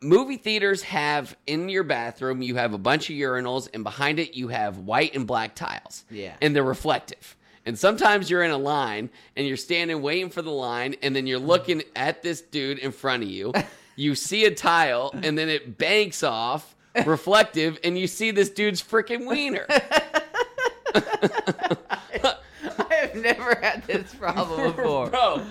[SPEAKER 2] movie theaters have in your bathroom, you have a bunch of urinals, and behind it, you have white and black tiles.
[SPEAKER 1] Yeah.
[SPEAKER 2] And they're reflective. And sometimes you're in a line and you're standing waiting for the line, and then you're looking at this dude in front of you. You see a tile, and then it banks off reflective, and you see this dude's freaking wiener.
[SPEAKER 1] I have never had this problem before.
[SPEAKER 2] Bro.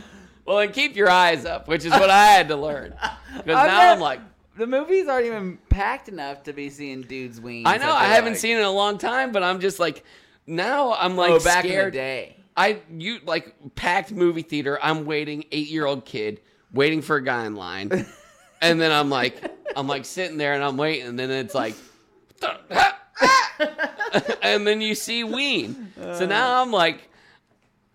[SPEAKER 2] Well, and keep your eyes up, which is what I had to learn. Because now
[SPEAKER 1] I'm
[SPEAKER 2] I'm
[SPEAKER 1] not-
[SPEAKER 2] like,
[SPEAKER 1] The movies aren't even packed enough to be seeing dudes wings.
[SPEAKER 2] I know I
[SPEAKER 1] feel
[SPEAKER 2] haven't
[SPEAKER 1] like.
[SPEAKER 2] seen it in a long time, but I'm just like, now I'm like
[SPEAKER 1] Oh, back in the
[SPEAKER 2] scared.
[SPEAKER 1] day.
[SPEAKER 2] I you like packed movie theater. I'm waiting, eight year old kid waiting for a guy in line, and then I'm like, I'm like sitting there and I'm waiting, and then it's like, and then you see Ween. So now I'm like,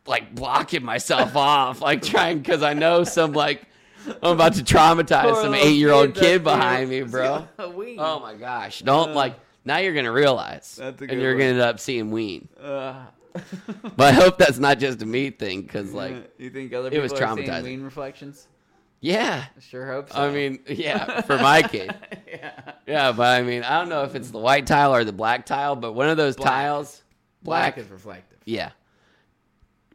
[SPEAKER 2] like blocking myself off, like trying because I know some like. I'm about to traumatize
[SPEAKER 1] Poor
[SPEAKER 2] some
[SPEAKER 1] little
[SPEAKER 2] eight year old
[SPEAKER 1] kid that
[SPEAKER 2] kid behind me,
[SPEAKER 1] feels-
[SPEAKER 2] bro.
[SPEAKER 1] a wing.
[SPEAKER 2] Oh my gosh! Don't like now. You're gonna realize,
[SPEAKER 1] That's a
[SPEAKER 2] and
[SPEAKER 1] good
[SPEAKER 2] you're
[SPEAKER 1] one.
[SPEAKER 2] gonna end up seeing Ween.
[SPEAKER 1] Uh,
[SPEAKER 2] But I hope that's not just a me thing, because like,
[SPEAKER 1] you think other
[SPEAKER 2] it
[SPEAKER 1] people
[SPEAKER 2] was
[SPEAKER 1] are seeing
[SPEAKER 2] traumatizing.
[SPEAKER 1] ween reflections?
[SPEAKER 2] yeah.
[SPEAKER 1] I Sure hope so.
[SPEAKER 2] I mean, yeah, for my kid,
[SPEAKER 1] yeah.
[SPEAKER 2] yeah. But I mean, I don't know if it's the white tile or the black tile, but one of those tiles,
[SPEAKER 1] Black
[SPEAKER 2] black,
[SPEAKER 1] is reflective.
[SPEAKER 2] yeah.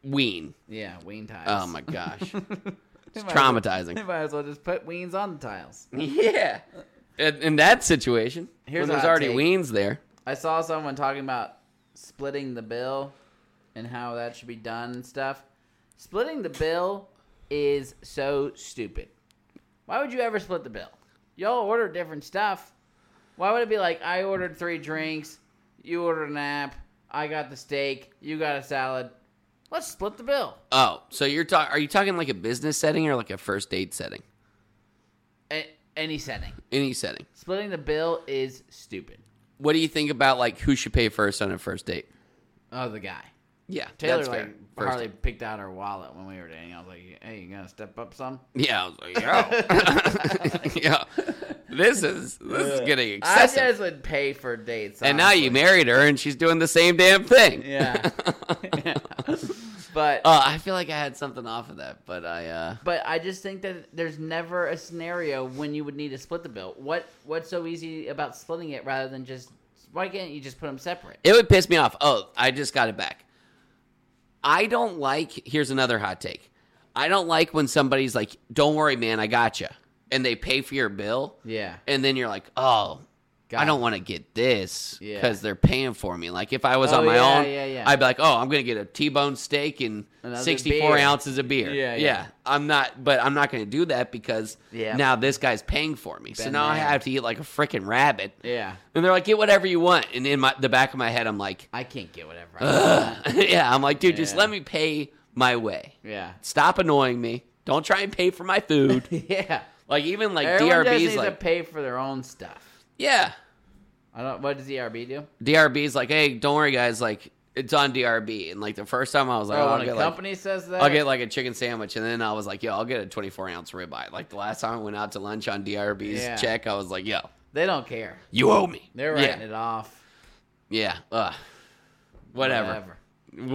[SPEAKER 2] Ween.
[SPEAKER 1] Yeah, ween tiles.
[SPEAKER 2] Oh my gosh,
[SPEAKER 1] It's
[SPEAKER 2] traumatizing.
[SPEAKER 1] You might as well just put weens on the tiles.
[SPEAKER 2] yeah. In, in that situation,
[SPEAKER 1] Here's
[SPEAKER 2] when
[SPEAKER 1] a
[SPEAKER 2] there's
[SPEAKER 1] hot
[SPEAKER 2] already
[SPEAKER 1] take.
[SPEAKER 2] weens there,
[SPEAKER 1] I saw someone talking about splitting the bill and how that should be done and stuff. Splitting the bill is so stupid. Why would you ever split the bill? Y'all order different stuff. Why would it be like I ordered three drinks, you ordered an app, I got the steak, you got a salad. Let's split the bill.
[SPEAKER 2] oh, so you're talking? Are you talking like a business setting or like a first date setting?
[SPEAKER 1] A- any setting.
[SPEAKER 2] Any setting.
[SPEAKER 1] Splitting the bill is stupid.
[SPEAKER 2] What do you think about like who should pay first on a first date?
[SPEAKER 1] Oh, the guy.
[SPEAKER 2] Yeah,
[SPEAKER 1] Taylor
[SPEAKER 2] that's
[SPEAKER 1] like
[SPEAKER 2] fair. First
[SPEAKER 1] hardly
[SPEAKER 2] date.
[SPEAKER 1] picked out her wallet when we were dating. I was like, "Hey, you gonna step up some?"
[SPEAKER 2] Yeah, I was like, yo, yo, this is this is getting
[SPEAKER 1] I
[SPEAKER 2] excessive.
[SPEAKER 1] just would pay for dates.
[SPEAKER 2] and now you
[SPEAKER 1] honestly.
[SPEAKER 2] married her, and she's doing the same damn thing.
[SPEAKER 1] Yeah. but
[SPEAKER 2] Uh, I feel like I had something off of that, but I uh,
[SPEAKER 1] but I just think that there's never a scenario when you would need to split the bill. What what's so easy about splitting it rather than just why can't you just put them separate?
[SPEAKER 2] it would piss me off. Oh, I just got it back. I don't like. Here's another hot take. I don't like when somebody's like, "Don't worry, man, I got you," and they pay for your bill.
[SPEAKER 1] Yeah.
[SPEAKER 2] and then you're like, oh,
[SPEAKER 1] Got
[SPEAKER 2] I don't
[SPEAKER 1] it.
[SPEAKER 2] want to get this
[SPEAKER 1] Yeah.
[SPEAKER 2] because they're paying for me. Like if I was
[SPEAKER 1] Oh,
[SPEAKER 2] on my
[SPEAKER 1] yeah,
[SPEAKER 2] own,
[SPEAKER 1] yeah, yeah.
[SPEAKER 2] I'd be like, oh, I'm gonna get a T-bone steak and
[SPEAKER 1] Another
[SPEAKER 2] 64
[SPEAKER 1] beer.
[SPEAKER 2] ounces of beer.
[SPEAKER 1] Yeah, yeah.
[SPEAKER 2] I'm not, but I'm not gonna do that because
[SPEAKER 1] Yeah.
[SPEAKER 2] now this guy's paying for me. so
[SPEAKER 1] Been
[SPEAKER 2] now I
[SPEAKER 1] there.
[SPEAKER 2] have to eat like a freaking rabbit.
[SPEAKER 1] Yeah.
[SPEAKER 2] And they're like, get whatever you want. And in my the back of my head, I'm like,
[SPEAKER 1] I can't get whatever. I want.
[SPEAKER 2] Ugh. yeah, I'm like, dude, just
[SPEAKER 1] Yeah.
[SPEAKER 2] let me pay my way.
[SPEAKER 1] Yeah.
[SPEAKER 2] Stop annoying me. Don't try and pay for my food.
[SPEAKER 1] Yeah.
[SPEAKER 2] like even like
[SPEAKER 1] Everyone just
[SPEAKER 2] DRB's
[SPEAKER 1] needs to
[SPEAKER 2] like,
[SPEAKER 1] pay for their own stuff.
[SPEAKER 2] yeah.
[SPEAKER 1] I don't. What does ERB do?
[SPEAKER 2] DRB's like, hey, don't worry, guys. Like, it's on DRB. And like the first time, I was like, oh,
[SPEAKER 1] oh,
[SPEAKER 2] I'll
[SPEAKER 1] when a
[SPEAKER 2] get like,
[SPEAKER 1] company says that,
[SPEAKER 2] I'll get like a chicken sandwich, and then I was like, yo, I'll get a 24 ounce ribeye. Like the last time I went out to lunch on DRB's
[SPEAKER 1] Yeah.
[SPEAKER 2] check, I was like, yo,
[SPEAKER 1] they don't care.
[SPEAKER 2] you owe me.
[SPEAKER 1] They're
[SPEAKER 2] yeah,
[SPEAKER 1] writing it off.
[SPEAKER 2] yeah, Ugh. whatever,
[SPEAKER 1] Whatever.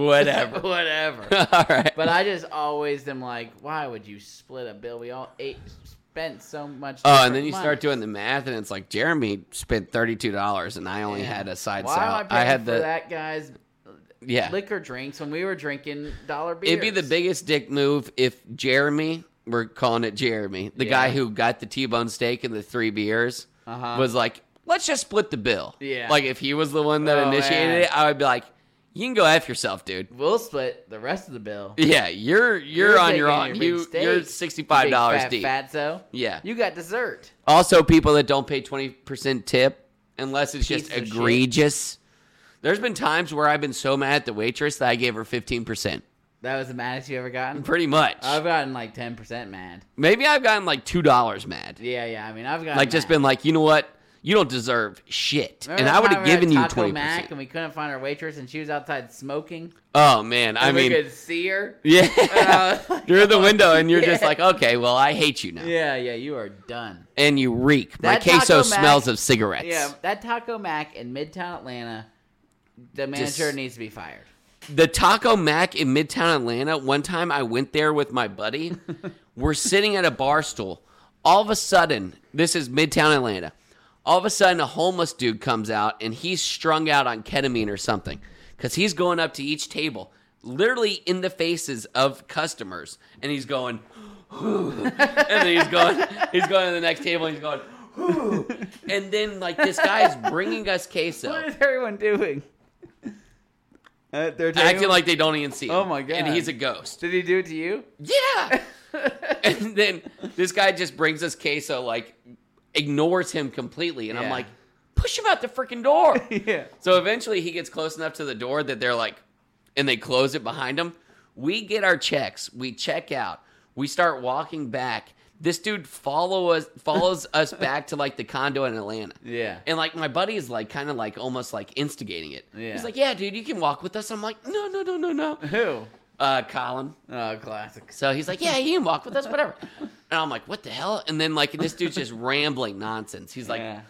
[SPEAKER 2] whatever.
[SPEAKER 1] whatever.
[SPEAKER 2] All right,
[SPEAKER 1] But I just always am like, why would you split a bill? We all ate, spent so much.
[SPEAKER 2] Oh, and then
[SPEAKER 1] different
[SPEAKER 2] you
[SPEAKER 1] money.
[SPEAKER 2] start doing the math, and it's like Jeremy spent thirty two dollars, and I only had a side
[SPEAKER 1] Why am I
[SPEAKER 2] salad.
[SPEAKER 1] paying
[SPEAKER 2] I, had
[SPEAKER 1] for
[SPEAKER 2] the
[SPEAKER 1] that guy's
[SPEAKER 2] yeah.
[SPEAKER 1] liquor drinks when we were drinking dollar beers?
[SPEAKER 2] It'd be the biggest dick move if Jeremy, we're calling it Jeremy, the guy
[SPEAKER 1] Yeah.
[SPEAKER 2] who got the T-bone steak and the three beers,
[SPEAKER 1] Uh-huh.
[SPEAKER 2] was like, "Let's just split the bill."
[SPEAKER 1] Yeah.
[SPEAKER 2] Like if he was the one that
[SPEAKER 1] Oh,
[SPEAKER 2] initiated
[SPEAKER 1] man.
[SPEAKER 2] it, I would be like, "You can go f yourself, dude."
[SPEAKER 1] We'll split the rest of the bill.
[SPEAKER 2] Yeah, you're you're, on your
[SPEAKER 1] taking
[SPEAKER 2] own.
[SPEAKER 1] big
[SPEAKER 2] you
[SPEAKER 1] steak,
[SPEAKER 2] you're
[SPEAKER 1] you big
[SPEAKER 2] sixty five dollars
[SPEAKER 1] fat
[SPEAKER 2] deep.
[SPEAKER 1] Fatso.
[SPEAKER 2] Yeah.
[SPEAKER 1] You got dessert.
[SPEAKER 2] Also, people that don't pay twenty percent tip unless it's just
[SPEAKER 1] Piece of shit.
[SPEAKER 2] egregious. There's been times where I've been so mad at the waitress that I gave her fifteen percent.
[SPEAKER 1] That was the maddest you ever gotten?
[SPEAKER 2] Pretty much.
[SPEAKER 1] I've gotten like 10% mad.
[SPEAKER 2] Maybe I've gotten like two dollars mad.
[SPEAKER 1] Yeah, yeah. I mean, I've gotten
[SPEAKER 2] like just
[SPEAKER 1] mad.
[SPEAKER 2] been like, you know what? You don't deserve shit.
[SPEAKER 1] Remember
[SPEAKER 2] and
[SPEAKER 1] that
[SPEAKER 2] I would
[SPEAKER 1] time
[SPEAKER 2] have
[SPEAKER 1] we were at
[SPEAKER 2] given you
[SPEAKER 1] Taco
[SPEAKER 2] twenty
[SPEAKER 1] Mac and
[SPEAKER 2] percent.
[SPEAKER 1] we couldn't find our waitress and she was outside smoking.
[SPEAKER 2] Oh man, I
[SPEAKER 1] and we
[SPEAKER 2] mean,
[SPEAKER 1] could see her.
[SPEAKER 2] yeah.
[SPEAKER 1] Uh,
[SPEAKER 2] You're in the window and you're just
[SPEAKER 1] Yeah.
[SPEAKER 2] like, okay, well, I hate you now.
[SPEAKER 1] yeah, yeah. You are done.
[SPEAKER 2] And you reek. My
[SPEAKER 1] That
[SPEAKER 2] queso
[SPEAKER 1] Taco Mac-
[SPEAKER 2] smells of cigarettes.
[SPEAKER 1] Yeah, that Taco Mac in Midtown Atlanta, the manager
[SPEAKER 2] Just-
[SPEAKER 1] needs to be fired.
[SPEAKER 2] The Taco Mac in Midtown Atlanta, one time I went there with my buddy. We're sitting at a bar stool. All of a sudden, this is Midtown Atlanta. All of a sudden, a homeless dude comes out and he's strung out on ketamine or something because he's going up to each table, literally in the faces of customers. And he's going, and then he's going, he's going to the next table and he's going, and then like this guy is bringing us queso
[SPEAKER 1] What is everyone doing? Uh, they're
[SPEAKER 2] acting
[SPEAKER 1] taking-
[SPEAKER 2] like they don't even see him.
[SPEAKER 1] Oh my God.
[SPEAKER 2] And he's a ghost.
[SPEAKER 1] Did he do it to you?
[SPEAKER 2] Yeah. and then this guy just brings us queso, like ignores him completely, and I'm
[SPEAKER 1] Yeah.
[SPEAKER 2] like, push him out the freaking door.
[SPEAKER 1] Yeah.
[SPEAKER 2] so eventually he gets close enough to the door that they're like, and they close it behind him. We get our checks. We check out. We start walking back. This dude follow us follows us back to like the condo in Atlanta.
[SPEAKER 1] Yeah.
[SPEAKER 2] And like my buddy is like kind of like almost like instigating it.
[SPEAKER 1] Yeah.
[SPEAKER 2] He's like, "Yeah, dude, you can walk with us." I'm like, "No, no, no, no, no."
[SPEAKER 1] Who?
[SPEAKER 2] Uh, Colin.
[SPEAKER 1] Oh, classics.
[SPEAKER 2] So he's like, "Yeah, you can walk with us, whatever." And I'm like, "What the hell?" And then like this dude's just rambling nonsense. He's like,
[SPEAKER 1] yeah.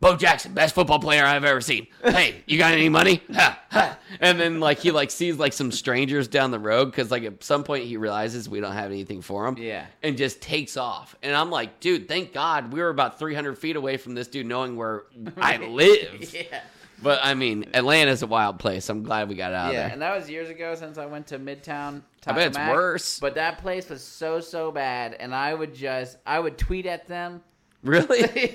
[SPEAKER 2] "Bo Jackson, best football player I've ever seen. Hey, you got any money?" Ha, ha. And then like he like sees like some strangers down the road because like at some point he realizes we don't have anything for him.
[SPEAKER 1] Yeah.
[SPEAKER 2] And just takes off. And I'm like, dude, thank God we were about 300 feet away from this dude knowing where I live.
[SPEAKER 1] Yeah.
[SPEAKER 2] But I mean, Atlanta's a wild place. I'm glad we got out
[SPEAKER 1] yeah,
[SPEAKER 2] of
[SPEAKER 1] and
[SPEAKER 2] there.
[SPEAKER 1] that was years ago since I went to Midtown.
[SPEAKER 2] I bet it's
[SPEAKER 1] Taco Mac.
[SPEAKER 2] worse.
[SPEAKER 1] But that place was so so bad, and I would just I would tweet at them.
[SPEAKER 2] Really?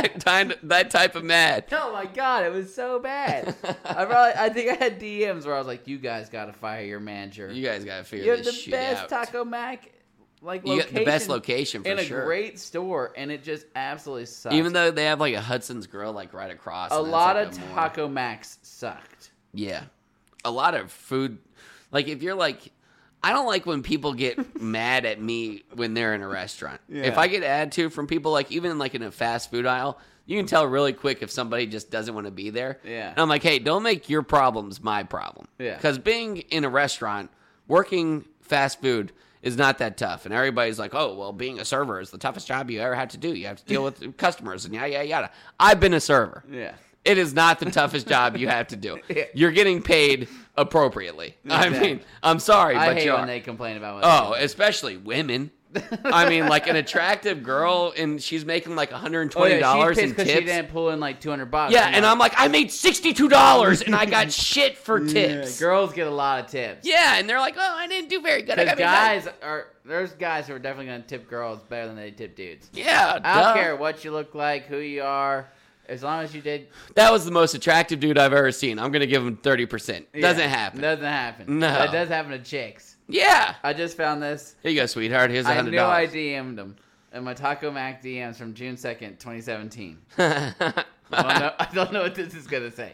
[SPEAKER 2] That, kind that type of mad.
[SPEAKER 1] Oh my god, it was so bad. I probably I think I had DMs where I was like, "You guys got to fire your manager.
[SPEAKER 2] You guys gotta figure
[SPEAKER 1] You have
[SPEAKER 2] this
[SPEAKER 1] the
[SPEAKER 2] shit
[SPEAKER 1] best
[SPEAKER 2] out.
[SPEAKER 1] Taco Mac like
[SPEAKER 2] you got
[SPEAKER 1] location
[SPEAKER 2] the best location for
[SPEAKER 1] in a
[SPEAKER 2] sure.
[SPEAKER 1] great store, and it just absolutely sucked.
[SPEAKER 2] Even though they have like a Hudson's Grill like right across.
[SPEAKER 1] a
[SPEAKER 2] and that's,
[SPEAKER 1] lot
[SPEAKER 2] like,
[SPEAKER 1] of
[SPEAKER 2] a more-
[SPEAKER 1] Taco Macs sucked.
[SPEAKER 2] Yeah, a lot of food. Like if you're like, I don't like when people get mad at me when they're in a restaurant. If I get attitude from people, like even like in a fast food aisle, you can tell really quick if somebody just doesn't want to be there.
[SPEAKER 1] Yeah.
[SPEAKER 2] And I'm like, hey, don't make your problems my problem.
[SPEAKER 1] Yeah.
[SPEAKER 2] Because being in a restaurant, working fast food. Is not that tough, and everybody's like, "Oh, well, being a server is the toughest job you ever have to do. You have to deal with customers and yada yada yada." I've been a server.
[SPEAKER 1] Yeah.
[SPEAKER 2] It is not the toughest job you have to do. You're getting paid appropriately. I
[SPEAKER 1] Exactly.
[SPEAKER 2] mean, I'm sorry,
[SPEAKER 1] I
[SPEAKER 2] but
[SPEAKER 1] hate
[SPEAKER 2] you
[SPEAKER 1] when
[SPEAKER 2] are.
[SPEAKER 1] they complain about what
[SPEAKER 2] oh,
[SPEAKER 1] they do.
[SPEAKER 2] especially women. I mean, like an attractive girl, and she's making like 120
[SPEAKER 1] Oh, yeah,
[SPEAKER 2] dollars Oh,
[SPEAKER 1] she's pissed
[SPEAKER 2] in
[SPEAKER 1] 'cause
[SPEAKER 2] tips.
[SPEAKER 1] She didn't pull in like two hundred bucks.
[SPEAKER 2] yeah, and I'm like, I made 62 dollars, and I got shit for tips. Yeah,
[SPEAKER 1] girls get a lot of tips.
[SPEAKER 2] and they're like, oh, I didn't do very good. I got
[SPEAKER 1] Because
[SPEAKER 2] guys.
[SPEAKER 1] guys are there's guys who are definitely gonna tip girls better than they tip dudes.
[SPEAKER 2] Yeah,
[SPEAKER 1] I don't
[SPEAKER 2] duh.
[SPEAKER 1] care what you look like, who you are, as long as you did.
[SPEAKER 2] That was the most attractive dude I've ever seen. I'm gonna give him 30. percent Doesn't happen.
[SPEAKER 1] Doesn't happen.
[SPEAKER 2] No.
[SPEAKER 1] But it does happen to chicks.
[SPEAKER 2] Yeah.
[SPEAKER 1] I just found this.
[SPEAKER 2] Here you go, sweetheart. Here's
[SPEAKER 1] I
[SPEAKER 2] $100.
[SPEAKER 1] knew I DM'd them in my Taco Mac DMs from June second, twenty seventeen. I don't, know, I don't know what this is going to say.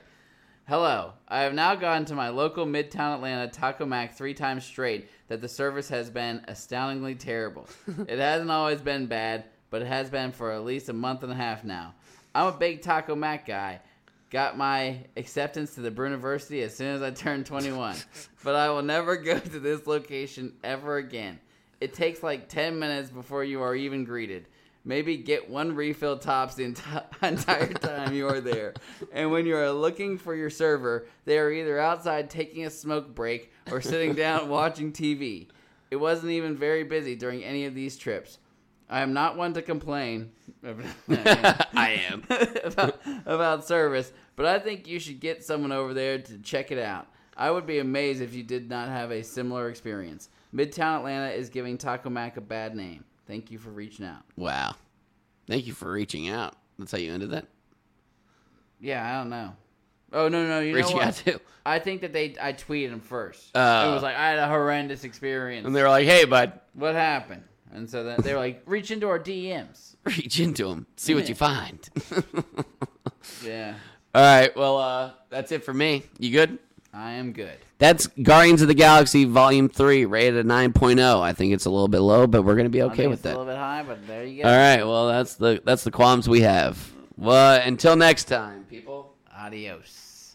[SPEAKER 1] Hello. I have now gone to my local Midtown Atlanta Taco Mac three times straight that the service has been astoundingly terrible. it hasn't always been bad, but it has been for at least a month and a half now. I'm a big Taco Mac guy. Got my acceptance to the Bruniversity as soon as I turned 21, but I will never go to this location ever again. It takes like 10 minutes before you are even greeted. Maybe get one refill tops the enti- entire time you are there. And when you are looking for your server, they are either outside taking a smoke break or sitting down watching TV. It wasn't even very busy during any of these trips. I am not one to complain
[SPEAKER 2] I am.
[SPEAKER 1] about, about service, but I think you should get someone over there to check it out. I would be amazed if you did not have a similar experience. Midtown Atlanta is giving Taco Mac a bad name. Thank you for reaching out.
[SPEAKER 2] Wow. Thank you for reaching out. That's how you ended that.
[SPEAKER 1] Yeah, I don't know. Oh no, no, you know
[SPEAKER 2] reaching
[SPEAKER 1] what?
[SPEAKER 2] out too.
[SPEAKER 1] I think that they I tweeted him first.
[SPEAKER 2] Oh.
[SPEAKER 1] it was like I had a horrendous experience.
[SPEAKER 2] And they were like, hey, bud,
[SPEAKER 1] what happened? And so then they were like, reach into our DMs.
[SPEAKER 2] reach into him. See what you find.
[SPEAKER 1] Yeah,
[SPEAKER 2] All right. Well, uh, that's it for me. You good?
[SPEAKER 1] I am good.
[SPEAKER 2] That's Guardians of the Galaxy Volume 3, rated a 9.0. I think it's a little bit low, but we're going to be
[SPEAKER 1] I
[SPEAKER 2] okay
[SPEAKER 1] think
[SPEAKER 2] with
[SPEAKER 1] it's
[SPEAKER 2] that.
[SPEAKER 1] a little bit high, but there you go.
[SPEAKER 2] All right, well, that's the that's the qualms we have. Well, until next time, people.
[SPEAKER 1] Adios.